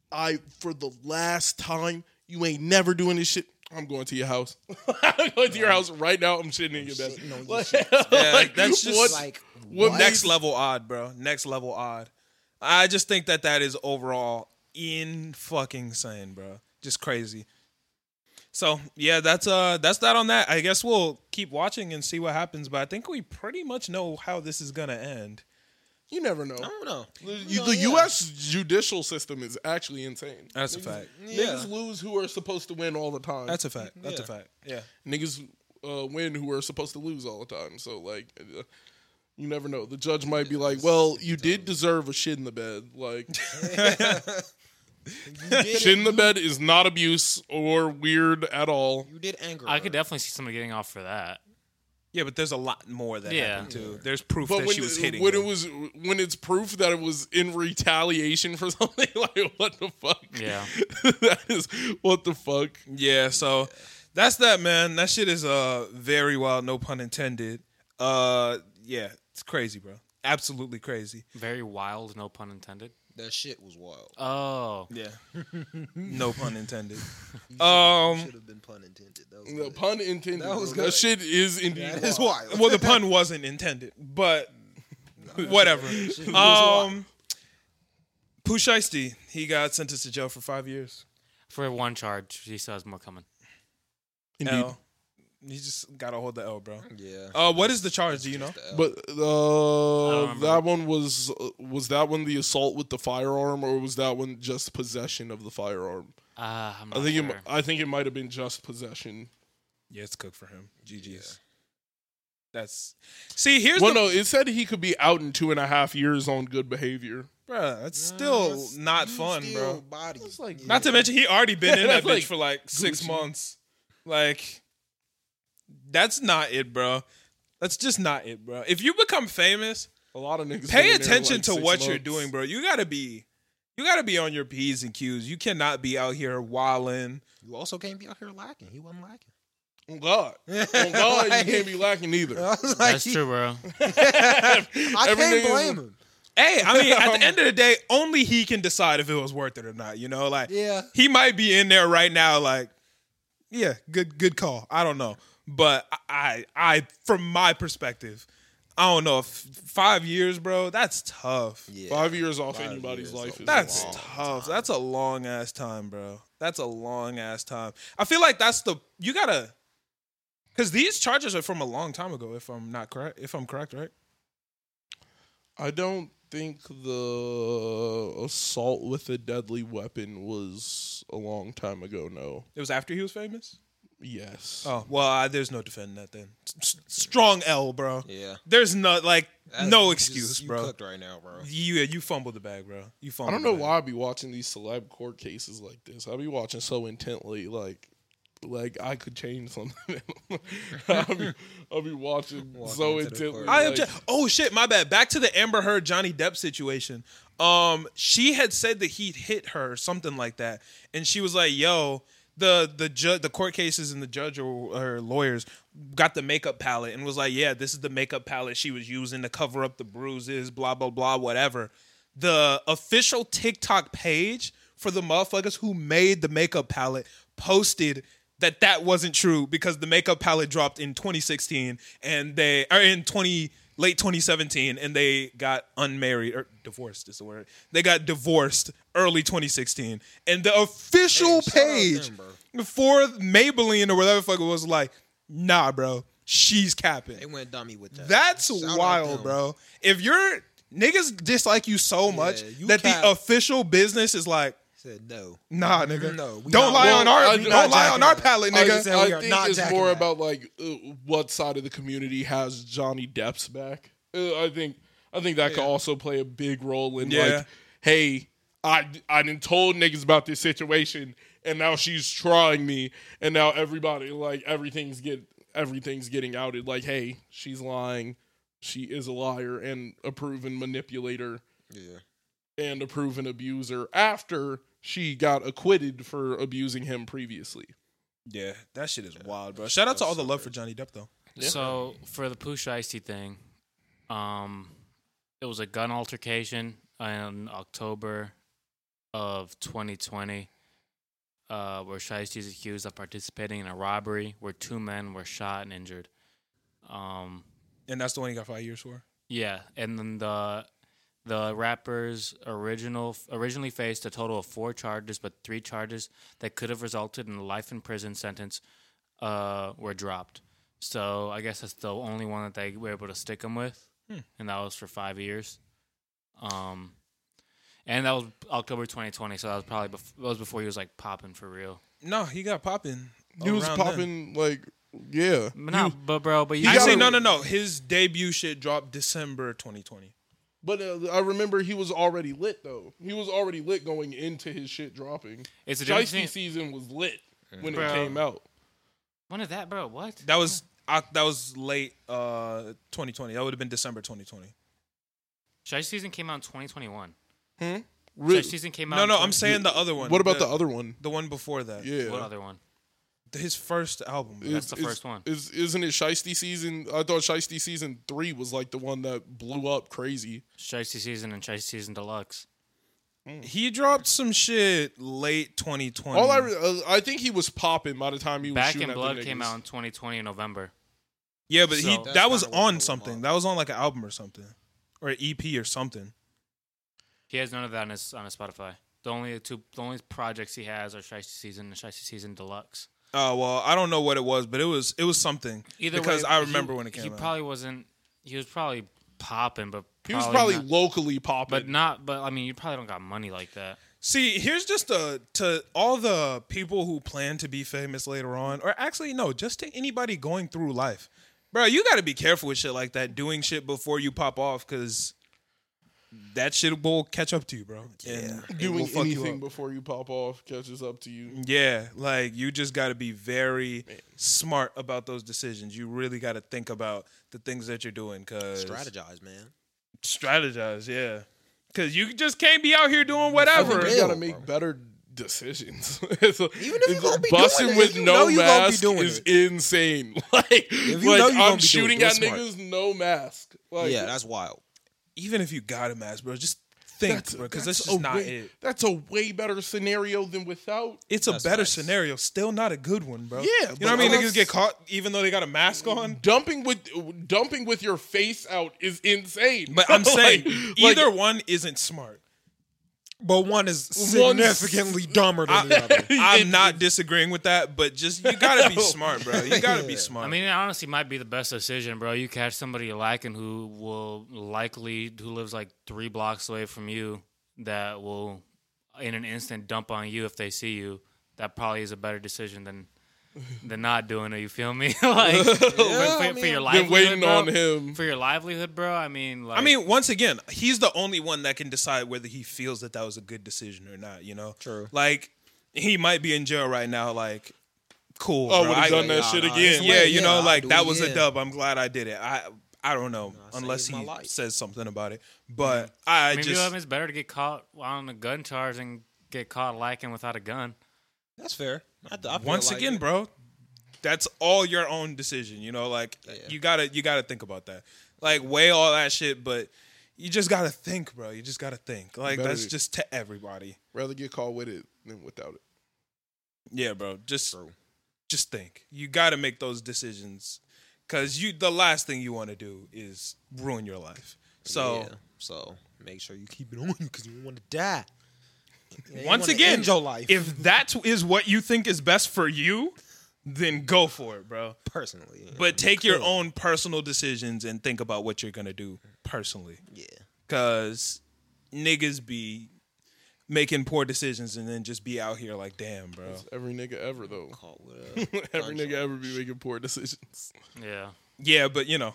I for the last time, you ain't never doing this shit. I'm going to your house. I'm going to your house right now. I'm shitting in your bed. Shitting on your Like, shit. Yeah, like, that's just what- Like what what? Next level odd, bro. Next level odd. I just think that that is overall in fucking sane, bro. Just crazy. So yeah, that's uh, that's that on that. I guess we'll keep watching and see what happens. But I think we pretty much know how this is gonna end. you never know. I don't know. You- No, the yeah. U.S. judicial system is actually insane. That's a fact. Yeah. Niggas lose who are supposed to win all the time. Mm-hmm. That's a fact. That's a Yeah. fact. Yeah. Niggas uh, win who are supposed to lose all the time. So like, uh, you never know. The judge might be like, "Well, you did deserve a shit in the bed." Like, You did, shit in the bed is not abuse or weird at all. you did anger. I her. could definitely see somebody getting off for that. Yeah, but there's a lot more that Yeah. happened too. There's proof But that when, she was hitting. when it him. was when it's proof that it was in retaliation for something, like what the fuck? Yeah. that is what the fuck. Yeah, so that's that, man. That shit is uh very wild, no pun intended. Uh yeah, it's crazy, bro. Absolutely crazy. Very wild, no pun intended. That shit was wild. Oh, Yeah. no pun intended. Um Should have been pun intended. That was The good. pun intended. That was bro. good. shit is indeed. That wild. is wild. well the pun wasn't intended, but whatever. was Um Pusheisty, he got sentenced to jail for five years. for one charge, he still has more coming. Indeed. L. You just gotta hold the L, bro. Yeah. Uh, what is the charge? Do you know? But uh, remember. that one was was that one the assault with the firearm, or was that one just possession of the firearm? Uh, I'm I not think sure. it, I think it might have been just possession. Yeah, it's cooked for him. GG's. That's see. Here's well, the no, it said he could be out in two and a half years on good behavior. bro. That's still not fun, bro. Body. It's like- Not to mention he already been in that That's bitch like for like six Gucci. months. Like that's not it, bro. That's just not it, bro. If you become famous, A lot of niggas. been pay in there attention like to six what you're months. doing, bro. You gotta be you gotta be on your P's and Q's. You cannot be out here wilding. you also can't be out here lacking. He wasn't lacking. On God, on God, you can't be lacking either. I was like, That's true, bro. I Every can't nigga- blame him. Hey, I mean, at the end of the day, only he can decide if it was worth it or not. You know, like Yeah. he might be in there right now, like, yeah, good, good call. I don't know, but I, I, I- from my perspective, I don't know. If five years, bro, that's tough. Yeah. Five years off Five anybody's years life off. is That's a lot. tough. That's a long ass time, bro. That's a long ass time. I feel like that's the you gotta, because these charges are from a long time ago. If I'm not correct, if I'm correct, right? I don't think the assault with a deadly weapon was a long time ago. No. It was after he was famous. Yes. Oh well, I, there's no defending that then. S- s- strong L, bro. Yeah. There's no like That's- no you just- excuse, you bro. cooked right now, bro. You yeah, you fumbled the bag, bro. You I fumbled. don't know the bag. why I be watching these celeb court cases like this. I be watching so intently, like, like I could change something. I be, I be watching Walking so into the intently. court. I like- object. Oh shit, my bad. Back to the Amber Heard Johnny Depp situation. Um, she had said that he'd hit her or something like that, and she was like, "Yo, the the ju- the court cases and the judge or her lawyers got the makeup palette and was like, yeah, this is the makeup palette she was using to cover up the bruises, blah blah blah, whatever." The official TikTok page for the motherfuckers who made the makeup palette posted that that wasn't true because the makeup palette dropped in 2016 and they are in 20 late 2017 and they got unmarried or divorced is the word they got divorced early 2016 and the official Hey, shout out page them, for Maybelline or whatever the fuck it was like nah bro she's capping They went dummy with that. that's Shout out wild, them. bro. If you're niggas dislike you so much you that cap. the official business is like, Said no. nah, nigga, No, we don't not- lie Well, on our I- don't I- lie on our I- palette, I, nigga. said we I are think not it's jacking more that. about like uh, what side of the community has Johnny Depp's back. Uh, I think I think that could also play a big role in Yeah. like, hey, I I didn't told niggas about this situation, and now she's trying me, and now everybody like everything's get everything's getting outed. Like, hey, she's lying, she is a liar and a proven manipulator Yeah. and a proven abuser. After she got acquitted for abusing him previously. Yeah, that shit is wild, bro. Shout out to all the love for Johnny Depp though. So for the Pusha Icy thing, um, it was a gun altercation in October of 2020, uh, where Shiesty is accused of participating in a robbery where two men were shot and injured. Um, And that's the one he got five years for. yeah, and then the the rappers original originally faced a total of four charges, but three charges that could have resulted in a life in prison sentence uh, were dropped. So I guess that's the only one that they were able to stick him with, Hmm. and that was for five years. Um, and that was October 2020, so that was probably bef- that was before he was like popping for real. No, he got popping. He was around then. popping like yeah. But nah, but bro, but you got Actually, gotta- no, no, no. His debut shit dropped December 2020. But uh, I remember he was already lit though. He was already lit going into his shit dropping. it's a different Shiesty thing. season was lit when Bro. it came out. When is that, bro? What? That was uh, that was late uh 2020. That would have been December 2020. Shy season came out in 2021. Really? Shy Hmm? season came out. No, in no, 20 I'm saying the other one. What about the, other one? the one before that? Yeah, What other one? his first album. bro. It's- the it's- first one. Is isn't it Shiesty season? I thought Shiesty season three was like the one that blew up crazy. Shiesty season and Shiesty season deluxe. He dropped some shit late 2020. All I re- uh, I think he was popping by the time he was Back shooting in at Blood the came niggas. out in 2020 in November. yeah, but he So- that was That's kinda what blew on him something. up. That was on like an album or something, or an EP or something. He has none of that on his on his Spotify. The only two, the only projects he has are Shiesty season and Shiesty season deluxe. Uh, well, I don't know what it was, but it was it was something. Either because way, I he- remember when it came He out. probably wasn't. He was probably popping, but He was probably not- locally but popping. not. But I mean, you probably don't got money like that. See, here's just a to all the people who plan to be famous later on, or actually no, just to anybody going through life, bro. You got to be careful with shit like that, doing shit before you pop off, because that shit will catch up to you, bro. Yeah, Doing anything before you pop off catches up to you. Yeah, like you just got to be very smart about those decisions. You really got to think about the things that you're doing, cause Strategize, man. strategize, yeah, cause you just can't be out here doing whatever. You real. gotta make better decisions. It's a- Even if you it's gonna be busting doing it, with if you no know you gonna be mask doing is it. insane. Like, you like know you gonna I'm be doing it, shooting do it at smart. niggas no mask. Like, yeah, that's wild. Even if you got a mask, bro, just think, bro, because that's, a just not way, it. That's a way better scenario than without. It's a That's better facts. scenario, still not a good one, bro. Yeah, you but know what I mean? unless- Niggas get caught even though they got a mask on. Dumping with dumping with your face out is insane. But I'm saying Like- like, either one isn't smart. But one is One's- significantly dumber than the other. I'm not disagreeing with that, but just you gotta be smart, bro. You gotta be Yeah. smart. I mean, it honestly might be the best decision, bro. You catch somebody you like and who will likely who lives like three blocks away from you that will in an instant dump on you if they see you. That probably is a better decision than than not doing it. You feel me? like for- for, I for your mean, been livelihood, waiting bro, on him. for your livelihood, bro. I mean, like, I mean, once again, he's the only one that can decide whether he feels that that was a good decision or not. You know, True. Like he might be in jail right now. Like, cool. Oh, bro. would've I- done that shit nah, again. it's Yeah, lit. you know, I'll like do that it, was yeah. a dub. I'm glad I did it. I I don't know saved unless my he life. says something about it, but I maybe um, just it's better to get caught on a gun charge and get caught liking without a gun. That's fair. I, I feel once like again, it. bro, that's all your own decision. You know, like Yeah. you gotta you gotta think about that. Like weigh all that shit, but you just gotta think, bro. You just gotta think. Like better that's do- just to everybody. Rather get caught with it than without it. Yeah, bro. Just True. just think. You got to make those decisions cuz you the last thing you want to do is ruin your life. So, Yeah, so make sure you keep it on because you want to die. You ain't once wanna again, end your life if that is what you think is best for you, then go for it, bro. personally. But take your own personal decisions and think about what you're going to do personally yeah, cuz niggas be making poor decisions and then just be out here like, "Damn, bro." Every nigga ever though. caught with a Every nigga gunshot. ever be making poor decisions. Yeah. Yeah, but you know,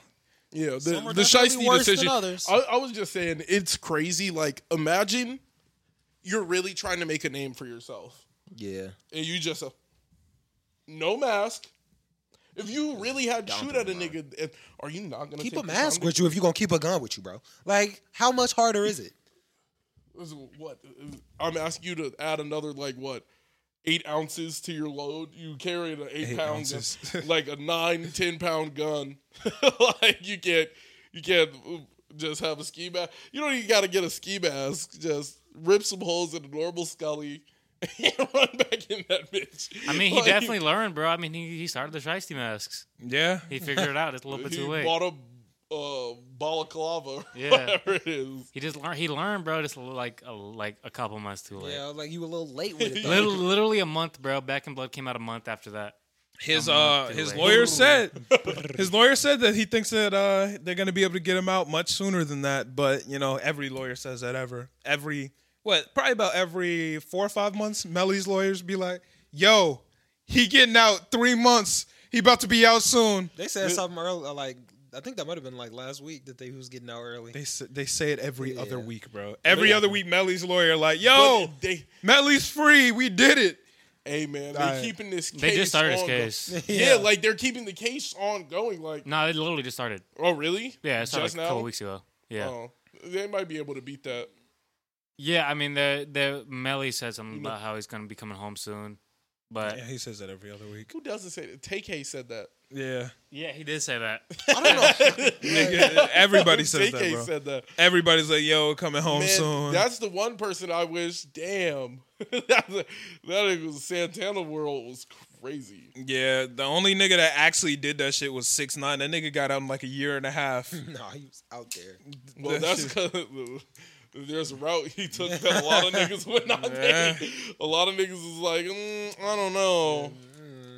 Yeah, the, Some are the definitely shiesty worse than decision. others. I, I was just saying, it's crazy. Like, imagine you're really trying to make a name for yourself, Yeah, and you just uh, no mask. If you really had to Down shoot to at a the ground. nigga, if, are you not gonna keep take a this mask on? with you if you gonna keep a gun with you, bro. Like, how much harder is it? This is What I'm asking you to add another like what eight ounces to your load. You carry an eight, Eight pound, gun- ounces. like a nine ten pound gun. like you can't you can't just have a ski mask. You don't even got to get a ski mask. Just rip some holes in a normal Scully and run back in that bitch. I mean, he Like, definitely learned, bro. I mean, he, he started the shiesty masks. yeah. He figured it out. It's a little bit he too late. bought a uh, balaclava. or Yeah. whatever it is. He just learned. He learned, bro. Just a little- like a, like a couple months too late. Yeah, like you a little late with it. Though. Little, literally a month, bro. Back in Blood came out a month after that. His I'm uh not his doing it. lawyer said his lawyer said that he thinks that uh they're gonna be able to get him out much sooner than that, but you know, every lawyer says that ever. Every what, probably about every four or five months, Melly's lawyers be like, Yo, he getting out three months. He about to be out soon. They said something earlier, like I think that might have been like last week that they was getting out early. They say, they say it every Yeah. other week, bro. Every other week, Melly's lawyer like, "Yo, But they, Melly's free. We did it." hey man, they're Alright. keeping this. Case They just started his on the- case. Yeah. Yeah. like they're keeping the case ongoing. Like, no, it literally just started. oh really? Yeah, it started Just like a now? couple weeks ago. Yeah, Oh, they might be able to beat that. yeah. I mean, the the Melly said something You know- about how he's gonna be coming home soon, but Yeah, he says that every other week. Who doesn't say that? TK said that. Yeah, yeah, he did say that. I don't know. Nigga, everybody says TK that, bro. said that. Everybody's like, "Yo, coming home Man, soon." that's the one person I wish. Damn, that was- that was Santana world was crazy. Yeah, the only nigga that actually did that shit was six nine. That nigga got out in like a year and a half. nah, he was out there. Well, that's because there's a route he took that a lot of niggas would not Yeah. take. A lot of niggas was like, mm, I don't know.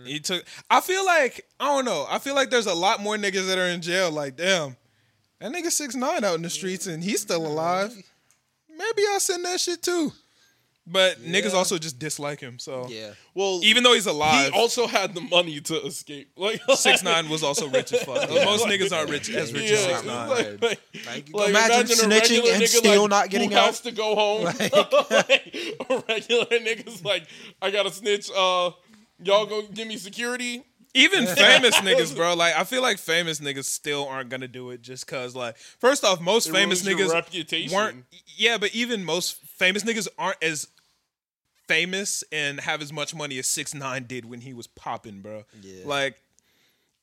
He took. I feel like I don't know. I feel like there's a lot more niggas that are in jail. Like damn, that nigga six nine out in the streets and he's still alive. Maybe I'll send that shit too. But niggas also just dislike him. So Yeah. Well, even though he's he alive, also had the money to escape. Like six nine was also rich as fuck. Most niggas aren't rich as rich as Yeah, six nine. like, like, Like, like, imagine, a snitching regular and nigga, still like, not getting who out. has to go home. Like- Like, a regular niggas like, I gotta snitch. Uh, y'all gonna give me security? Even famous niggas, bro. Like I feel like famous niggas still aren't gonna do it just cause like first off, most It famous ruins your niggas reputation. weren't yeah, but even most famous niggas aren't as famous and have as much money as six nine did when he was popping, bro. Yeah. Like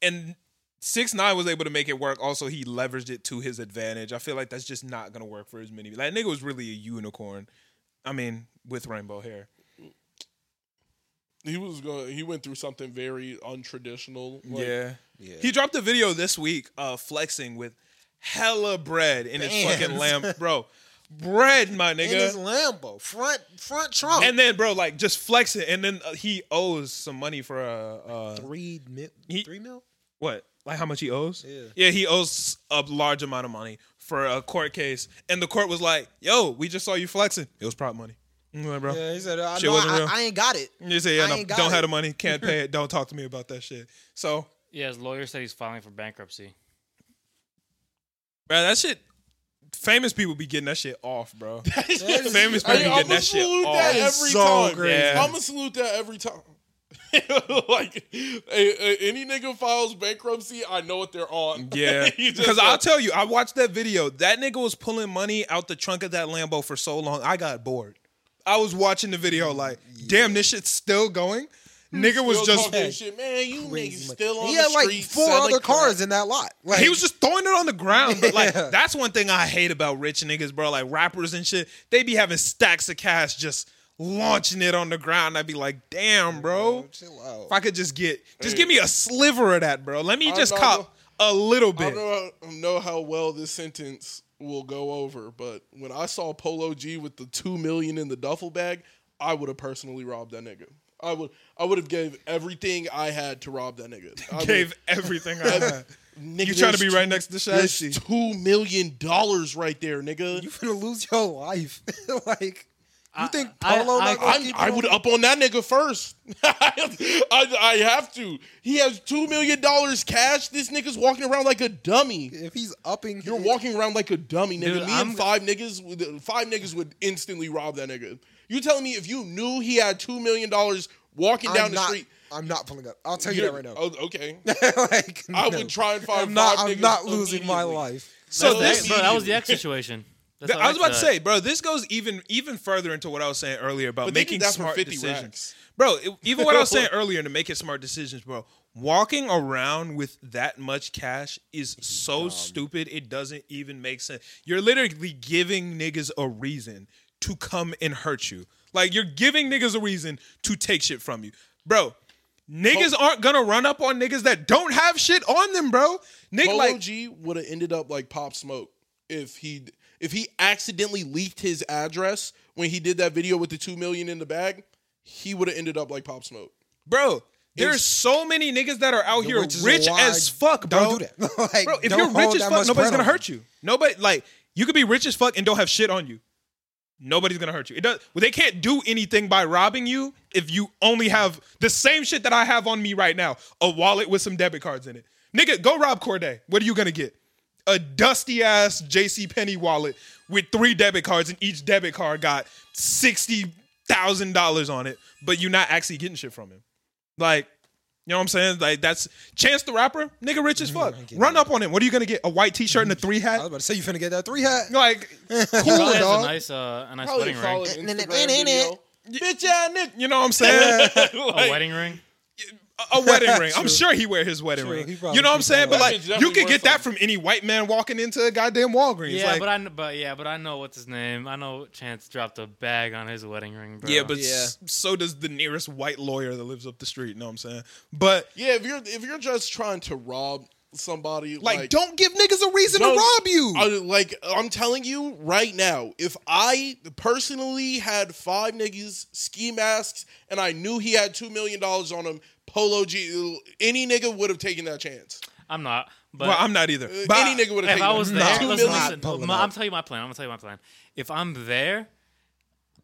and six nine was able to make it work. Also, he leveraged it to his advantage. I feel like that's just not gonna work for as many. That nigga was really a unicorn. I mean, with rainbow hair. He was going. He went through something very untraditional. Like, yeah. Yeah. He dropped a video this week of flexing with hella bread in his Bands. fucking lamp, bro. Bread, my in his nigga. Lambo, front front trunk, And then, bro, like just flexing, and then uh, he owes some money for uh, uh three mil, He- three mil. what? Like how much he owes? Yeah. yeah, he owes a large amount of money for a court case, and the court was like, "Yo, we just saw you flexing. It was prop money, Mm, bro." Yeah, he said, I, Shit know, wasn't I, real. I ain't got it. You say, yeah, I no, ain't got don't it. have the money, can't pay it. Don't talk to me about that shit. So, Yeah, his lawyer said he's filing for bankruptcy. bro, that shit. Famous people be getting that shit off, bro. Famous I, people am be getting gonna that shit salute off. that That is every so time. crazy. Yeah. I'm gonna salute that every time. like a, a- any nigga files bankruptcy, I know what they're on. Yeah, You just because like- I'll tell you, I watched that video. That nigga was pulling money out the trunk of that Lambo for so long, I got bored. I was watching the video like, damn, this shit's still going. Nigga was Still just talking shit, man. You Crazy niggas much. still on he the had like street four selling other crack. cars in that lot. Like he was just throwing it on the ground. But like, Yeah. that's one thing I hate about rich niggas, bro. Like rappers and shit, they be having stacks of cash just launching it on the ground. I'd be like, damn, bro. chill out. If I could just get, just give me a sliver of that, bro. Let me I just know- cop a little I bit. don't know how well this sentence will go over, but when I saw Polo G with the two million in the duffel bag, I would have personally robbed that nigga. I would I would have gave everything I had to rob that nigga. I would've- Gave everything I had. nigga, You trying to there's be right next to two- There's Shashi? two million dollars right there, nigga. you finna lose your life. like you I- think I- Polo? I- not gonna I, keep I you would on- up on that nigga first. I, I have to. He has two million dollars cash. This nigga's walking around like a dummy. if he's upping. You're walking around like a dummy, nigga. Dude, me I'm- and five niggas, would- five niggas would instantly rob that nigga. You telling me if you knew he had two million dollars walking I'm down the not, street? I'm not pulling up. I'll tell you you're- that right now. Oh, okay. like I no. would try and find. I'm not. five I'm niggas not losing my immediately. life. So Bro, this, that, bro, that was the X situation. That's Th- how I was about to said. say, bro, this goes even even further into what I was saying earlier about But they did making that for smart 50 decisions, racks. bro. it- even what I was saying earlier to making smart decisions, bro. Walking around with that much cash is so stupid. It doesn't even make sense. You're literally giving niggas a reason to come and hurt you. Like you're giving niggas a reason to take shit from you, bro. Niggas aren't gonna run up on niggas that don't have shit on them, bro. Nigga, Polo like G would have ended up like Pop Smoke if he if he accidentally leaked his address when he did that video with the two million in the bag. He would have ended up like Pop Smoke. Bro, there's It's- so many niggas that are out here Which is rich why as fuck, bro. don't do that. Like, bro, if don't you're hold rich as that fuck, much nobody's bread gonna on hurt you. Nobody like you could be rich as fuck and don't have shit on you. Nobody's gonna hurt you. It does. Well, they can't do anything by robbing you if you only have the same shit that I have on me right now: a wallet with some debit cards in it. Nigga, go rob Corday. What are you gonna get? A dusty ass J.C. Penney wallet with three debit cards, and each debit card got sixty thousand dollars on it, but you're not actually getting shit from him. Like, you know what I'm saying? Like that's Chance the Rapper, nigga rich as fuck. Run up on him. What are you gonna get? A white t-shirt and a three I was hat? about to say you finna get that three hat. Like Bro, cool, that's a dog. nice, uh, a nice Probably wedding ring. followed And then it Instagram ain't in video. Bitch ass nigga. You know what I'm saying? A wedding ring. a wedding ring. I'm True. sure he wear his wedding True, ring. he You know probably what I'm keep saying? But that one. like That bitch you could definitely get that worth from any white man walking into a goddamn Walgreens. Yeah, like, but I, kn- but yeah, but I know what's his name. I know Chance dropped a bag on his wedding ring, bro. yeah, but Yeah. s- so does the nearest white lawyer that lives up the street. You know what I'm saying? But Yeah, if you're if you're just trying to rob somebody Like, don't give niggas a reason don't- to rob you. I- like I'm telling you right now, if I personally had five niggas ski masks and I knew he had two million dollars on him, Polo G, any nigga would have taken that chance. I'm not. But well, I'm not either. But any nigga would have if taken I was it. there, Nah, listen, two listen, million. listen, Not pulling my- up. I'm telling you my plan. I'm gonna tell you my plan. If I'm there,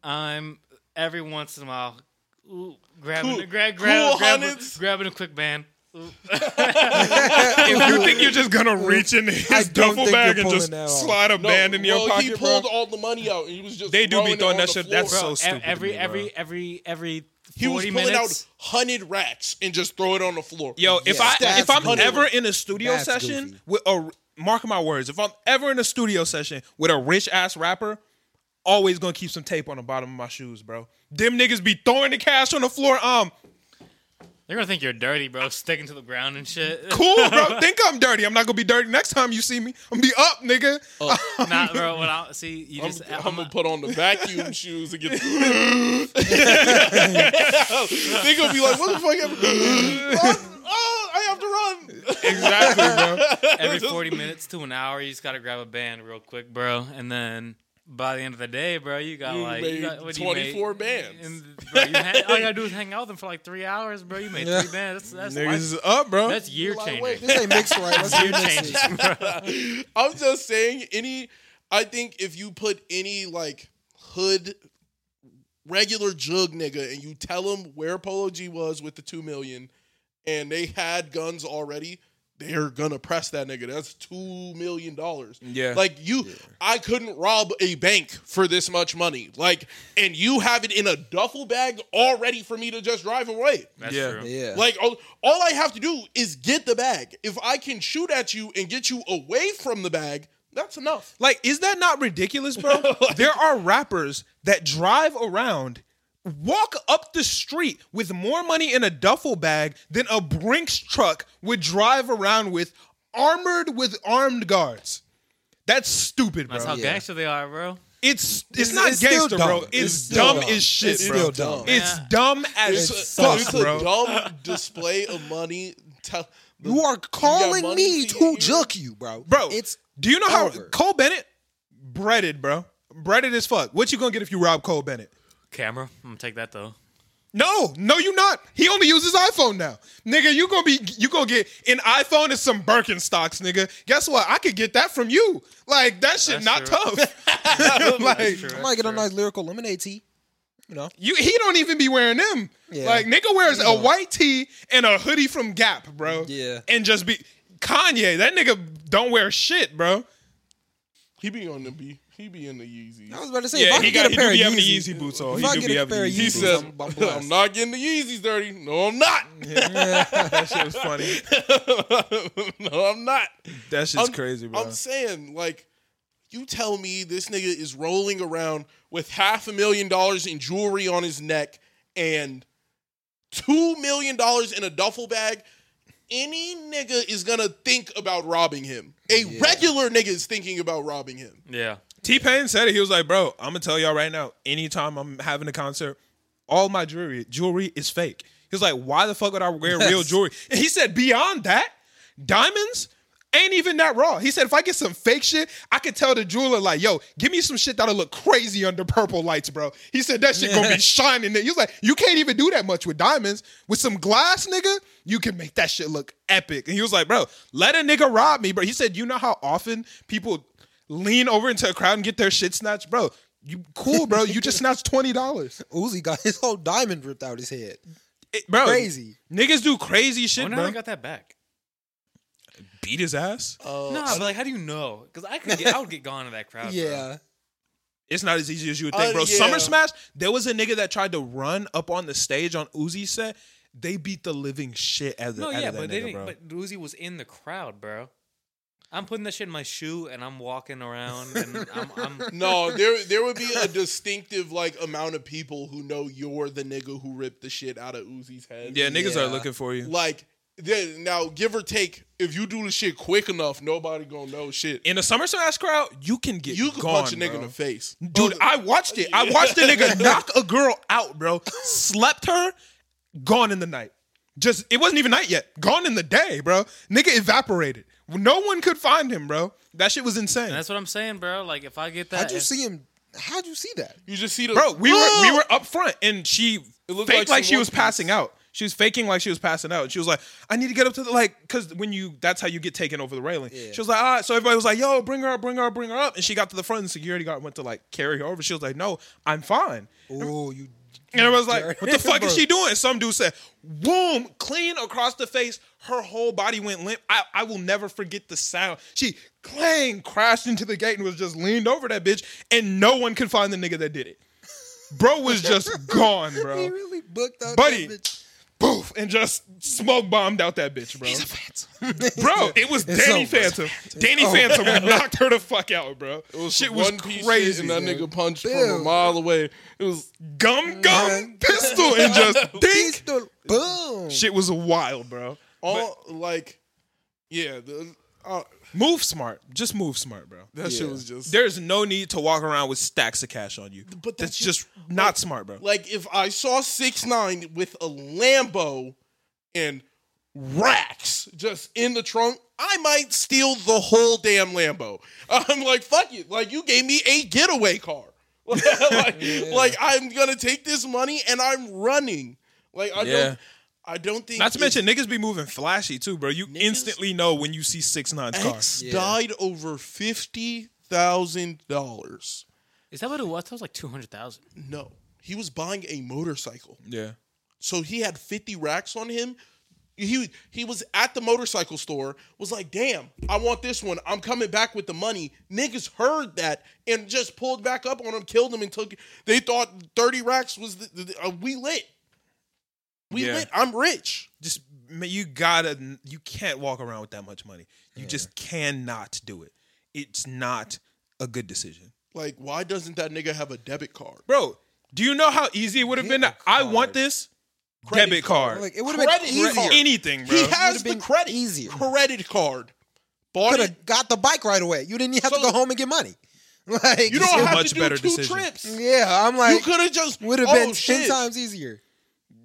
I'm every once in a while ooh, grabbing, Cool- grab, cool grab, grabbing, hundreds. grabbing a quick band. Ooh. if you think you're just gonna reach in I his don't duffel think bag you're and pulling just that off. slide a No, band in your well, pocket, he bro, pulled all the money out and he was just They do be throwing it throwing on that the shit- floor. that's so Bro, stupid to e-, Every me, bro. every every every he was forty pulling minutes. out hundred racks and just throw it on the floor. Yo, if Yeah, I that's if I'm goofy. ever in a studio That's session goofy. with a mark my words, if I'm ever in a studio session with a rich ass rapper, always gonna keep some tape on the bottom of my shoes, bro. Them niggas be throwing the cash on the floor. Um, They're gonna think you're dirty, bro. Sticking to the ground and shit. cool, bro. Think I'm dirty. I'm not gonna be dirty next time you see me. I'm gonna be up, nigga. Nah, bro. When I see you, I'm, just I'm I'm gonna put on the vacuum shoes and get. they gonna be like, "What the fuck? happened?" Run! Oh, I have to run." exactly, bro. every 40 minutes to an hour, you just got to grab a band real quick, bro. And then by the end of the day, bro, you got You like made you got, what do you 24 make? bands. And, bro, you had, all you got to do is hang out with them for like three hours, bro. You made Yeah. three bands. That's, Niggas that's, is up, bro. that's year Like, wait, changing. this ain't mixed right. Let's do Year this. changes, shit. bro. I'm just saying, any. I think if you put any like hood regular jug nigga and you tell them where Polo G was with the two million, and they had guns already, they're gonna press that nigga. That's two million dollars. Yeah. like you, I couldn't rob a bank for this much money. Like, and you have it in a duffel bag already for me to just drive away. That's Yeah. true. Yeah. Like all, all I have to do is get the bag. If I can shoot at you and get you away from the bag, that's enough. Like, is that not ridiculous, bro? there are rappers that drive around, walk up the street with more money in a duffel bag than a Brinks truck would drive around with, armored with armed guards. That's stupid, bro. That's how Yeah. gangster they are, bro. it's, it's It's- not it's still gangster, bro. dumb. It's, It's still dumb dumb. as shit, It's bro. still dumb. It's Yeah. dumb as It's fuck, it's bro. a dumb display of money. Tell the- You are calling money me to to, your ear? juke you, bro. Bro, it's do you know how over. Cole Bennett breaded, bro? Breaded as fuck. What you gonna get if you rob Cole Bennett? Camera. I'm going to take that, though. No, no, you not. He only uses iPhone now, nigga. You gonna be, you gonna get an iPhone and some Birkenstocks, nigga. Guess what? I could get that from you. Like that shit, That's not true. tough. like That's true. I might get a nice lyrical lemonade tea. You know, you, he don't even be wearing them. Yeah. Like nigga wears a Yeah. white tee and a hoodie from Gap, bro. Yeah. and just be Kanye. That nigga don't wear shit, bro. He be on the B. He be in the Yeezys. I was about to say, if Yeah, I he could get got a he pair do of be having the Yeezys, Yeezy boots on. If He I do get be a having pair the of Yeezy he boots. Yeezys, says, I'm- I'm I'm, blessed." not getting the Yeezys dirty." No, I'm not. That shit was funny. no, I'm not. That shit's I'm- crazy, bro. I'm saying, like, you tell me this nigga is rolling around with half a million dollars in jewelry on his neck and two million dollars in a duffel bag. Any nigga is gonna think about robbing him. A regular nigga is thinking about robbing him. Yeah. T Pain said it. He was like, "Bro, I'm gonna tell y'all right now. Anytime I'm having a concert, all my jewelry jewelry is fake." He was like, "Why the fuck would I wear real Yes. jewelry?" And he said, "Beyond that, diamonds." Ain't even that raw. He said, if I get some fake shit, I could tell the jeweler, like, yo, give me some shit that'll look crazy under purple lights, bro. He said, that shit gonna be shining. He was like, you can't even do that much with diamonds. With some glass, nigga, you can make that shit look epic. And he was like, bro, let a nigga rob me, bro. He said, you know how often people lean over into a crowd and get their shit snatched, bro. You cool, bro? You just snatched twenty dollars, Uzi got his whole diamond ripped out his head. bro. Crazy. niggas do crazy I shit, wonder how bro. they got that back. Beat his ass. Uh, No, but like, how do you know? Because I could, get, I would get gone in that crowd. bro. Yeah. It's not as easy as you would think, Uh, bro. yeah. Summer Smash. There was a nigga that tried to run up on the stage on Uzi set. They beat the living shit out of, No, out yeah, of that but nigga, they didn't. bro. But Uzi was in the crowd, bro. I'm putting that shit in my shoe and I'm walking around and I'm, I'm No, there there would be a distinctive like amount of people who know you're the nigga who ripped the shit out of Uzi's head. yeah, niggas Yeah. are looking for you. Like then now, give or take, if you do the shit quick enough, nobody gonna know shit. In the Summer Smash crowd, you can get You can gone, punch a nigga bro. in the Oh, face, Dude, I watched it. I watched the nigga knock a girl out, bro. Slept her, gone in the night. Just it wasn't even night yet. Gone in the day, bro. Nigga evaporated. No one could find him, bro. That shit was insane. And that's what I'm saying, bro. Like if I get that, How'd you and- see him? How'd you see that? You just see the bro we were we Whoa! were up front and she looked faked like like, some she was One Piece. passing out she was faking like she was passing out and she was like i need to get up to the like because when you that's how you get taken over the railing Yeah. she was like all right so everybody was like yo bring her up bring her up bring her up and she got to the front and security guard went to like carry her over she was like no i'm fine Oh, you. and I was like, Jerry, what the fuck is bro. she doing? Some dude said, boom, clean across the face. Her whole body went limp. I, I will never forget the sound. She clang crashed into the gate and was just leaned over that bitch, and no one could find the nigga that did it. Bro was just gone, He bro. really booked up, Buddy. that bitch. Poof, and just smoke bombed out that bitch, bro. He's a phantom. Bro, it was It's Danny over. Phantom. Danny Oh. Phantom knocked her the fuck out, bro. It was Shit some was One Piece shit crazy. and that nigga punched from Ew. a mile away. It was Gum gum pistol and just dink. Pistol. Boom. Shit was wild, bro. all like, yeah, the, uh, Move smart. Just move smart, bro. that shit was just There's no need to walk around with stacks of cash on you. But that that's you- just not smart, bro. like if I saw six nine with a Lambo and racks just in the trunk, I might steal the whole damn Lambo. I'm like, fuck you. Like you gave me a getaway car. like, like, I'm gonna take this money and I'm running. Like I Yeah. don't I don't think Not to it's- mention niggas be moving flashy too, bro. You instantly know when you see six nine's car. X Yeah. died over fifty thousand dollars. is that what it was? That was like two hundred thousand. No. He was buying a motorcycle. Yeah. So he had 50 racks on him. He he was at the motorcycle store, was like, damn, I want this one. I'm coming back with the money. Niggas heard that and just pulled back up on him, killed him, and took they thought 30 racks was the, the, the- uh, we lit. We Yeah. lit. I'm rich. Just man, you gotta you can't walk around with that much money. You just cannot do it. It's not a good decision. Like, why doesn't that nigga have a debit card? Bro, do you know how easy it would have been to Debit I card. want this? Credit debit card. card. Like, it would have been Credit easier. card. Anything, bro. He has been the credit easier. credit card. Bought Could it. have got the bike right away. You didn't have So- to go home and get money. Like You don't a have much to do better two decision. trips. Yeah, I'm like you could have just would have oh, been ten shit. times easier.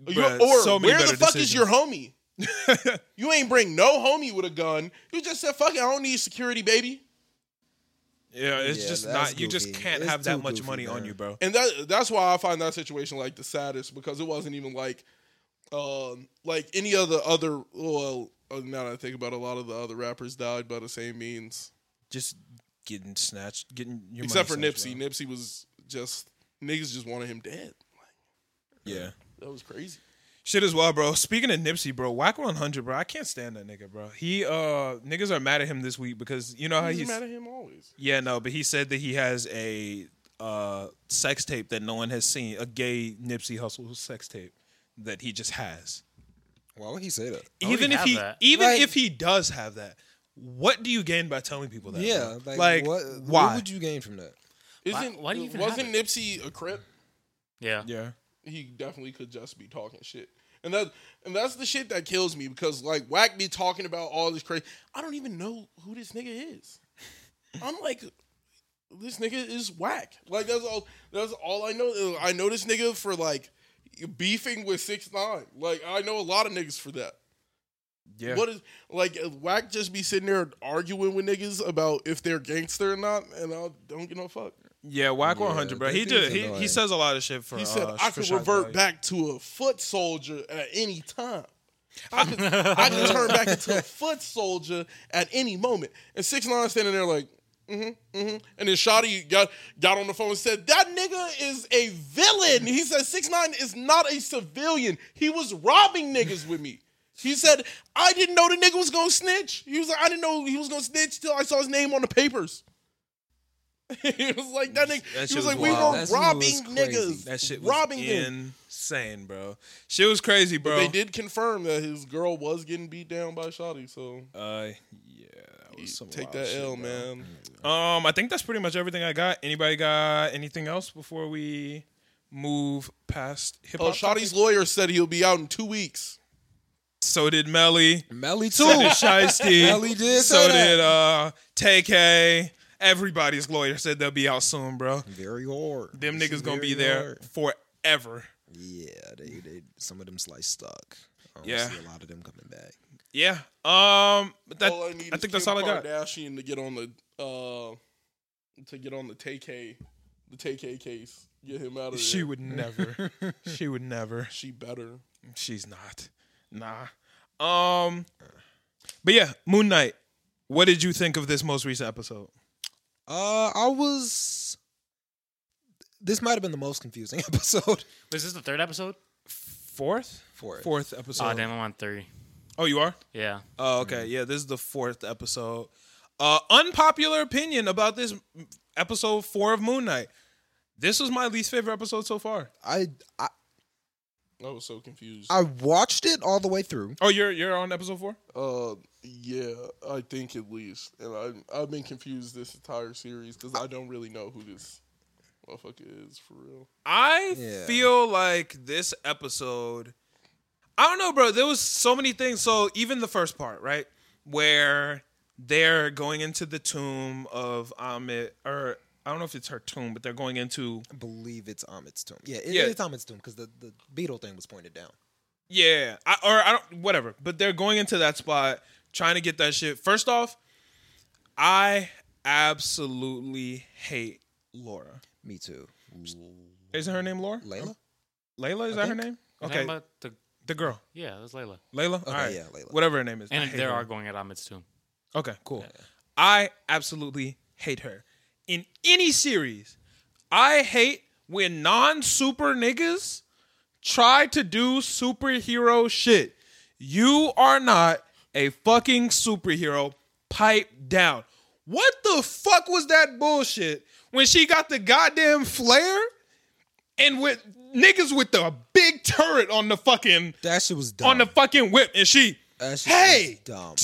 You're- Bruh, or so many where the better fuck is decisions. your homie? you ain't bring no homie with a gun. You just said, "Fuck it, I don't need security, baby." yeah, it's Yeah, just that's not you just goofy. can't It's have that too much goofy, money on bro. you, bro. And that that's why I find that situation like the saddest because it wasn't even like, um, like any of the other. Well, uh, now that I think about, it, a lot of the other rappers died by the same means, Just getting snatched, getting your except for money snatched, Nipsey. bro. Nipsey was just niggas just wanted him dead. Like, Yeah. that was crazy. Shit as well, bro. Speaking of Nipsey, bro, Whack 100, bro. I can't stand that nigga, bro. He uh niggas are mad at him this week because you know how He's he's mad at him always. Yeah, no, but he said that he has a uh sex tape that no one has seen, a gay Nipsey Hussle sex tape that he just has. Why would he say that? Oh, he even if have he that. even Like- if he does have that, what do you gain by telling people that? Yeah, bro? like, like what, why? what would you gain from that? Isn't why do you even have wasn't Nipsey a crip? Yeah. yeah. he definitely could just be talking shit. And that and that's the shit that kills me because like whack be talking about all this crazy. I don't even know who this nigga is. I'm like this nigga is whack. Like that's all that's all I know. I know this nigga for like beefing with 6 9 Like I know a lot of niggas for that. Yeah. What is like whack just be sitting there arguing with niggas about if they're gangster or not and I don't give no fuck. yeah, Whack Yeah, 100, bro. that He dude's just he, he annoying. says a lot of shit for He said uh, I for could shock revert value." back to a foot soldier at any time. I could, I could turn back into a foot soldier at any moment. And six nine standing there like, mm-hmm, mm-hmm. And then Shotty got got on the phone and said, That nigga is a villain. He said, Six nine is not a civilian. He was robbing niggas with me. He said, I didn't know the nigga was gonna snitch. He was like, I didn't know he was gonna snitch till I saw his name on the papers. he was like that nigga. That he shit was was like, we wild. were That shit was robbing crazy. niggas. That shit was robbing them. insane, bro. Shit was crazy, bro. They did confirm that his girl was getting beat down by Shotty, so Uh, yeah, that was some take wild that shit, L, bro. man. Um, I think that's pretty much everything I got. Anybody got anything else before we move past hip Oh, hop? Shotty's lawyer said he'll be out in two weeks. so did Melly. Melly So did Shiesty. Melly did So say that. did uh TK. Everybody's lawyer said they'll be out soon, bro. Very hard. Them This is niggas gonna be very there hard. forever. Yeah, they they some of them slice stuck. I don't Yeah. see a lot of them coming back. Yeah. Um. But that all I, need I is think that's Kim all I got. Kardashian to get on the uh, to get on the TK, the TK case. Get him out of she there. would never. she would never. she better. She's not. Nah. Um. But yeah, Moon Knight. What did you think of this most recent episode? Uh, I was. This might have been the most confusing episode Was this the third episode? Fourth. for it. Fourth episode. oh damn, I'm on three. Oh, you are. Yeah. Oh, okay. Yeah, this is the fourth episode. Uh, unpopular opinion about this m- episode four of Moon Knight. This was my least favorite episode so far. I, I I was so confused. I watched it all the way through. Oh, you're you're on episode four. uh, yeah, I think at least, and I I've been confused this entire series because I don't really know who this motherfucker is for real. I Yeah. feel like this episode. I don't know, bro. There was so many things. So even the first part, right, where they're going into the tomb of Amit, or I don't know if it's her tomb, but they're going into I believe it's Ahmed's tomb. Yeah, it, Yeah. it's Ahmed's tomb because the the beetle thing was pointed down. Yeah, I, or I don't. Whatever. But they're going into that spot trying to get that shit. First off, I absolutely hate Laura. Me too. Isn't her name Laura? Layla. Layla is that I her think. name? We're Okay, talking About the, the girl, yeah, it was Layla. Layla. Okay, All right, yeah, Layla. Whatever her name is. I And hate there her. are going at Ahmed's tomb. Okay, cool. I absolutely hate her. In any series, I hate when non super niggas try to do superhero shit. You are not a fucking superhero. Pipe down. What the fuck was that bullshit when she got the goddamn flare and with niggas with the big turret on the fucking That shit was dumb. on the fucking whip and she that shit was hey dumb.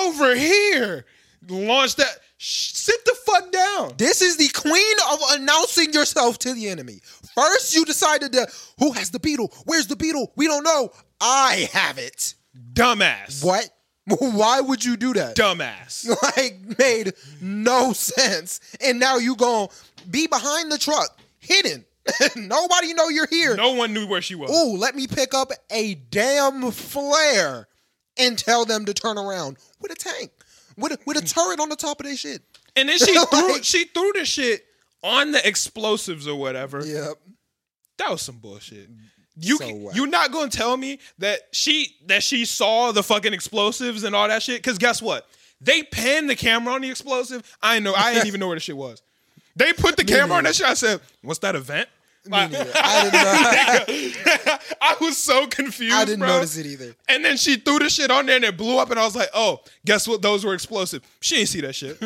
over here. Launch that. Sh- sit the fuck down. This is the queen of announcing yourself to the enemy. First, you decided to who has the beetle? Where's the beetle? We don't know. I have it. Dumbass. What? Why would you do that? Dumbass. like made no sense. And now you gon' be behind the truck, hidden. Nobody know you're here. No one knew where she was. Ooh, let me pick up a damn flare and tell them to turn around with a tank, with a, with a turret on the top of their shit. And then she threw Like- she threw the shit on the explosives or whatever. Yep. That was some bullshit. You So whack. you're not gonna tell me that she that she saw the fucking explosives and all that shit. Cause guess what? They panned the camera on the explosive. I know I didn't even know where the shit was. They put the camera on that shit. I said, "What's that event?" Like, I didn't know. I was so confused. I didn't bro. notice it either. And then she threw the shit on there and it blew up. And I was like, oh, guess what? Those were explosive. She didn't see that shit.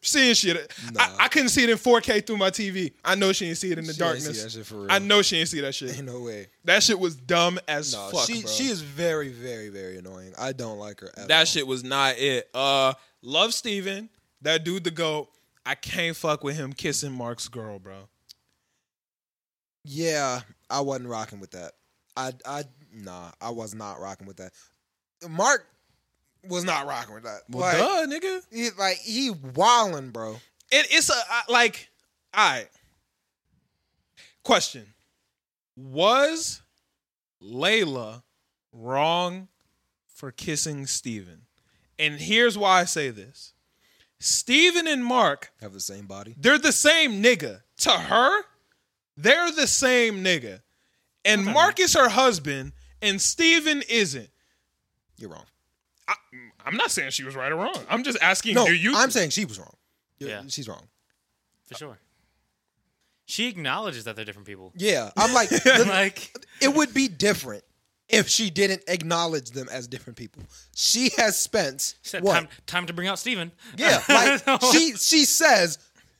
she didn't see it. I, I couldn't see it in 4K through my TV. I know she didn't see it in the She didn't see darkness. that shit for real. I know she didn't see that shit. Ain't no way. That shit was dumb as No, fuck. she bro. she is very very very annoying. I don't like her at all. that shit was not it. Uh, Love Steven, that dude the GOAT. I can't fuck with him kissing Mark's girl, bro. Yeah, I wasn't rocking with that. I I nah, I was not rocking with that. Mark was not rocking with that. Well, like, duh, nigga. He, like he wilding, bro. It, it's a I- like, all right. Question: Was Layla wrong for kissing Steven? And here's why I say this: Steven and Mark, Have the same body. they're the same nigga. To her, they're the same nigga. And Mark is her husband, and Steven isn't. You're wrong. I, I'm not saying she was right or wrong. I'm just asking. No, do you? I'm saying she was wrong. Yeah, Yeah. she's wrong. For sure. She acknowledges that they're different people. Yeah, I'm like the- like it would be different if she didn't acknowledge them as different people. She has spent she said, what? time, time to bring out Steven. Yeah, like she she says,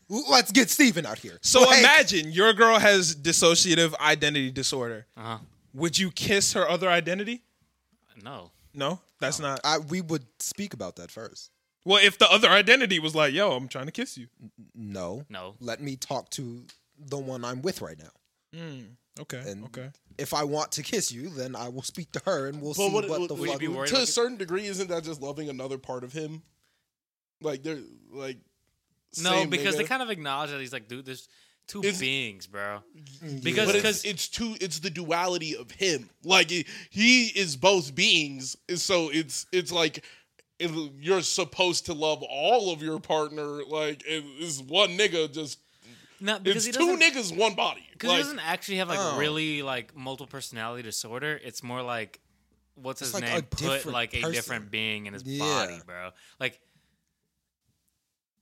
"Let's get Steven out here." So Like, imagine your girl has dissociative identity disorder. Uh-huh. Would you kiss her other identity? No. No, that's not. I, we would speak about that first. Well, if the other identity was like, "Yo, I'm trying to kiss you." No, No. Let me talk to the one I'm with right now. Mm. Okay. And okay. if I want to kiss you, then I will speak to her, and we'll see But what, what, the would you fuck. be worried to about a it? certain degree, isn't that just loving another part of him? Like they're like No, same because they nigga. kind of acknowledge that he's like, dude, this Two It's- beings, bro. But Because it's, because it's two. It's the duality of him. Like it- he is both beings, and so it's it's like it- you're supposed to love all of your partner. Like it- it's one nigga. Just not because it's he two doesn't niggas, one body. because he Like doesn't actually have like Oh. really like multiple personality disorder. It's more like what's It's his like a name put different like person. a different being in his Yeah. body, bro. Like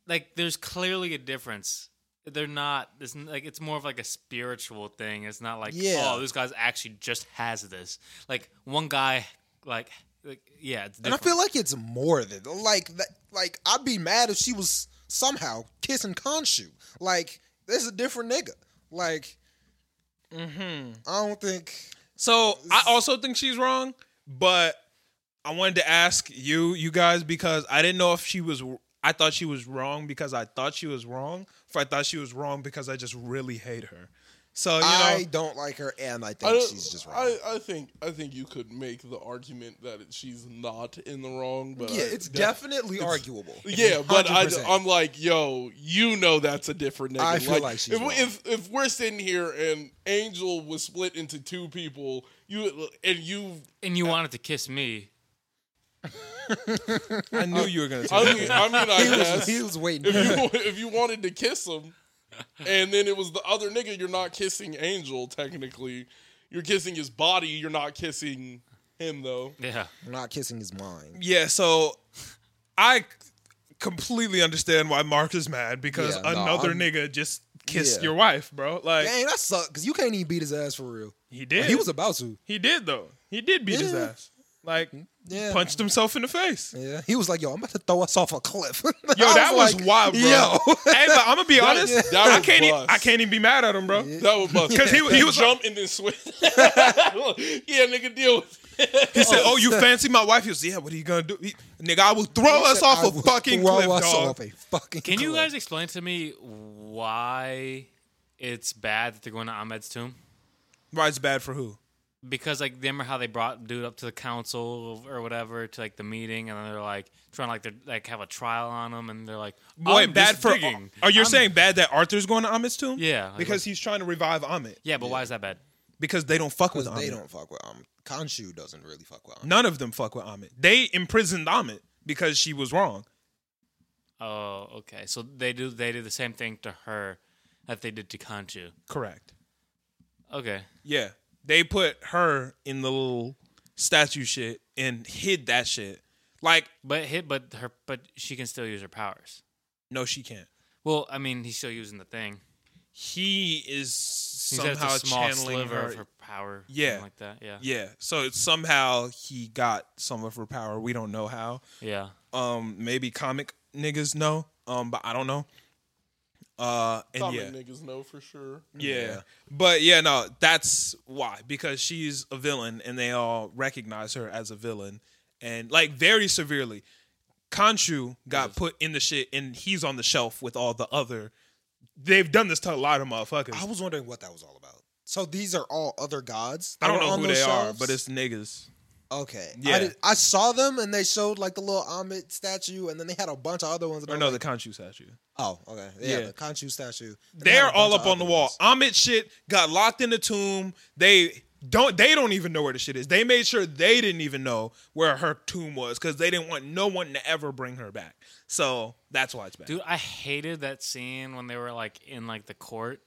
like there's clearly a difference. They're not. It's n- like it's more of like a spiritual thing. It's not like Yeah. oh, this guy's actually just has this. Like one guy, like, like yeah, it's And I different. feel like it's more than like that. Like I'd be mad if she was somehow kissing Khonshu. Like this is a different nigga. Like I don't think. So I also think she's wrong, but I wanted to ask you, you guys, because I didn't know if she was. I thought she was wrong because I thought she was wrong. If I thought she was wrong because I just really hate her. So you know, I don't like her, and I think I, she's just wrong. I, I think I think you could make the argument that she's not in the wrong. But yeah, I Uh, it's def- definitely arguable. Yeah, but I, 100%. am like, yo, you know that's a different nigga. I feel like she's if, wrong. if if we're sitting here and Angel was split into two people, you and you, and you wanted to kiss me. I knew you were gonna. I Take mean, that. I, mean, I he, was, guess he if was you waiting. if you wanted to kiss him, and then it was the other nigga, you're not kissing Angel technically. You're kissing his body. You're not kissing him though. Yeah, not kissing his mind. Yeah, so I completely understand why Mark is mad because Yeah, no, another I'm- nigga just kissed Yeah. your wife, bro. Like Dang, that sucked because you can't even beat his ass for real. he did. He was about to. he did though. He did beat his Yeah. ass. Like Yeah. punched himself in the face. Yeah, he was like, "Yo, I'm about to throw us off a cliff." Yo, Yo, that was wild, bro. Yo, hey, but I'm gonna be honest. that I was can't. e- bust. I can't even be mad at him, bro. That would bust 'Cause he- he was jump and then switch. yeah, nigga, deal with. it. He said, "Oh, you fancy my wife?" He was, "Yeah, what are you gonna do, He- nigga? I will throw us said, off "I a will fucking throw cliff, us dog." off a fucking Can you cliff." guys explain to me why it's bad that they're going to Ahmed's tomb? Right, it's bad for who? Because like remember how they brought dude up to the council or whatever to like the meeting, and then they're like trying like they're like have a trial on him, and they're like, Boy, "I'm bad just for. digging. Are you I'm-" saying bad that Arthur's going to Amit's tomb? Yeah, like, because he's trying to revive Amit. yeah, but why is that bad? Because they don't fuck with Amit. They don't fuck with um. Khonshu doesn't really fuck with um. None of them fuck with Amit. They imprisoned Amit because she was wrong. Oh, okay, so they do they do the same thing to her that they did to Kanchu. Correct. Okay, Yeah. They put her in the little statue shit and hid that shit. Like, but hit, but her, but she can still use her powers. no, she can't. Well, I mean, he's still using the thing. He is He somehow said it's a small channeling sliver her. of her power. Yeah. something like that. Yeah, Yeah. So it's somehow he got some of her power. We don't know how. yeah. Um, maybe comic niggas know. Um, but I don't know. Uh, and Common yeah. niggas know for sure. Yeah. But yeah, no, that's why. Because she's a villain and they all recognize her as a villain and like very severely. Kanchu got put in the shit and he's on the shelf with all the other they've done this to a lot of motherfuckers. I I, was wondering what that was all about. So these are all other gods. that don't were know on who they those are, shelves? but it's niggas. okay. Yeah. I, did, I saw them and they showed like the little Amit statue, and then they had a bunch of other ones. And Or I'm no, like, the Kanchu statue. oh, okay, yeah, Yeah. the Khonshu statue. And they had They're a all bunch up of on the other wall. ones. Amit shit got locked in the tomb. They don't they don't even know where the shit is. They made sure they didn't even know where her tomb was because they didn't want no one to ever bring her back. So that's why it's bad. Dude, I hated that scene when they were like in like the court,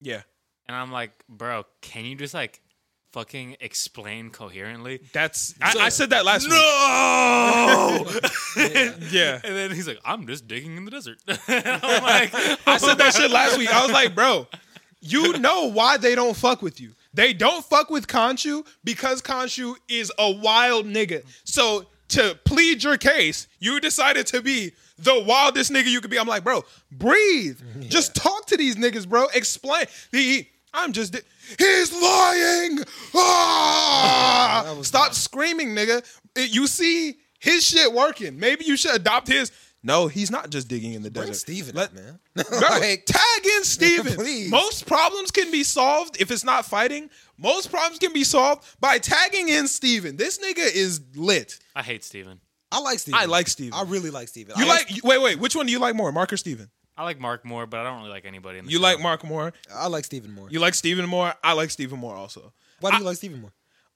Yeah. and I'm like, bro, can you just like fucking explain coherently? That's I, I said that last No. week. Yeah. and then he's like, I'm just digging in the desert. I'm like, I said that shit last week. I was like, bro, you know why they don't fuck with you. They don't fuck with Khonshu because Khonshu is a wild nigga. So to plead your case, you decided to be the wildest nigga you could be. I'm like, bro, breathe. Just talk to these niggas, bro. Explain. The I'm just di- he's lying. Ah! That was Stop screaming, nigga. It- you see his shit working. Maybe you should adopt his. No, he's not just digging in the Bring desert. Steven Let- up, man. Bro, like, tag in Steven. Please. Most problems can be solved if it's not fighting. Most problems can be solved by tagging in Steven. This nigga is lit. I hate Steven. I like Steven. I like Steven. I really like Steven. You I like, wait, wait, which one do you like more, Mark or Steven? I like Mark Moore, but I don't really like anybody in the You show. like Mark Moore. I like Stephen Moore. You like Stephen Moore. I like Stephen Moore also. Why do you like Stephen Moore?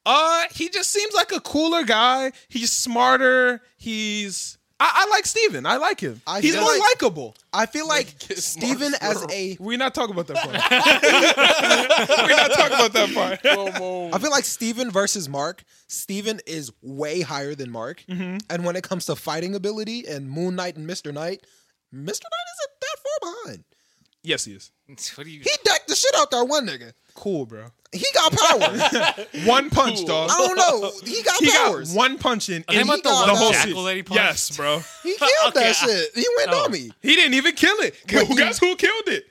Uh, he just seems like a cooler guy. He's smarter. He's I, I like Steven. I like him. I He's feel more like- likable. I feel like kiss Stephen Mark's as girl. a. We're not talking about that part. We're not talking about that part. I feel like Steven versus Mark. Steven is way higher than Mark. Mm-hmm. And when it comes to fighting ability and Moon Knight and Mr. Knight, Mr. Knight isn't that far behind. Yes, he is. What do you? He decked the shit out there one nigga. Cool, bro. He got power. One punch, dog. I don't know. He got He got powers. one punch in. How in about the got one that. shit. jackal lady punch? Yes, bro. He killed Okay, I- that shit. He went Oh. on me. He didn't even kill it. But Who- he- guess who killed it?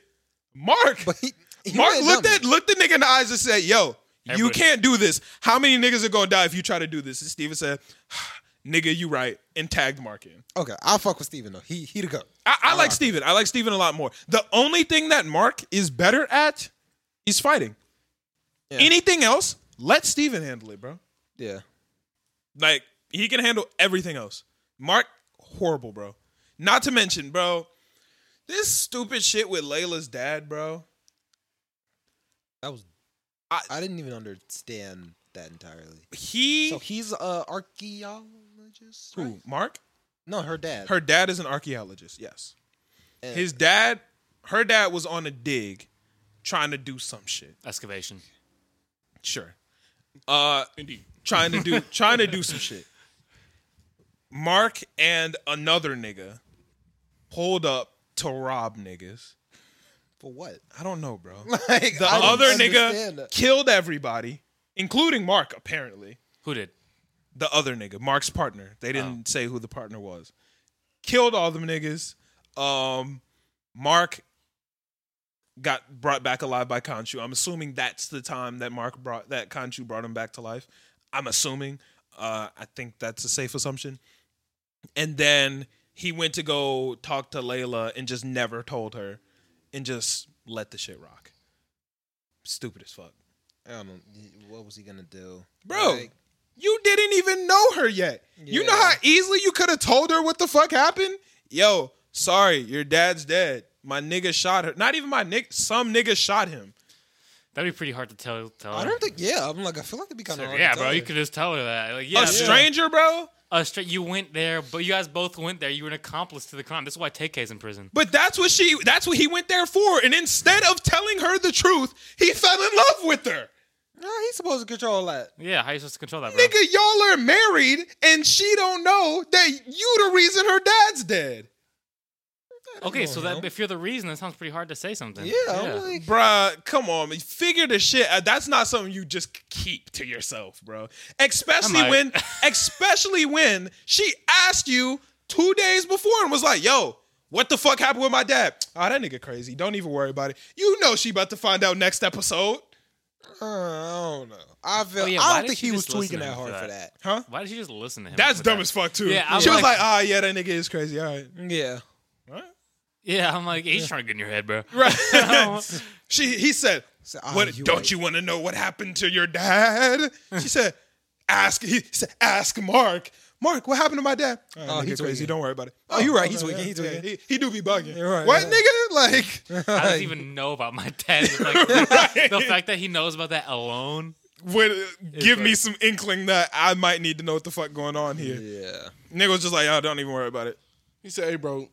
Mark. But he, he Mark went looked dummy. at looked the nigga in the eyes and said, "Yo, you Everybody- can't do this. How many niggas are gonna die if you try to do this?" And Steven said, "Nigga, you right." And tagged Mark in. Okay, I'll fuck with Steven though. He he the go. I, I like Steven. I like Steven a lot more. The only thing that Mark is better at is fighting. Yeah. Anything else, let Steven handle it, bro. Yeah. Like he can handle everything else. Mark, horrible, bro. Not to mention, bro, this stupid shit with Layla's dad, bro. That was I, I- didn't even understand that entirely. He So he's a archaeologist? right? who? Mark? No, her dad. Her dad is an archaeologist. Yes. And- His dad, her dad was on a dig trying to do some shit. Excavation. Sure. Uh Indeed. trying to do trying to do some shit. Mark and another nigga pulled up to rob niggas. for what? I don't know, bro. Like The I don't other understand nigga that. killed everybody, including Mark, apparently. Who did? The other nigga, Mark's partner. They didn't say who the partner was. Killed all them niggas. Um Mark got brought back alive by Kanchu. I'm assuming that's the time that Mark brought that Kanchu brought him back to life. I'm assuming. Uh, I think that's a safe assumption. And then he went to go talk to Layla and just never told her, and just let the shit rock. Stupid as fuck, I don't know. What was he gonna do? bro. Like, you didn't even know her yet. You know Yeah. how easily you could have told her what the fuck happened. Yo, sorry, your dad's dead. My nigga shot her. Not even my nigga. Some nigga shot him. That'd be pretty hard to tell. tell I her. don't think yeah, I'm like I feel like it'd be kinda So, hard yeah, to bro. tell You her. could just tell her that. Like, yeah, a stranger, bro. a stra- You went there, but you guys both went there. You were an accomplice to the crime. This is why TK's in prison. But that's what she that's what he went there for. And instead of telling her the truth, he fell in love with her. Nah, he's supposed to control that. Yeah, how you supposed to control that, bro? Nigga, y'all are married and she don't know that you the reason her dad's dead. okay, so know. that if you're the reason, that sounds pretty hard to say something. Yeah, I'm like Bruh, come on, man. Figure the shit out. That's not something you just keep to yourself, bro. Especially I might. when especially when she asked you two days before and was like, yo, what the fuck happened with my dad? Oh, that nigga crazy. Don't even worry about it. You know she about to find out next episode. uh, I don't know. I feel Oh, yeah, I why don't did think she he was just tweaking listen to that him hard for for that. that? Huh? Why did she just listen to him? That's for dumb that? as fuck too. Yeah, I'm she was like, like- ah, yeah, that nigga is crazy. All right, Yeah. Yeah, I'm like, he's trying to get in your head, bro. right. she he said, So, ah, what? you don't right. you want to know what happened to your dad? She said, ask. He said, ask Mark. Mark, what happened to my dad? Oh, oh, he he's crazy. tweaking. Don't worry about it. Oh, you right, he tweaking, he tweaking. he, he do be bugging. You're right, what yeah. nigga? Like I don't even know about my dad. It's Like, The fact that he knows about that alone. would give me like- some inkling that I might need to know what the fuck going on here. Yeah. Nigga was just like, oh, don't even worry about it. He said, "Hey, bro."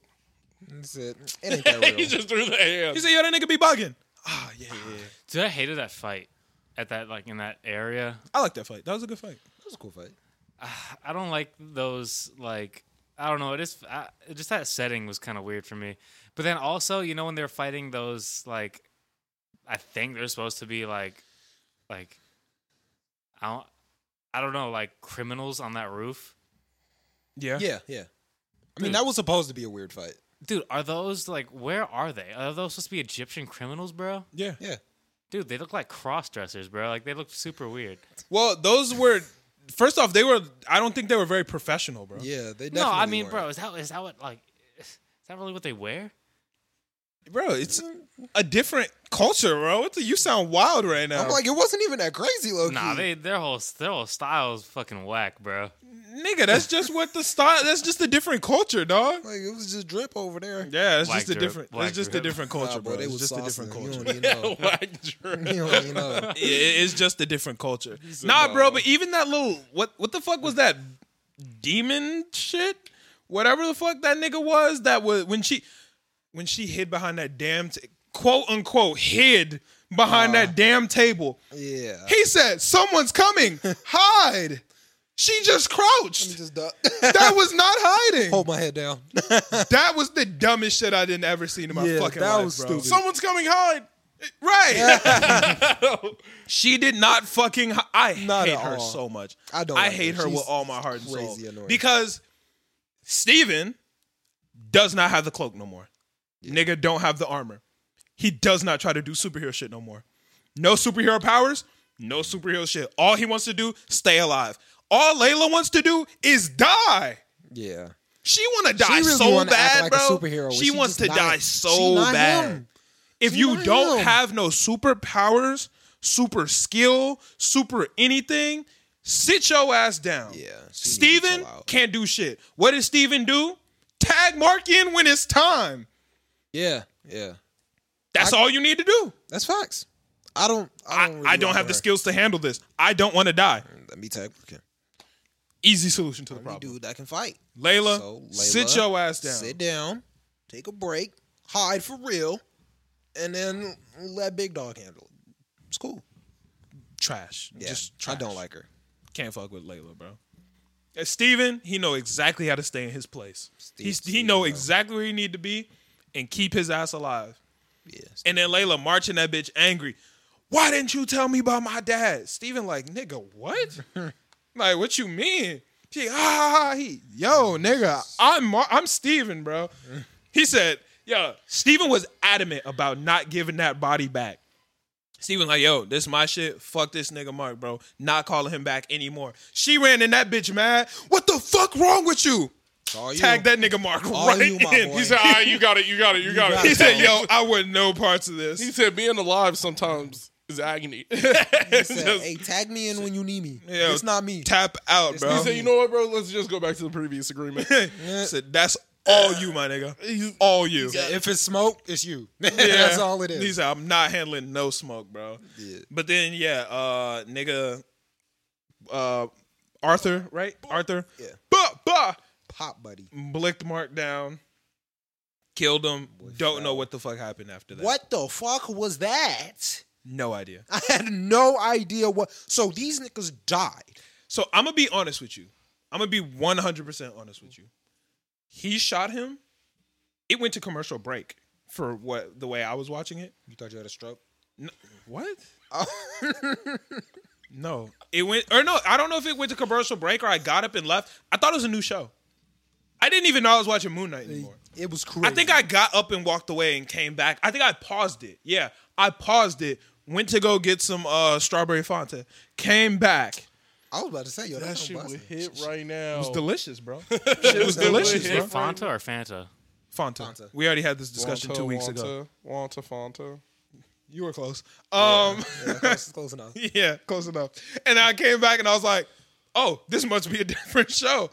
That's it. It ain't that He real. just threw the hand. He said, yo, that nigga be bugging. Ah, yeah, yeah, yeah. Dude, I hated that fight at that like in that area. I like that fight. That was a good fight. That was a cool fight. I don't like those like I don't know. It is I, it just that setting was kind of weird for me. But then also, you know, when they're fighting those like, I think they're supposed to be like, like, I don't, I don't know, like criminals on that roof. Yeah. Yeah, yeah. I mean, that was supposed to be a weird fight. Dude, are those like where are they? Are those supposed to be Egyptian criminals, bro? Yeah. Yeah. Dude, they look like cross dressers, bro. Like they look super weird. Well, those were first off, they were I don't think they were very professional, bro. Yeah, they definitely No, I mean, were. bro, is that is that what like is that really what they wear? bro. It's a different culture, bro. It's you sound wild right now. I'm like, it wasn't even that crazy, low Nah, they their whole their whole style is fucking whack, bro. nigga, that's just what the style. That's just a different culture, dog. like it was just drip over there. Yeah, it's Black just a drip, different. black It's just drip. a different Nah, culture, bro, bro. they It's was just a saucing. different You culture. don't even know. Whack drip. You don't even know. It- it's just a different culture. Nah, bro, but even that little what what the fuck was that demon shit? Whatever the fuck that nigga was that was when she when she hid behind that damn t- quote unquote hid behind that damn table. Yeah. He said, "Someone's coming. Hide." She just crouched. Just duck. That was not hiding. Hold my head down. That was the dumbest shit I didn't ever seen in my Yeah, fucking that life, was bro. stupid. Someone's coming hide. Right. she did not fucking. hi- I Not hate at her all. so much. I don't I like hate her. her with She's all my heart and soul. crazy annoying. Because Steven does not have the cloak no more. Nigga don't have the armor. He does not try to do superhero shit no more. No superhero powers. No superhero shit. All he wants to do, stay alive. All Layla wants to do is die. Yeah. She want to die really so wanna act bad, like a bro. superhero when she, she wants to just not- die she so not bad. him. If She you not don't him. have no superpowers, super skill, super anything, sit your ass down. Yeah, she need to Steven chill out. can't do shit. What does Steven do? Tag Mark in when it's time. Yeah. Yeah. That's all you need to do. That's facts. I don't. I I, don't, really I don't like have her. the skills to handle this. I don't want to die. Let me tag Brooklyn. Easy solution to the Only problem. dude that can fight. Layla, So, Layla, sit your ass down. Sit down. Take a break. Hide for real, and then let Big Dog handle it. It's cool. Trash. Yeah. Just I trash. don't like her. can't fuck with Layla, bro. And Steven, he know exactly how to stay in his place. Steve- He's, he Steven, know bro. exactly where he need to be and keep his ass alive. Yes. And then Layla marching that bitch angry. Why didn't you tell me about my dad? Steven like, nigga, what? like, what you mean? She, ah, he, yo, nigga, I'm Mar- I'm Steven, bro. he said, yo, Steven was adamant about not giving that body back. Steven like, yo, this my shit. Fuck this nigga Mark, bro. Not calling him back anymore. She ran in that bitch mad. What the fuck wrong with you? It's all you. Tag that nigga Mark All right you, my in. boy. He said, "Ah, you got it. You got it. You got it." got He it. said, yo, I want no parts of this. He said, "Being alive sometimes is agony." he Said, just- hey, tag me in when you need me. Yeah. it's not me. Tap out, bro. he said, "You know what, bro? Let's just go back to the previous agreement." He said, that's all you, my nigga. All you. if it's smoke, it's you. Yeah. That's all it is. He said, I'm not handling no smoke, bro. Yeah. But then, yeah, uh, nigga, uh, Arthur, right? Arthur. Yeah. Bah, bah, Pop, buddy. blicked Mark down, killed him. Don't know what the fuck happened after that. What the fuck was that? No idea. I had no idea what. So these niggas died. So I'm gonna be honest with you. I'm gonna be 100 percent honest with you. He shot him. It went to commercial break for what the way I was watching it. You thought you had a stroke? Oh. N- what? no, it went or no. I don't know if it went to commercial break or I got up and left. I thought it was a new show. I didn't even know I was watching Moon Knight anymore. It was crazy. I think I got up and walked away and came back. I think I paused it. Yeah, I paused it. Went to go get some uh, strawberry Fanta. Came back. I was about to say, yo, That that's shit that would shit hit right Oh. now. It was delicious, bro. Shit was delicious, Is it bro. Fanta or Fanta? Fanta. Fanta. We already had this discussion Wanta, two weeks Wanta, ago. Wanta Fanta. You were close. Um, yeah, close, close enough. yeah. close enough. And I came back and I was like, "Oh, this must be a different show."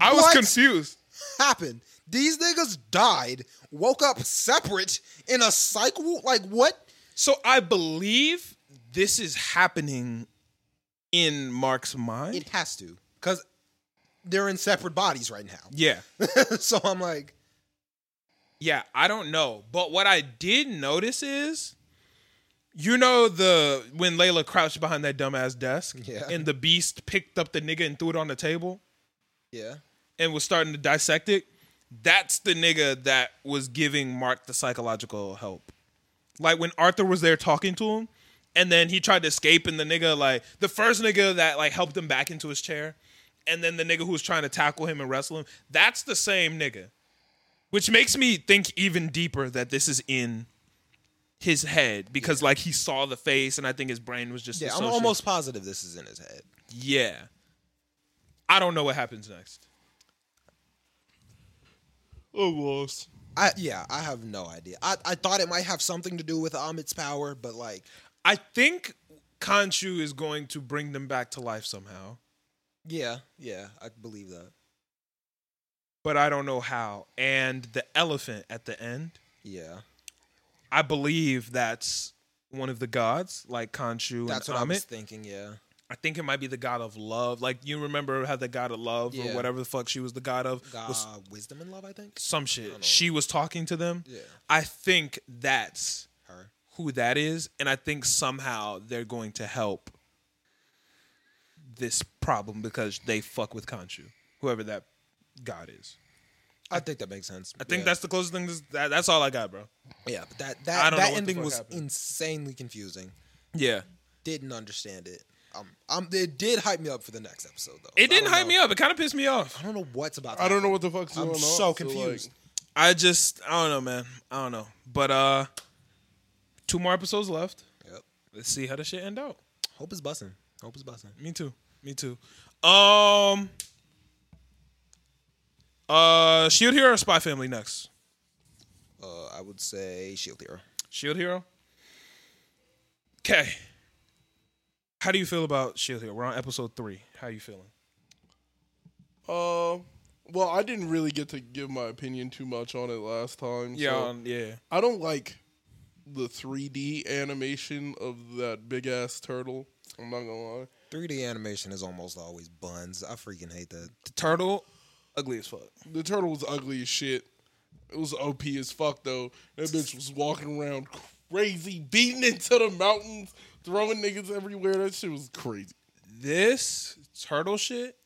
I was What? confused. Happened. These niggas died, woke up separate in a cycle. Like what? So I believe this is happening in Mark's mind. It has to, cause they're in separate bodies right now. yeah. so I'm like, Yeah, I don't know. But what I did notice is you know the when Layla crouched behind that dumbass desk Yeah. and the beast picked up the nigga and threw it on the table? yeah, and was starting to dissect it, that's the nigga that was giving Mark the psychological help. Like when Arthur was there talking to him, and then he tried to escape, and the nigga like the first nigga that like helped him back into his chair, and then the nigga who was trying to tackle him and wrestle him, that's the same nigga. Which makes me think even deeper that this is in his head because like he saw the face and I think his brain was just yeah. I'm dissociated. almost positive this is in his head. yeah. I don't know what happens next. Oh, lost. I yeah, I have no idea. I, I thought it might have something to do with Amit's power, but like I think Khonshu is going to bring them back to life somehow, yeah, yeah, I believe that. but I don't know how. And the elephant at the end, Yeah. I believe that's one of the gods, like Khonshu That's and what I was Amit. thinking, yeah. I think it might be the god of love. Like you remember how the god of love Yeah. or whatever the fuck she was the god of God, was wisdom and love, I think. some know. shit. She was talking to them. Yeah. I think that's Her. who that is, and I think somehow they're going to help this problem because they fuck with Khonshu, whoever that god is. I think that makes sense. I think yeah. that's the closest thing. That's, that, that's all I got, bro. yeah, but that I that, don't know what that the ending fuck was happened. insanely confusing. Yeah, Didn't understand it. Um, um, it did hype me up for the next episode though. it didn't I don't hype me know- up. It kind of pissed me off. I don't know what's about. To I don't know happen. what the fuck's going I'm on. so like, confused. I just I don't know, man. I don't know. But uh, two more episodes left. Yep. Let's see how this shit end out. Hope is busting. Hope is busting. Me too. Me too. Um. Uh, Shield Hero or Spy Family next? Uh, I would say Shield Hero. Shield Hero. Okay. How do you feel about Shield Hero? We're on episode three. How you feeling? uh, well, I didn't really get to give my opinion too much on it last time. so um, yeah. I don't like the 3D animation of that big ass turtle. I'm not gonna lie. 3D animation is almost always buns. I freaking hate that. The turtle, ugly as fuck. The turtle was ugly as shit. It was OP as fuck though. That bitch was walking around crazy, beating into the mountains, throwing niggas everywhere. That shit was crazy. This turtle shit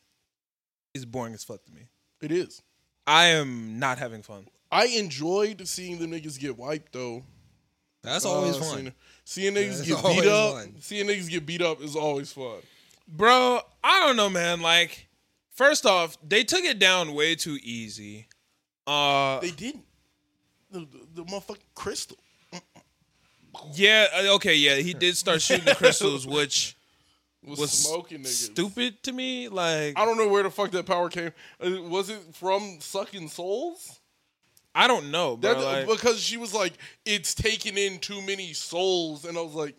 is boring as fuck to me. It is. I am not having fun. I enjoyed seeing the niggas get wiped though. That's Oh, always Uh, fun. Seeing, seeing niggas That's get always beat up, fun. seeing niggas get beat up is always fun. Bro, I don't know, man. Like, first off, they took it down way too easy. Uh, They didn't. The, the, the motherfucking crystal. yeah, uh, okay, yeah, he did start shooting the crystals, which was, was smoking niggas. stupid to me. Like, I don't know where the fuck that power came. Uh, Was it from sucking souls? I don't know, bro. like, That- because she was like, "It's taking in too many souls," and I was like,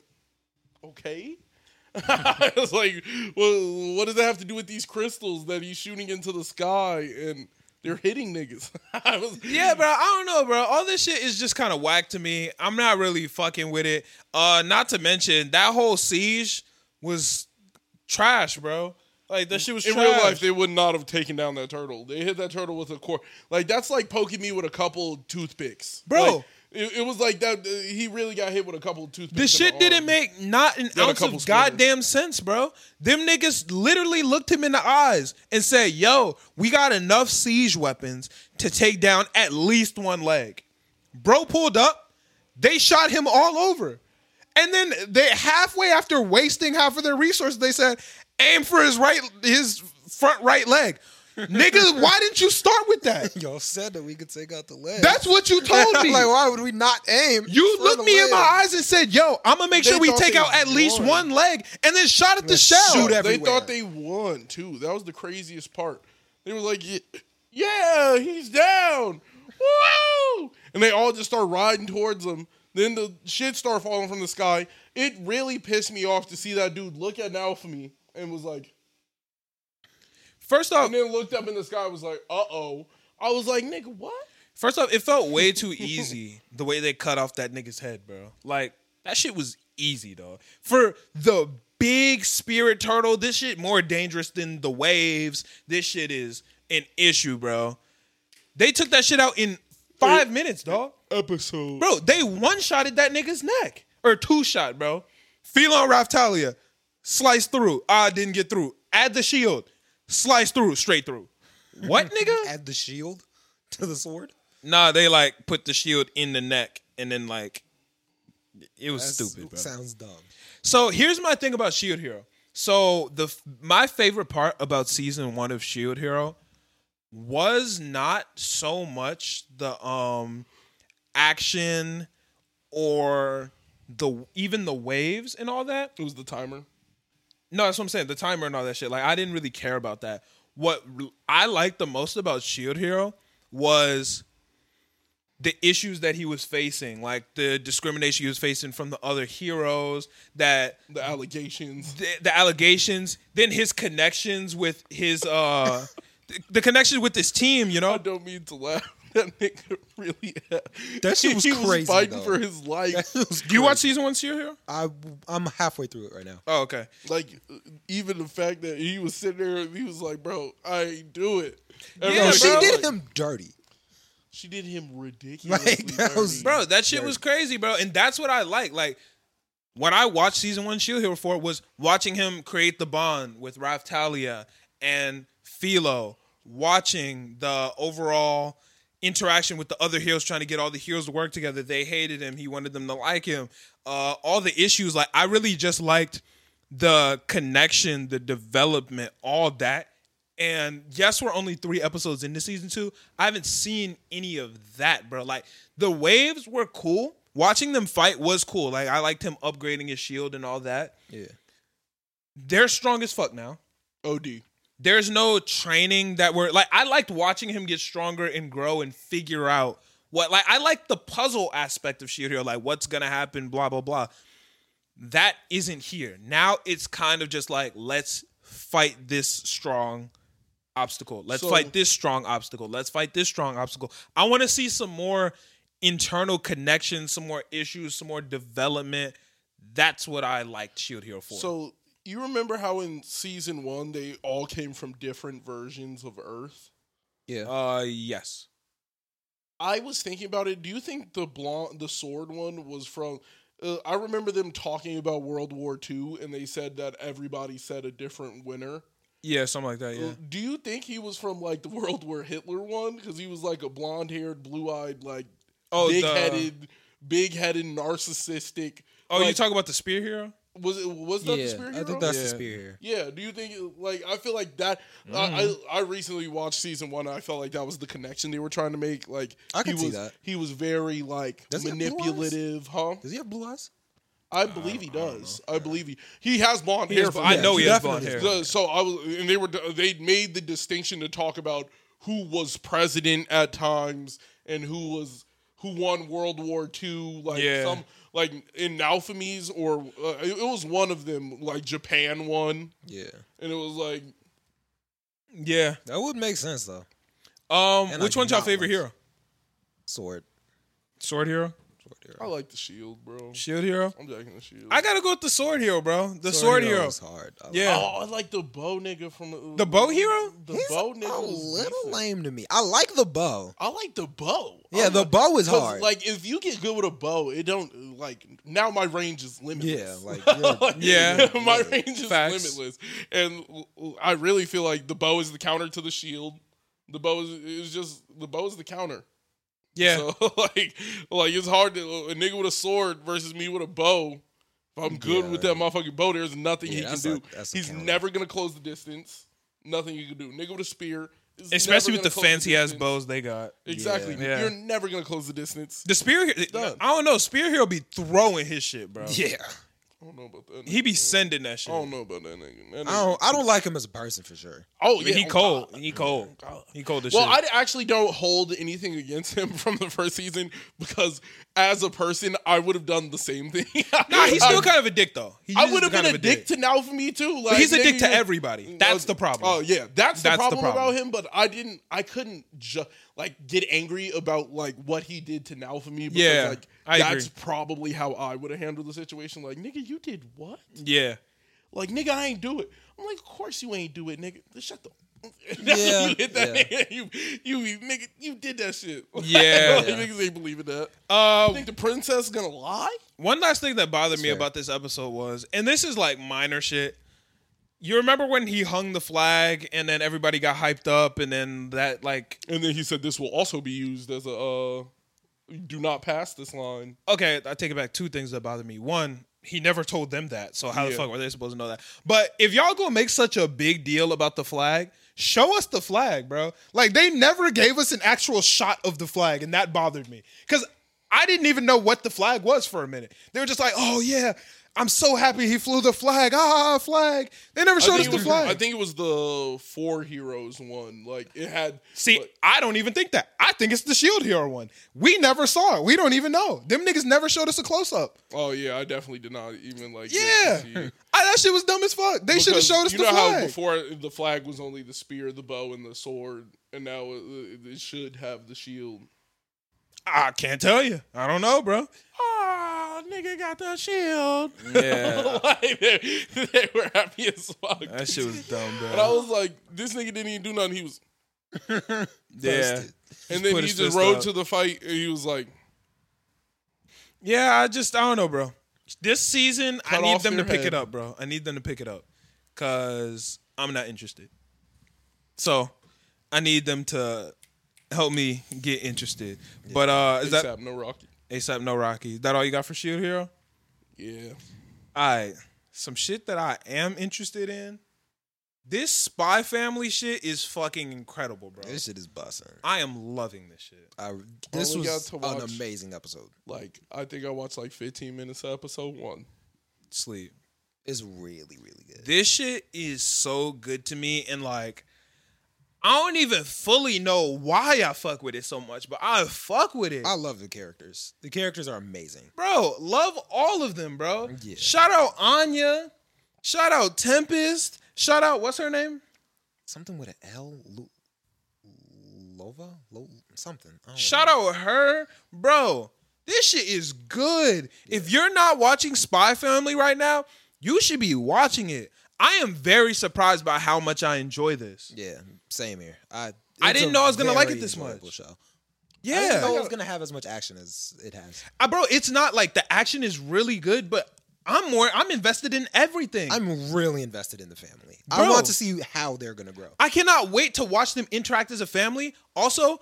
"Okay." I was like, "Well, what does that have to do with these crystals that he's shooting into the sky and they're hitting niggas?" I was, yeah, bro, I don't know, bro. All this shit is just kind of whack to me. I'm not really fucking with it. Uh, not to mention that whole siege was trash, bro. Like that shit was In trash. real life, they would not have taken down that turtle. They hit that turtle with a core. Like that's like poking me with a couple toothpicks, Bro. Like, it, it was like that. uh, he really got hit with a couple toothpicks. The in shit the didn't arm. make not an a ounce couple of goddamn sense, bro. Them niggas literally looked him in the eyes and said, "Yo, we got enough siege weapons to take down at least one leg." Bro pulled up, they shot him all over, and then they halfway after wasting half of their resources, they said, "Aim for his right, his front right leg." Nigga, why didn't you start with that? Y'all said that we could take out the leg. That's what you told me. like, why would we not aim? You for looked the me in leg? my eyes and said, "Yo, I'm gonna make They sure we thought take they out at least won. one leg," and then shot at the Let's shell. shoot at- They everywhere. thought they won too. That was the craziest part. They were like, "Yeah, "Yeah, he's down!" Woo! And they all just start riding towards him. Then the shit start falling from the sky. It really pissed me off to see that dude look at Naofumi and was like, First off, and then looked up in the sky and was like, "Uh oh." I was like, "Nigga, what?" first off, it felt way too easy the way they cut off that nigga's head, bro. Like that shit was easy, dog. For the big spirit turtle, this shit more dangerous than the waves. This shit is an issue, bro. They took that shit out in five minutes, dog. Episode. Bro, they one shotted that nigga's neck. Or two shot, bro. Felon Raftalia, slice through. Ah, didn't get through. Add the shield, slice through, straight through. What, nigga? Add the shield to the sword. nah, they like put the shield in the neck and then like. It was That's- stupid, bro. Sounds dumb. So here's my thing about Shield Hero. So the f- my favorite part about season one of Shield Hero was not so much the um action or the even the waves and all that. It was the timer. No, that's what I'm saying. The timer and all that shit. Like I didn't really care about that. What r- I liked the most about Shield Hero was the issues that he was facing, like the discrimination he was facing from the other heroes, that the allegations. the, the allegations, then his connections with his uh the, the connections with his team, you I know. don't mean to laugh. That nigga really. That shit was he crazy, was fighting though. for his life. Do you watch season one, Serial Hero? I I'm halfway through it right now. Oh, okay. like even the fact that he was sitting there, he was like, "Bro, I ain't do it." Yeah, No, bro, she did Like, him dirty. She did him ridiculously. Like, that was- dirty. Bro, that shit was crazy, bro. And that's what I like. Like when I watched season one Shield Hero for was watching him create the bond with Raf Talia and Philo, watching the overall interaction with the other heroes trying to get all the heroes to work together. They hated him. He wanted them to like him. Uh, all the issues. Like I really just liked the connection, the development, all that. And yes, we're only three episodes into season two. I haven't seen any of that, bro. Like the waves were cool. Watching them fight was cool. Like I liked him upgrading his shield and all that. Yeah. They're strong as fuck now. OD. There's no training that were like I liked watching him get stronger and grow and figure out what like I like the puzzle aspect of Shield Hero, like what's gonna happen, blah blah blah. That isn't here. Now it's kind of just like let's fight this strong obstacle. Let's So- fight this strong obstacle. Let's fight this strong obstacle. I want to see some more internal connections, some more issues, some more development. That's what I liked Shield Hero for. So you remember how in season one they all came from different versions of Earth? Yeah. Oh, uh yes. I was thinking about it. Do you think the blonde, the sword one, was from? Uh, I remember them talking about World War II, and they said that everybody said a different winner. Yeah, something like that, yeah. Uh, Do you think he was from like the World War Hitler one? Because he was like a blonde-haired, blue-eyed, like Oh, the- big-headed, big-headed, narcissistic. Oh, you like, talking about the spear hero? was it was that yeah, the spirit I hero? think that's Yeah. the spear here. Yeah, do you think like I feel like that? Mm. I, I I recently watched season one. And I felt like that was the connection they were trying to make. Like I can he see was, that. he was very like Does he have blue eyes? manipulative, huh? Does he have blue eyes? I believe he does. I believe he he has blonde He hair. has- for I that. know he has definitely blonde hair. is. So, so I was, and they were they made the distinction to talk about who was president at times and who was who won World War II, like Yeah. some like in Alphemies or uh, it it was one of them, like Japan won, Yeah. and it was like Yeah. That would make sense though. Um, And I which do one's your not favorite like- hero? Sword. Sword hero, Sword I hero. like the shield, bro. shield hero. I'm jacking the shield. I gotta go with the sword hero, bro. The sword, hero. is hard. I like Yeah. it. oh, I like the bow nigga from The bow hero? The He's bow nigga. a was little decent. lame to me. I like the bow. I like the bow. Yeah, I'm the like- bow is 'Cause, hard. Like if you get good with a bow, it don't like now my range is limitless. Yeah, like, you're- Yeah. my range is Facts. limitless, and l- l- I really feel like the bow is the counter to the shield. The bow is, is just the bow is the counter. Yeah. So like, like it's hard to a nigga with a sword versus me with a bow. If I'm good Yeah, with that motherfucking bow, there's nothing Yeah, he can that's do. a- that's a He's counter. never gonna close the distance. Nothing you can do. Nigga with a spear, is Especially with the never gonna close fancy ass distance. bows they got. Exactly. Yeah. You're never gonna close the distance. The spear. hero. Done. I don't know. Spear hero be throwing his shit, bro. Yeah. I don't know about that. He nigga. be sending that shit. I don't know about that nigga. That I nigga- don't I don't like him as a person for sure. Oh, But yeah. he oh, cold. God. He cold. God. He cold as Well, I shit. actually don't hold anything against him from the first season because as a person, I would have done the same thing. nah, he's still I, kind of a dick though. He I is would have kind been of a dick, to now for me too. Like But he's a nigga, dick to you- everybody. That's the problem. Oh yeah, That's that's, the, the problem problem. about him. But I didn't, I couldn't ju- like get angry about like what he did to now for me. Because, Yeah, like, I agree. that's probably how I would have handled the situation. Like nigga, you did what? Yeah. Like nigga, I ain't do it. I'm like, of course you ain't do it, nigga. Just shut the. Yeah, you hit that yeah. nigga. You, you, you, nigga, you did that shit. Yeah. like, niggas ain't believing that. Uh, I think the princess gonna lie. One last thing that bothered me fair. about this episode was, and this is like minor shit. You remember when he hung the flag and then everybody got hyped up and then that like And then he said, "This will also be used as a uh, do not pass this line." okay, I take it back. Two things that bothered me. One, he never told them that, so how the Yeah. fuck were they supposed to know that? But if y'all gonna make such a big deal about the flag, show us the flag, bro. Like they never gave us an actual shot of the flag, and that bothered me because I didn't even know what the flag was for a minute. They were just like, "Oh yeah, I'm so happy he flew the flag. Ah, flag. They never I showed us think, it the was, flag. I think it was the four heroes one. Like it had. See, like- I don't even think that. I think it's the Shield Hero one. We never saw it. We don't even know. Them niggas never showed us a close up. oh yeah, I definitely did not even like. Yeah. Get to see I, it. that shit was dumb as fuck. They should have Because showed us you the know flag. How before the flag was only the spear, the bow, and the sword, and now it, it should have the shield. I can't tell you. I don't know, bro. Oh, nigga got the shield. Yeah. like, they, they were happy as fuck. that shit was dumb, And I bro. was like, this nigga didn't even do nothing. He was, Yeah. and then put he his just fist rode up. to the fight, and he was like, Yeah, I just I don't know, bro. This season, I Cut need off them to your pick head. it up, bro. I need them to pick it up because I'm not interested. So I need them to help me get interested. But uh, is that ASAP, no Rocky. ASAP No Rocky? Is that all you got for Shield Hero? Yeah. All right, some shit that I am interested in. This Spy Family shit is fucking incredible, bro. This shit is busting. I am loving this shit. I, this Only was got to an watch- amazing episode. Like, I think I watched like 15 minutes of episode one. Sleep. It's really, really good. this shit is so good to me and like I don't even fully know why I fuck with it so much, but I fuck with it. I love the characters. The characters are amazing. bro, love all of them, bro. Yeah. Shout out Anya. Shout out Tempest. Shout out what's her name? Something with an L, Lu- Lova, Lo- something. I don't Shout out her, bro. This shit is good. If you're not watching Spy Family right now, you should be watching it. I am very surprised by how much I enjoy this. Yeah, same here. I I it's didn't a know I was gonna like very it this enjoyable much. Show. Yeah, I didn't know it was gonna have as much action as it has. I, Uh, bro, it's not like the action is really good, but I'm more I'm invested in everything. I'm, I'm really invested in the family. I Bro. want to see how they're gonna grow. I cannot wait to watch them interact as a family. Also,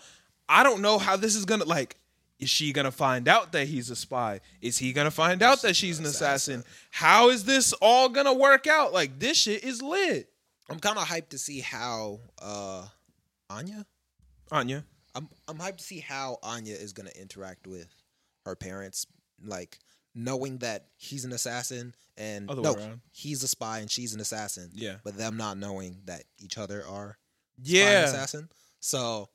I don't know how this is gonna like. Is she gonna find out that he's a spy? Is he gonna find out that she's an assassin? How is this all gonna work out? Like this shit is lit. I'm kind of hyped to see how uh Anya. Anya, I'm I'm hyped to see how Anya is gonna interact with her parents, like knowing that he's an assassin and Other way no, around. he's a spy and she's an assassin. Yeah. but them not knowing that each other are spy and yeah, assassin. So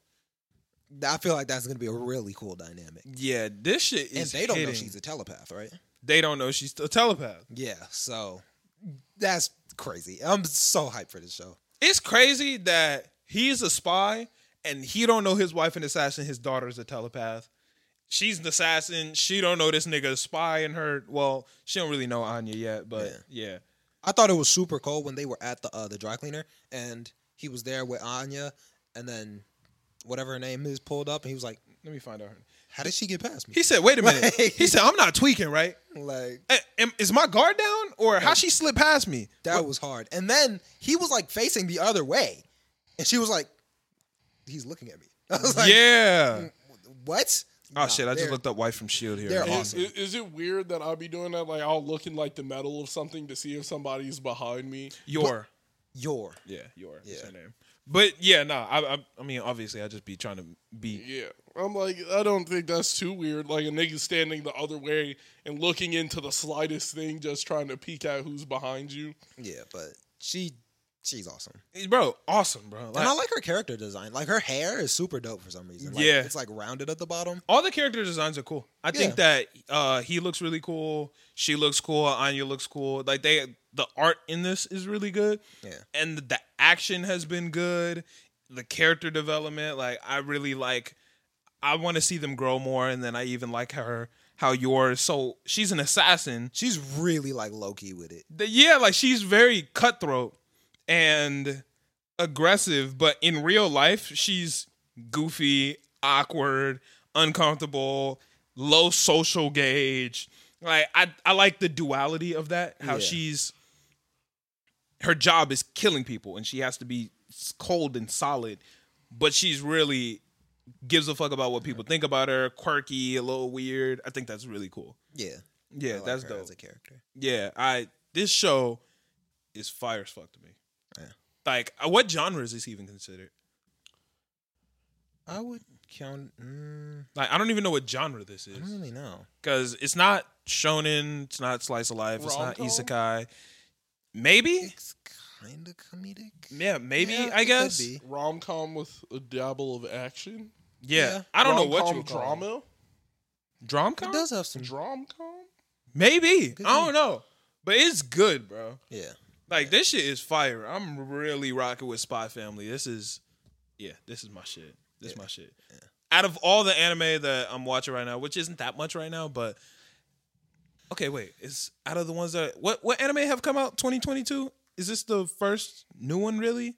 th- I feel like that's gonna be a really cool dynamic. yeah, this shit And is. they don't know hitting. she's a telepath, right? They don't know she's a telepath. Yeah, so that's crazy. I'm so hyped for this show. It's crazy that he's a spy and he don't know his wife an assassin. His daughter's a telepath. She's an assassin. She don't know this nigga a spy and her. Well, she don't really know Anya yet, but yeah. I thought it was super cold when they were at the uh, the dry cleaner and he was there with Anya, and then whatever her name is pulled up and he was like, Let me find out. Her. "How did she get past me?" He said, "Wait a minute." he said, "I'm not tweaking, right? like Eh, am- Is my guard down or how she slip past me?" that was hard. And then he was like facing the other way, and she was like, "He's looking at me." I was like, yeah. "What?" Oh shit! I just they're- looked up wife from Shield here. they're Yeah. Is, Awesome. is, is it weird that I'll be doing that? Like, I'll look in like the metal of something to see if somebody's behind me. Your. Your Yeah, your. Yeah. Yeah. Her name. But yeah, no. I, I, I mean, obviously, I just be trying to be. Yeah. I'm like, I don't think that's too weird. Like, a nigga standing the other way and looking into the slightest thing, just trying to peek at who's behind you. yeah, but she she's awesome, Bro, awesome, bro. Like- and I like her character design. Like her hair is super dope for some reason. Like, Yeah. it's like rounded at the bottom. all the character designs are cool. I think that uh, he looks really cool. She looks cool. Anya looks cool. Like they, the art in this is really good. Yeah. and the action has been good. The character development, like I really like. I want to see them grow more, and then I even like her. How yours? So she's an assassin. She's really like low key with it. The- yeah, like she's very cutthroat and aggressive, but in real life, she's goofy, awkward, uncomfortable, low social gauge. Like I, I like the duality of that. How Yeah. she's her job is killing people, and she has to be s- cold and solid, but she's really gives a fuck about what people think about her. Quirky, a little weird. I think that's really cool. Yeah, I Yeah, like that's her dope. as a character. Yeah, I this show is fire as fuck to me. Yeah. Like, uh, what genre is this even considered? I would Kyon. Mm, Like I don't even know what genre this I don't is really know. because it's not shonen, it's not slice of life, it's not Rom-com? isekai. Maybe, It's kind of comedic. yeah, maybe Yeah, it I could guess. be. Rom com with a dabble of action. Yeah. Yeah. I don't know what you Rom-com would call Mm. it. drama. Dromcom? It does have some. Drom com. Maybe. Could I be. don't know. But it's good, bro. Yeah. Like this shit is fire. I'm really rocking with Spy Family. This is yeah, this is my shit. This is my shit. Out of all the anime that I'm watching right now, which isn't that much right now, but okay, wait. It's out of the ones that what what anime have come out 2022? Is this the first new one really?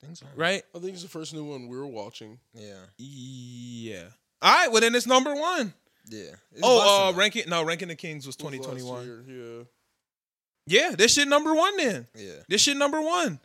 Things are. Right? I think it's the first new one we were watching. Yeah. Yeah. All right, well then it's number 1. Yeah. It's oh, uh busting. ranking no, ranking the kings was It was last 2021. year, Yeah. Yeah, this shit number 1 then. Yeah. This shit number 1.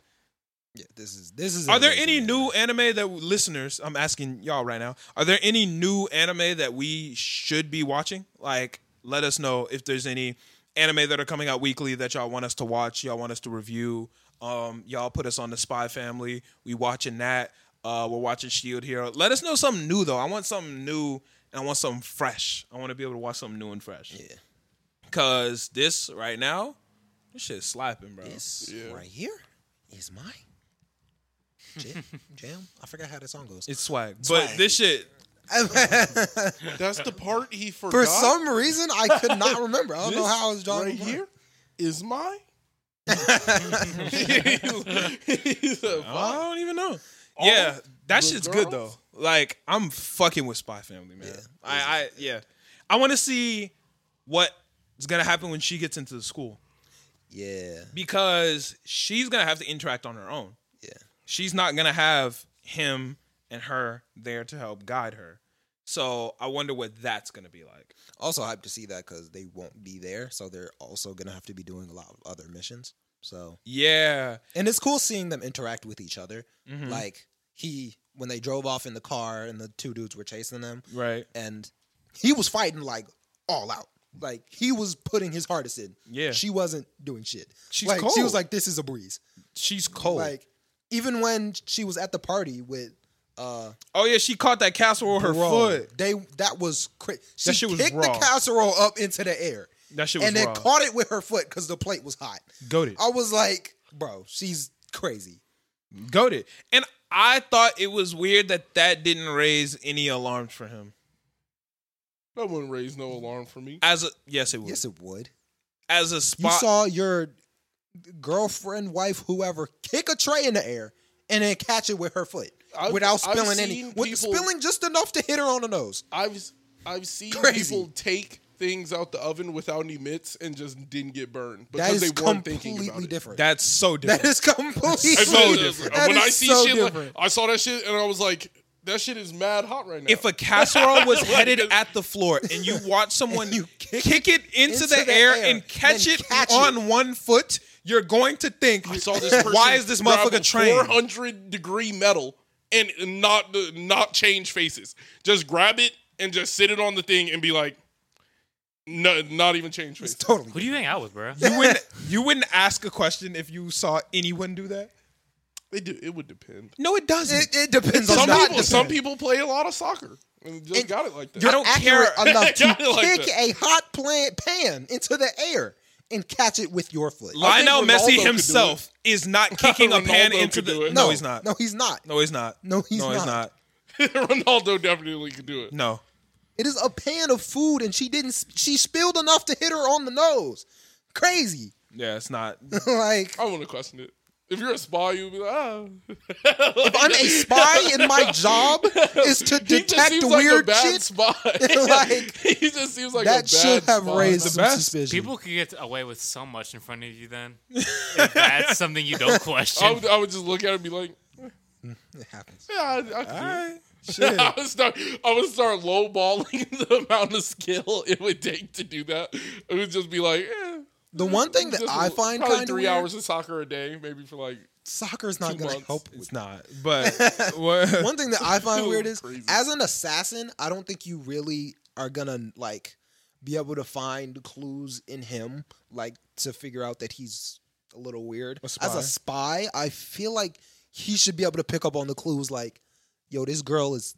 Yeah. This is. This is. Are there amazing, any man. new anime that listeners? I'm asking y'all right now. Are there any new anime that we should be watching? Like, let us know if there's any anime that are coming out weekly that y'all want us to watch. Y'all want us to review. Um, y'all put us on the Spy Family. We watching that. Uh, we're watching Shield Hero. Let us know something new though. I want something new and I want something fresh. I want to be able to watch something new and fresh. Yeah. Cause this right now, this shit's slapping, bro. This Yeah. right here is my jam. jam. I forgot how the song goes. It's swag. But this shit, That's the part he forgot. For some reason, I could not remember. I don't know This how I was drawing right the blank. here is my. He's a- I don't even know. yeah, that the shit's good though. girls? Like I'm fucking with Spy Family, man. Yeah. I, I yeah, I want to see what's gonna happen when she gets into the school Yeah. because she's gonna have to interact on her own. Yeah. She's not gonna have him and her there to help guide her. So I wonder what that's gonna be like. Also hyped to see that because they won't be there, so they're also gonna have to be doing a lot of other missions. So, Yeah, and it's cool seeing them interact with each other. Mm-hmm. Like he, when they drove off in the car, and the two dudes were chasing them, right. and he was fighting like all out. Like he was putting his hardest in. Yeah. she wasn't doing shit. She's like, She cold. was like, "This is a breeze." She's cold. Like even when she was at the party with uh oh yeah, she caught that castle with her Bro, foot. They that was crazy. She shit was kicked raw. the casserole up into the air. That shit was and then raw. caught it with her foot because the plate was hot. Goated. I was like, bro, she's crazy. goaded. And I thought it was weird that that didn't raise any alarms for him. that wouldn't raise no alarm for me. As a yes, it was. Yes, it would. As a You spot, saw your girlfriend, wife, whoever, kick a tray in the air and then catch it with her foot I've- without I've spilling any. seen With people- spilling just enough to hit her on the nose. I've I've seen Crazy. people take things out the oven without any mitts and just didn't get burned That because is they weren't thinking about completely it. different. that's so different. that is completely It's so really different. That when is I see so shit, different. Like, I saw that shit and I was like, that shit is mad hot right now. if a casserole was Like, headed it's- at the floor and you watch someone you kick, kick it into, the, air, and catch then it catch on it. one foot, you're going to think, I saw this person why is this motherfucker trained? Four hundred degree metal and not not change faces. Just grab it and just sit it on the thing and be like, no, not even change it's faces. totally Who do you hang out with, bro? You wouldn't, you wouldn't ask a question if you saw anyone do that. It, do, it would depend. No, it doesn't. It, it depends on Some not people, some people play a lot of soccer and just And got it like that. I don't accurate care. enough to Got it like kick that. a hot plant pan into the air and catch it with your foot. I think Lionel Ronaldo could Messi do himself is not kicking a pan Ronaldo into could do the. it. No, he's not. No, he's not. No, he's not. No, he's no, He's not. not. Ronaldo definitely could do it. No. It is a pan of food, and she didn't. sp- She spilled enough to hit her on the nose. Crazy. Yeah, it's not. like I want to question it. If you're a spy, you'd be like, ah. if I'm a spy, and my job is to He just detect seems like a weird bad shit. spy. Like, he just seems like a that bad should have spy. raised The some best. suspicion. People could get away with so much in front of you then. if that's something you don't I question. would, I would just look at it and be like, it happens. yeah, I, I could do it." Shit. I would start. I would start lowballing the amount of skill it would take to do that. It would just be like, eh, The one thing that just I l- find probably kind of three weird, hours of soccer a day, maybe for like. soccer's not two going to months. help It's not. But what, one thing that I find weird is Crazy. as an assassin, I don't think you really are gonna like be able to find clues in him, like to figure out that he's a little weird. A As spy. a spy, I feel like he should be able to pick up on the clues, like yo, this girl is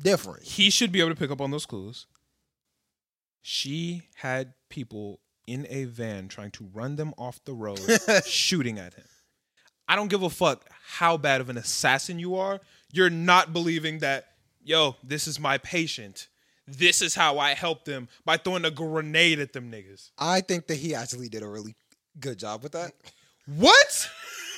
different. He should be able to pick up on those clues. She had people in a van trying to run them off the road, shooting at him. I don't give a fuck how bad of an assassin you are. You're not believing that, yo, this is my patient. This is how I help them by throwing a grenade at them niggas. I think that he actually did a really good job with that. What?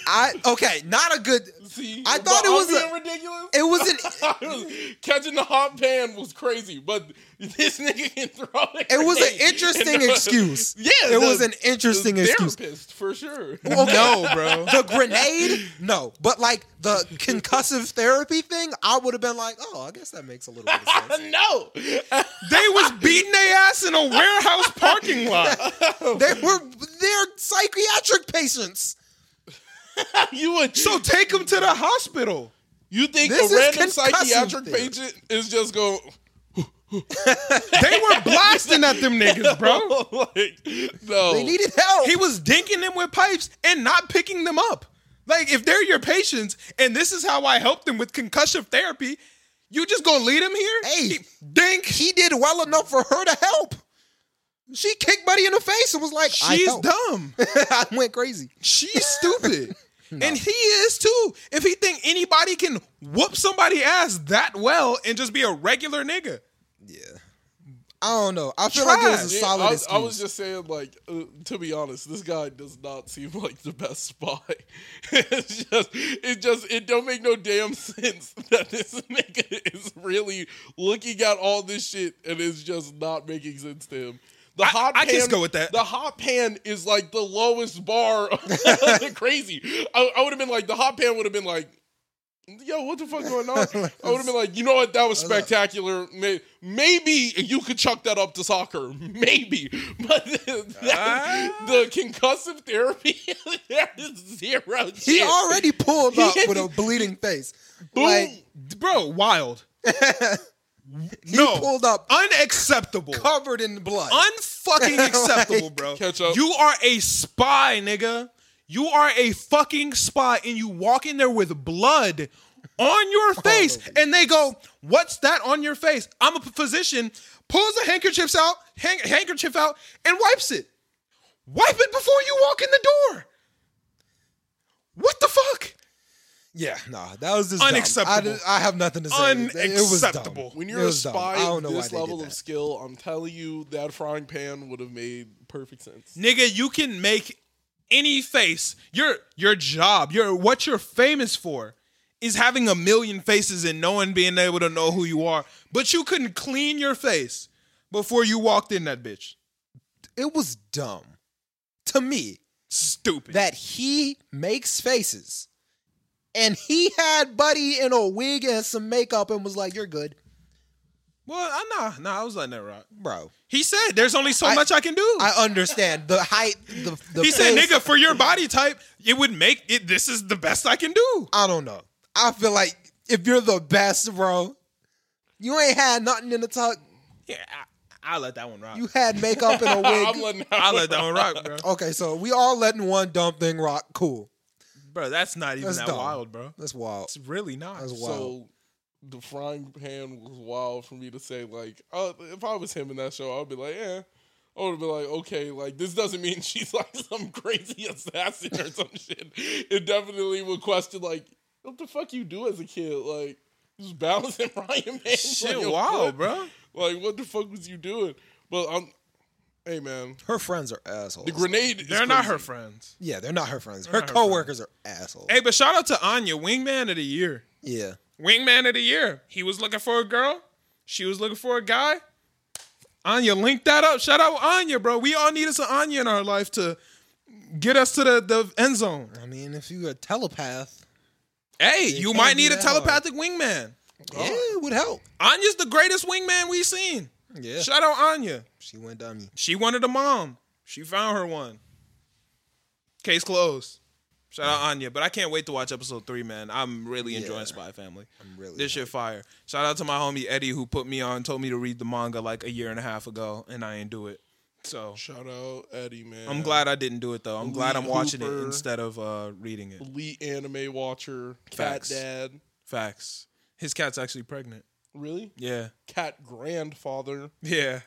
I okay, not a good. See, I but thought it I'm was being a- ridiculous. It was an Catching the hot pan was crazy, but this nigga can throw it. it was an interesting excuse. Yeah, it was the- an interesting the excuse. Therapist for sure. No, bro. The grenade, no, but like the concussive therapy thing, I would have been like, oh, I guess that makes a little bit of sense. no, They was beating their ass in a warehouse parking lot. They were they're psychiatric patients. you would. So take them to the hospital. you think This a is random concussive psychiatric theory. patient is just going? They were blasting at them niggas, bro. like, no, They needed help. Oh. He was dinking them with pipes and not picking them up. Like, if they're your patients and this is how I help them with concussion therapy, you just gonna lead them here? Hey. He- dink. he did well enough for her to help. She kicked Buddy in the face and was like, I She's helped. dumb. I went crazy. She's stupid. And he is too. If he think anybody can whoop somebody ass that well and just be a regular nigga. I don't know. I feel like it was a Tried. Yeah, solid I, was- excuse. I was just saying, like, uh, to be honest, this guy does not seem like the best spy. it's just, it just, it don't make no damn sense that this nigga is really looking at all this shit and it's just not making sense to him. The I- hot I pan, can just go with that. The hot pan is like the lowest bar. of the crazy. I, I would have been like, the hot pan would have been like, yo, what the fuck going on? I would have been like, you know what, that was spectacular. May- Maybe you could chuck that up to soccer, maybe. But the, that- Ah. the concussive therapy, there is zero. he chance. already pulled up He- with a bleeding face. Boom. Like Bro, wild. he no. pulled up Unacceptable. covered in blood. unfucking acceptable, bro. Catch up. You are a spy, nigga. You are a fucking spy, and you walk in there with blood on your face, over and they go, "What's that on your face?" I'm a physician. Pulls the handkerchiefs out, hand- handkerchief out, and wipes it. Wipe it before you walk in the door. What the fuck? yeah, nah, that was just dumb. Unacceptable. I, did- I have nothing to say. It was dumb. Unacceptable. when It you're a was dumb. spy I don't of know this why they level did of that. skill, I'm telling you that frying pan would have made perfect sense. nigga you can make any face your your job your what you're famous for is having a million faces and no one being able to know who you are but you couldn't clean your face before you walked in that bitch It was dumb to me stupid that he makes faces, and he had Buddy in a wig and some makeup and was like, "You're good, well i nah nah i was letting that rock bro." he said there's only so I- much i can do I understand the height. The, the he said face. nigga for your body type it would make it this is the best i can do I don't know. I feel like if you're the best, bro, you ain't had nothing in the tuck. yeah I, i'll let that one rock You had makeup and a I'm wig. letting that i'll one let that one rock bro okay, so we all letting one dumb thing rock. Cool. bro that's not even That's that dumb. wild bro That's wild. it's really not That's wild. So the frying pan was wild for me to say like, uh, if I was him in that show, I'd be like, yeah. I would be like, okay, like this doesn't mean she's like some crazy assassin or some shit. It definitely would question like, what the fuck you do as a kid? Like, just balancing Ryan Man. shit wild bro Like, what the fuck was you doing? But I'm, hey man, Her friends are assholes. the grenade. Is They're not crazy. her friends. yeah, they're not her friends. They're Her not her friends. coworkers are assholes. Hey, but shout out to Anya, wingman of the year. Yeah. Wingman of the year. He was looking for a girl. She was looking for a guy. Anya, link that up. Shout out Anya, bro. We all needed some Anya in our life to get us to the, the end zone. I mean, if you're a telepath, Hey, It you can't might be need a that hard. telepathic wingman. Oh. yeah, it would help. Anya's the greatest wingman we've seen. Yeah. Shout out Anya. She went dummy. She wanted a mom. She found her one. Case closed. Shout out Anya. But I can't wait to watch episode three, man. I'm really enjoying Yeah. Spy Family. I'm really. This shit fire. Shout out to my homie Eddie who put me on, told me to read the manga like a year and a half ago, and I ain't do it. So Shout out Eddie man. I'm glad I didn't do it though. I'm glad I'm watching it Hooper. instead of uh, reading it. elite anime watcher, Facts. cat dad. Facts. His cat's actually pregnant. Really? Yeah. Cat grandfather. Yeah.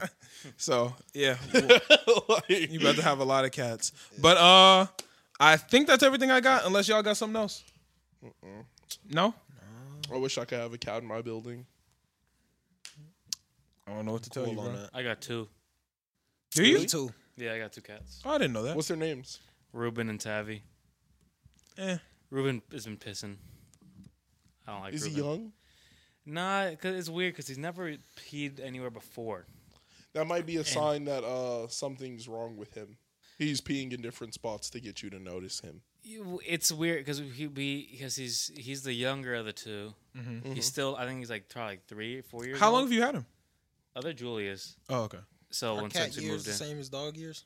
so yeah, Like- you about to have a lot of cats. But uh, I think that's everything I got. Unless y'all got something else. No. I wish I could have a cat in my building. I don't know what to tell you, Cool on bro. that. I got two. Do you? Me too. Yeah, I got two cats. Oh, I didn't know that. What's their names? Ruben and Tavi. Eh. Ruben has been pissing. I don't like Is he Ruben. young? Nah, cause it's weird because he's never peed anywhere before. That might be a sign that uh something's wrong with him. He's peeing in different spots to get you to notice him. You- It's weird because he be because he's he's the younger of the 2 Mm-hmm. He's still I think he's like probably like three, four years. How old. long have you had him? Other Julius. Oh, okay. So Are when cat since we years moved the in, same as dog years?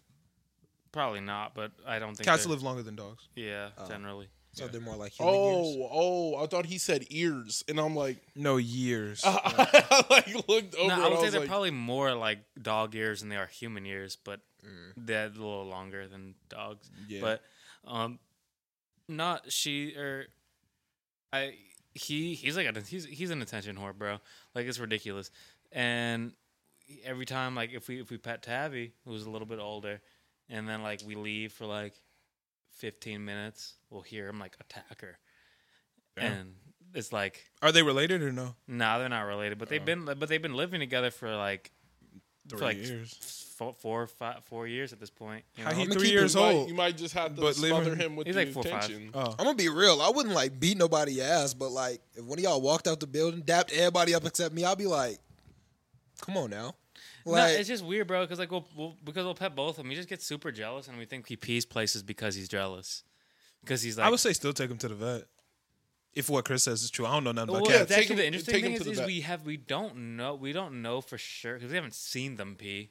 probably not. But I don't think Cats they're- live longer than dogs. Yeah, generally. So Yeah. they're more like human Oh, years. oh! I thought he said ears, and I'm like, No years. I like looked over. No, and I would say was they're like, probably more like dog ears than they are human ears, but Mm. they're a little longer than dogs. Yeah. But um, not she or I. He he's like a, he's he's an attention whore, bro. Like it's ridiculous. And every time, like if we if we pet Tabby, who's a little bit older, and then like we leave for like fifteen minutes, we'll hear him like attack her, Damn. and it's like Are they related or no? Nah, they're not related, Oh. but they've been but they've been living together for like Three for like years. four, four, five, four years at this point. You How know? he I'ma three keep it years you might- old? You might just have to But leave smother him- him with He's the like four or five. attention. Oh, I'm gonna be real. I wouldn't like beat nobody ass, but like if one of y'all walked out the building, dapped everybody up except me, I'd be like, "Come on now." no, Like, it's just weird, bro. Because like we'll, we'll because we'll pet both of them. He just gets super jealous, and we think he pees places because he's jealous. Because he's like, I would say still take him to the vet. If what Chris says is true, I don't know nothing well, about yeah, cats. that's take actually him- the interesting take him to thing is, the is vet. we have we don't know we don't know for sure because we haven't seen them pee.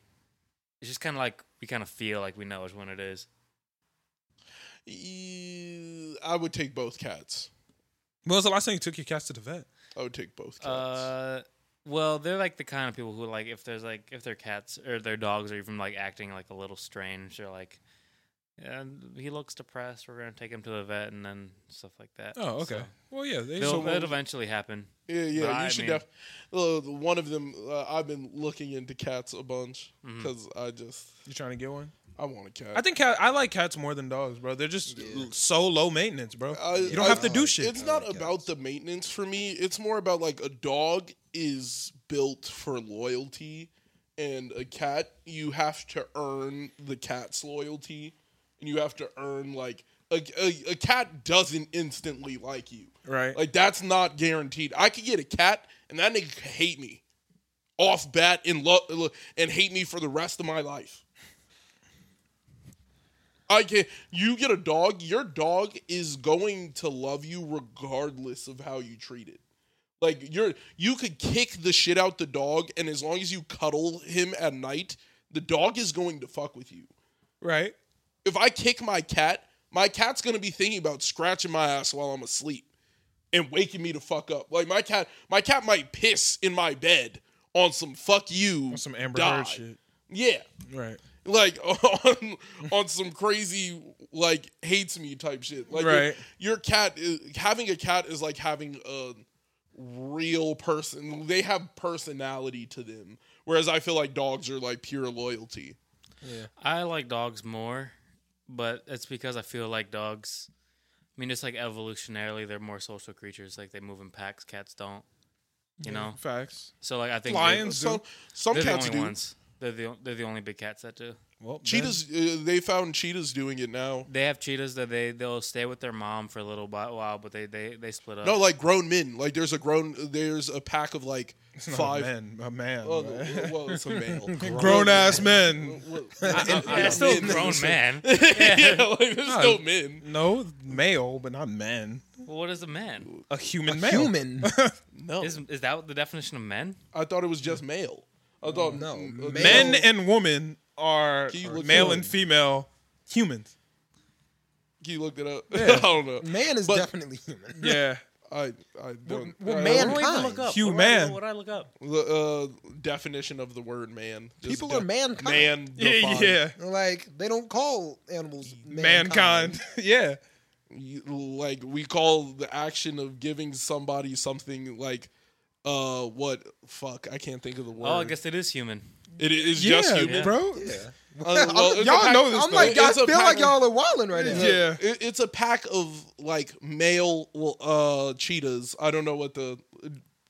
It's just kind of like we kind of feel like we know which one it is. E- I would take both cats. When was the last time you took your cats to the vet? I would take both cats. Uh, well, they're like the kind of people who like if there's like if their cats or their dogs are even like acting like a little strange or like, and he looks depressed. We're gonna take him to the vet and then stuff like that. Oh, okay. So, well, yeah. They, they'll- so, that'll eventually happen. yeah, yeah. but you I should mean- def. Uh, one of them. Uh, I've been looking into cats a bunch Mm-hmm. because I just you trying to get one? I want a cat. I think cat, I like cats more than dogs, bro. They're just l- so low maintenance, bro. I- you don't I- have to do shit. It's not about the maintenance for me. It's more about like a dog is built for loyalty, and a cat you have to earn the cat's loyalty, and you have to earn like a a, a cat doesn't instantly like you. Right. Like that's not guaranteed. I could get a cat, and that nigga could hate me off bat and love and hate me for the rest of my life. I can you get a dog, your dog is going to love you regardless of how you treat it. Like you're you could kick the shit out the dog and as long as you cuddle him at night, the dog is going to fuck with you. right. If I kick my cat, my cat's going to be thinking about scratching my ass while I'm asleep and waking me to fuck up. Like my cat my cat might piss in my bed on some fuck you Some Amber die. Heard shit. Yeah Right. like on on some crazy like hates me type shit. Like Right. your, your cat is, having a cat is like having a real person. They have personality to them. Whereas I feel like dogs are like pure loyalty. I like dogs more, but it's because I feel like dogs. I mean, just like evolutionarily, they're more social creatures. Like they move in packs. Cats don't. You know. Facts. So like I think they- Lions Some do. some They're the cats only do. ones. They're the they're the only big cats that do. Well, Cheetahs. Uh, they found cheetahs doing it now. They have cheetahs that they they'll stay with their mom for a little bi- while, but they they they split up. No, like grown men. Like there's a grown. There's a pack of like then- five. A man. A man. Oh, well, it's a male. Grown ass men. yeah, it's still a grown man. yeah, like there's still men. No, male, but not men. Well, what is a man? A human male. human. No, Is is that the definition of men? I thought it was just male. I thought no, m- uh, Men male- and woman are Can you are look male it up? and female humans. You looked it up. I Yeah. don't know. Man is But- definitely human. Yeah. I I don't. well, I- man- What do I even look Mankind. up? Human. What do I- What do I look up? the uh, definition of the word man. Just People are mankind. Man. Yeah. defined. yeah. Like they don't call animals mankind. Mankind. yeah. you- like we call the action of giving somebody something like uh what fuck I can't think of the word. Oh, I guess it is human. it is yeah, just human. bro. Yeah. Uh, well, I'm- it's a y'all pack- know this. I'm though. like, y'all It's a feel like pattern. y'all are wilding right now. Yeah. It, it's a pack of like male well, uh cheetahs. I don't know what the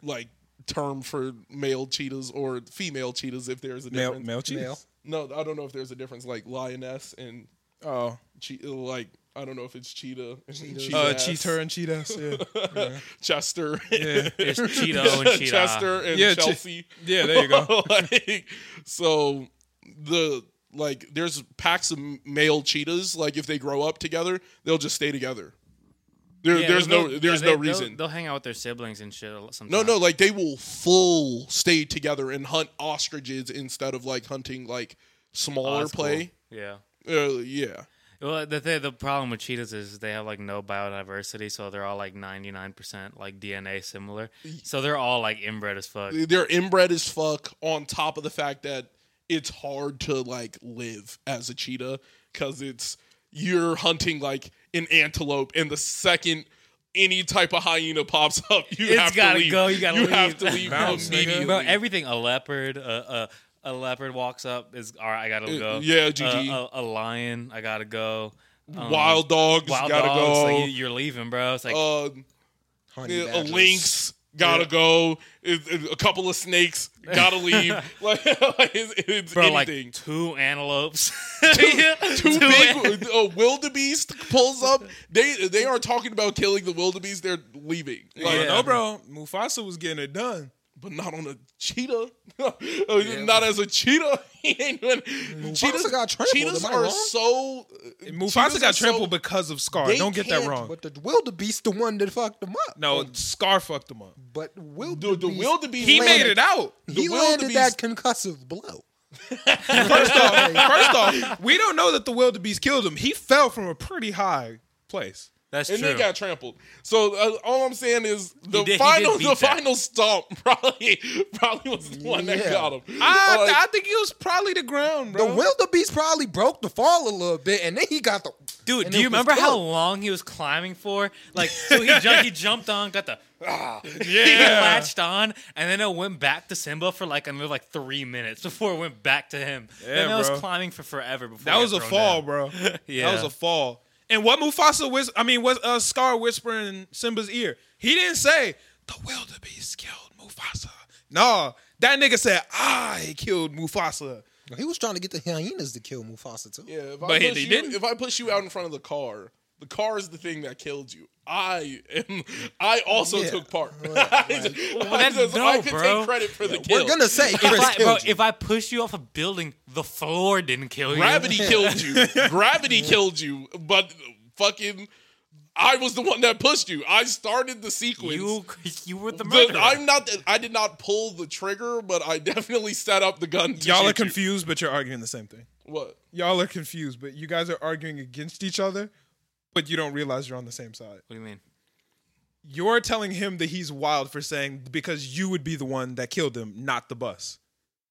like term for male cheetahs or female cheetahs if there's a Male, difference. male cheese. Male. No, I don't know if there's a difference like lioness and Oh, che- like I don't know if it's cheetah, and uh, cheetahs. cheater and cheetahs. Yeah, Chester, yeah, It's Cheeto and Cheetah. Chester and Yeah, che- Chelsea. yeah. There you go. like, so the like there's packs of male cheetahs. Like if they grow up together, they'll just stay together. There, Yeah, there's no they'll- there's yeah, they- no reason. They'll, they'll hang out with their siblings and shit. a lot- No, Sometimes. no, like they will full stay together and hunt ostriches instead of like hunting like Oh, smaller that's cool. play. Yeah. Uh, yeah. Well, the th- the problem with cheetahs is they have like no biodiversity, so they're all like ninety nine percent like DNA similar. So they're all like inbred as fuck. they're inbred as fuck on top of the fact that it's hard to like live as a cheetah because it's you're hunting like an antelope and the second any type of hyena pops up you It's have gotta to leave. go, you gotta have leave. to leave Bounce, nigga. immediately Bro, everything a leopard, a, a a leopard walks up is all right. I gotta Uh, go. yeah, A- GG. A, a lion, I gotta go. Um, wild dogs wild gotta dogs, go Like, you, are leaving, bro. It's like uh, Honey a badgers. lynx gotta go It- it- a couple of snakes gotta leave like, it's, it's bro, anything like two antelopes. two Two an- big a wildebeest pulls up. They they aren't talking about killing the wildebeest. They're leaving, like, Yeah. No, bro. Mufasa was getting it done. but not on a cheetah. Uh, not as a cheetah. He ain't doing- cheetahs got trampled, cheetahs am I are wrong? so. uh, Mufasa cheetahs are got so- trampled because of Scar. They Don't get that can't- wrong. But the wildebeest, the one that fucked them up. No, Scar fucked him up. But The, wildebeest, the wildebeest. He landed- made it out. he the landed that concussive blow. First off, first off, we don't know that the wildebeest killed him. He fell from a pretty high place. That's and true. they got trampled. So uh, all I'm saying is the did- he final, did beat the that. final stomp probably probably was the one that Yeah. got him. I, Like, I think he was probably the ground, The bro. wildebeest probably broke the fall a little bit, and then he got the Dude, and do it you was remember how dope. long he was climbing for? Like, so he jumped, he jumped on, got the he yeah. latched on, and then it went back to Simba for like another like three minutes before it went back to him. then Yeah, it was bro. climbing for forever before That it was a got thrown fall, down. bro. Yeah. That was a fall. And what Mufasa whis- I mean, what uh, Scar whispering in Simba's ear? He didn't say the wildebeest killed Mufasa. Nah, that nigga said I killed Mufasa. He was trying to get the hyenas to kill Mufasa too. Yeah, if I But push he you, didn't. If I push you out in front of the car, the car is the thing that killed you. I am. I also Yeah. took part. Well, that's I, dope, could bro. take credit for the kill. We're gonna say Chris If I, bro, killed you. if I pushed you off a building, the floor didn't kill you. Gravity killed you. Gravity killed you. But fucking, I was the one that pushed you. I started the sequence. You, you were the The- murderer. I'm not. I did not pull the trigger, but I definitely set up the gun. To Y'all shoot are confused, but you're arguing the same thing. You. What? Y'all are confused, but you guys are arguing against each other, but you don't realize you're on the same side. What do you mean? You're telling him that he's wild for saying because you would be the one that killed him, not the bus.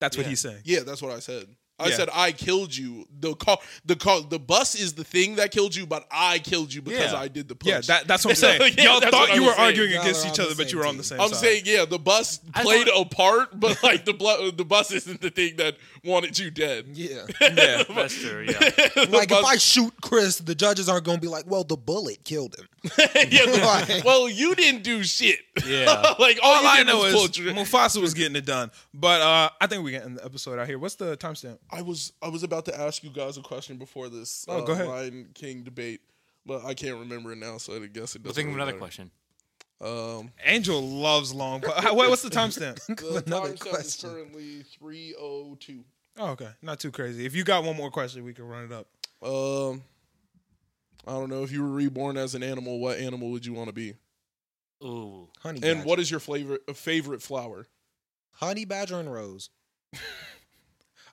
That's what he's saying. Yeah, that's what I said. I Yeah. said I killed you. The car, the car, the bus is the thing that killed you, but I killed you because Yeah. I did the push. Yeah, that, that's what I'm saying. Yeah, Y'all that's what thought I you was were saying. arguing Y'all against are each on other, the but you were same on the team. same I'm side. saying, yeah, the bus I played thought- a part, but like the blo- the bus isn't the thing that wanted you dead. yeah, yeah. That's true. Yeah. like if I shoot Chris, the judges aren't gonna be like, "Well, the bullet killed him." yeah, the- Right. well, you didn't do shit. Yeah. like all, All you I did know is was pull tr- Mufasa was getting it done. But uh, I think we can end the episode out here. What's the timestamp? I was I was about to ask you guys a question before this Oh, uh, go ahead. Lion King debate, but I can't remember it now, so I guess it doesn't. We'll think of really another matter. question. Um, Angel loves long. po- Uh, Wait, what's the timestamp? the Another timestamp is question. currently three oh two. Oh, okay, not too crazy. If you got one more question, we can run it up. Um, I don't know if you were reborn as an animal, what animal would you want to be? Ooh. Honey And badger. what is your flavor favorite flower? Honey badger and rose.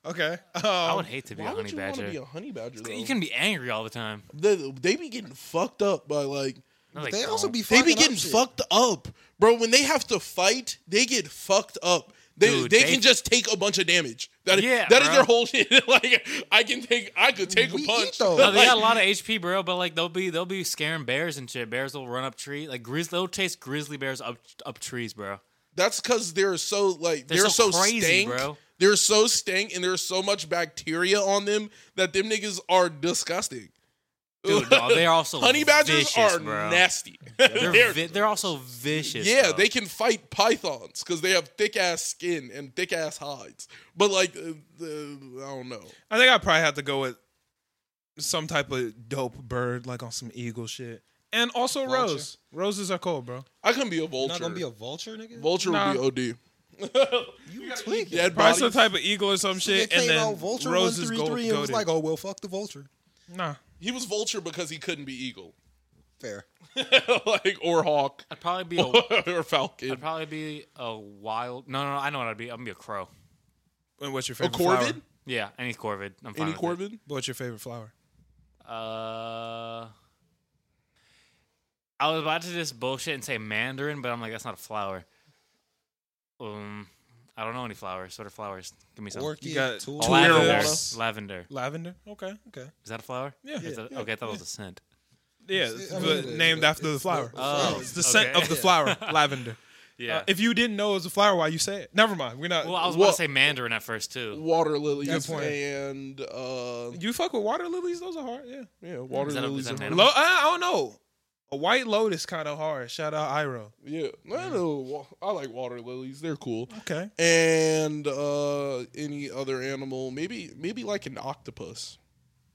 Okay. Um, I would hate to be Why a would honey you want to badger. be a honey badger? Though? you can be angry all the time. they, they be getting fucked up by like No, They also don't. be they fucking be up getting shit. fucked up, bro. When they have to fight, they get fucked up. They, Dude, they, they- can just take a bunch of damage. That, Yeah, that is bro. their whole shit. like I can take I could take We a eat punch. those. No, they Like, got a lot of HP, bro. But like they'll be they'll be scaring bears and shit. Bears will run up tree like grizz. They'll chase grizzly bears up up trees, bro. That's because they're so like They're they're, so so, crazy, stank. bro. They're so stank, and there's so much bacteria on them that them niggas are disgusting. Dude, no, they're also honey badgers vicious, are bro. nasty. They're They're- vi- they're also vicious. yeah, though. they can fight pythons because they have thick ass skin and thick ass hides. But like, uh, uh, I don't know. I think I probably have to go with some type of dope bird, like on some eagle shit, and also Vulture. rose. Roses are cool, bro. I couldn't be a vulture. Not gonna be a vulture, nigga. vulture Nah. would be od. you tweaking? Dead Probably body. some type of eagle or some It shit, came and then out vulture one roses three go three. It was goated. like, oh well, fuck the vulture. nah. He was vulture because he couldn't be eagle, Fair. like or hawk I'd probably be a or falcon. I'd probably be a wild. No, no, no I know what I'd be. I'm gonna be a crow. And what's your A favorite flower? corvid? Yeah, any corvid. I'm fine Any with it. corvid? What's your favorite flower? Uh, I was about to just bullshit and say mandarin, but I'm like, that's not a flower. Um, I don't know any flowers. What are flowers? Give me some. You Orchid, got tulip. tulip. lavender. Tulips. Lavender. Lavender. Okay. Okay. Is that a flower? Yeah. Is that- okay, I thought it was a scent. Yeah, It's- I mean, but it- named it- after the it's flower. the- Oh, it's the scent okay. of the flower, lavender. Yeah. Uh, if you didn't know it was a flower, why you say it? Never mind. We're not. well, I was Well- about to say mandarin at first too. water lilies point. and uh you fuck with water lilies? Those are hard. Yeah. yeah, water Is that a- is lilies. that are- an animal? Lo- I, I don't know. A white lotus kind of hard. Shout out Iro. yeah, I know. wa- I like water lilies. They're cool. Okay. And uh any other animal, maybe maybe like an octopus.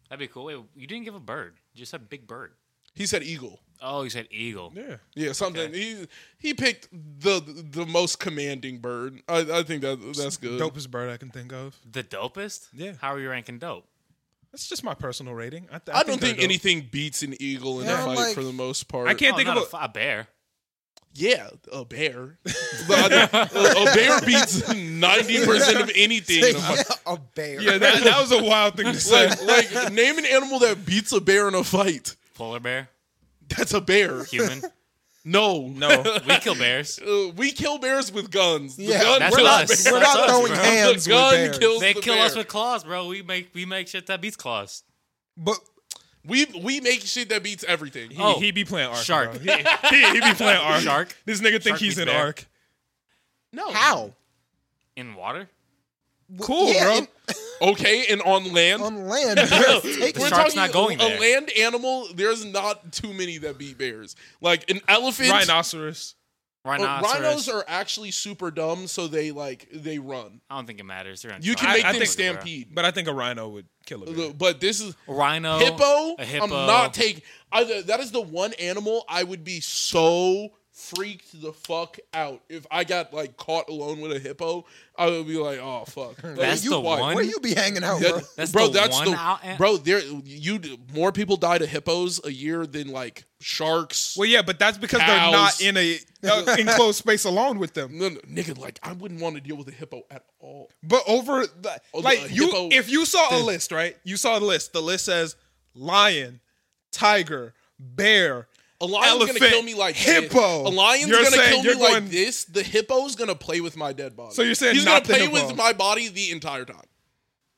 That'd be cool. Wait, you didn't give a bird. You just said big bird. He said eagle. Oh, you said eagle. Yeah. Yeah, something. He he picked the the most commanding bird. I, I think that that's good. Dopest bird I can think of. The dopest. Yeah. How are you ranking dope? That's just my personal rating. I, th- I, don't they're think dope. anything beats an eagle in Yeah, a I'm fight like- for the most part. I can't Oh, think not of a fi- a bear. Yeah, a bear. But I think a, a bear beats ninety percent of anything. In a fight. yeah, a bear. Yeah, that, that was a wild thing to say. like, like name an animal that beats a bear in a fight. Polar bear. That's a bear. Human. No, no. we kill bears. Uh, we kill bears with guns. The Yeah, gun that's we're not, us. We're That's not us, throwing bro. the hands gun with bears. kills They the kill bear. us with claws, bro. We make we make shit that beats claws. But we we make shit that beats everything. He, Oh. he be playing Ark. Shark. bro. He, he, he be playing Ark. Shark. This nigga think Shark he's beats in bear. Ark. Oh. No, how? In water? Cool, Yeah, bro. and- Okay, and on land. on land. bears take we're it. Shark- shark's talking not going a there. land animal. There's not too many that beat bears. Like an elephant. Rhinoceros. uh, Rhinoceros. rhinos are actually super dumb, so they like they run. I don't think it matters. They're You can I- make I them think- stampede. But I think a rhino would kill a bear. But this is Rhino. hippo, A hippo. I'm not taking. I, that is the one animal I would be so freaked the fuck out if I got like caught alone with a hippo. I would be like, oh fuck. Like, That's you the wild. one? Where you be hanging out, That- bro? That's bro, the that's one the out- eh? bro. There, you do- more people die to hippos a year than like sharks. Well, yeah, but that's because Cows. they're not in a uh, enclosed space alone with them. No, no, nigga, like I wouldn't want to deal with a hippo at all. But over, the, Oh, the like you, hippo- if you saw a list, right? You saw the list. The list says lion, tiger, bear. A lion's Elephant, gonna kill me like This. hippo. A lion's You're gonna saying kill me you're going- like this. The hippo's gonna play with my dead body. So you're saying he's not the gonna play hippo. with my body the entire time,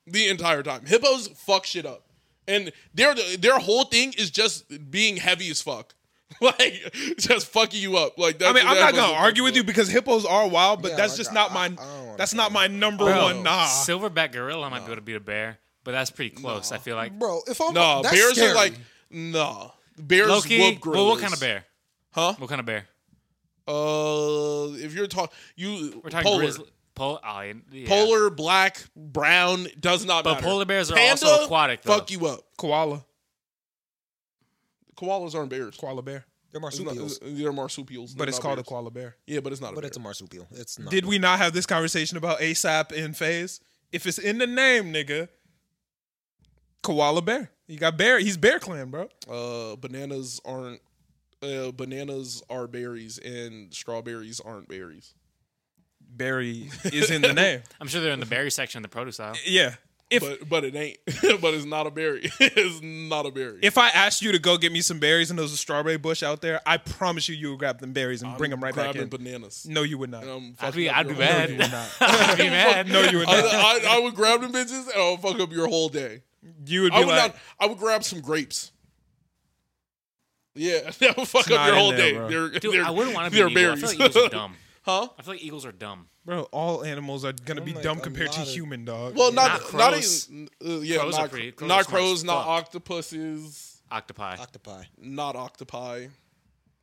the entire time. Hippos fuck shit up, and their their whole thing is just being heavy as fuck, like just fucking you up. Like I that's, mean, I'm not that's gonna what- argue with you because hippos are wild, but Yeah, that's like, just not I- my. I don't wanna that's play not with my number Bro, one. Nah. Silverback gorilla might be able to beat a bear, but that's pretty close. I feel like Bro, if I'm No, that's bears scary. are like no. Bears Loki. whoop Well, what gorillas. kind of bear? Huh? What kind of bear? Uh, if you're talking, you We're talking polar, grizzly. Pol- oh, yeah, yeah. polar, black, brown does not But matter. polar bears are Panda, also aquatic. Though. Fuck you up. koala, Koalas aren't bears. koala bear, they're It's not- uh, marsupials, they're marsupials. but They're it's not called bears. a koala bear. Yeah, but it's not. A but bear. it's a marsupial. It's not. Did we not have this conversation about ASAP and Phase? If it's in the name, nigga, koala bear. You got bear. He's bear clan, bro. uh, bananas aren't. Uh, bananas are berries, and strawberries aren't berries. Berry is in the name. I'm sure they're in the berry section of the produce aisle. Yeah. If- but but it ain't. but it's not a berry. it's not a berry. If I asked you to go get me some berries and there's a strawberry bush out there, I promise you, you would grab them berries and bring them right back grabbing in. bananas. no, you would not. Um, I'd be, fucking up I'd be your whole mad. day. I'd be mad. No, you would not. I, I, I would grab them bitches and I'll fuck up your whole day. You would be I would like, not. I would grab some grapes. Yeah, that would fuck not up your in whole there, day. bro. They're, Dude, they're, I wouldn't want to be they're an eagle. I feel like berries. eagles are dumb. huh? I feel like eagles are dumb. bro, all animals are gonna be I'm like, dumb a compared to lot of- human, dog. Well, not Not not, crows. even. Uh, yeah, Crows are not, pretty- crows not are smart as crows, not fuck. octopuses, Octopi. Octopi. not octopi.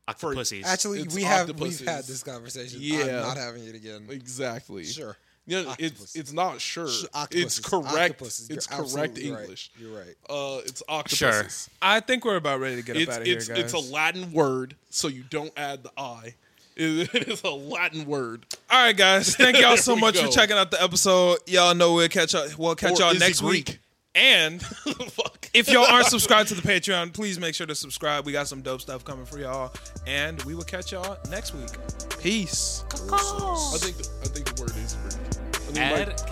Octopussies. Actually, It's we have octopuses. we've had this conversation. Yeah. I'm not having it again. Exactly. Sure. Yeah, it's Octopus. it's not sure. Sh- it's octopuses. correct. Octopuses. It's You're correct absolutely right. English. You're right. Uh, it's octopuses. I think we're about ready to get It's up out of here, it's guys. it's a Latin word, so you don't add the i. It- it is a Latin word. All right, guys. Thank y'all so There we much for go. checking out the episode. Y'all know we'll catch y'all. We'll catch Or y'all is it next Greek? week. And Fuck. if y'all aren't subscribed to the Patreon, please make sure to subscribe. We got some dope stuff coming for y'all, and we will catch y'all next week. Peace. I think the, I think the word is Greek. I think my- Add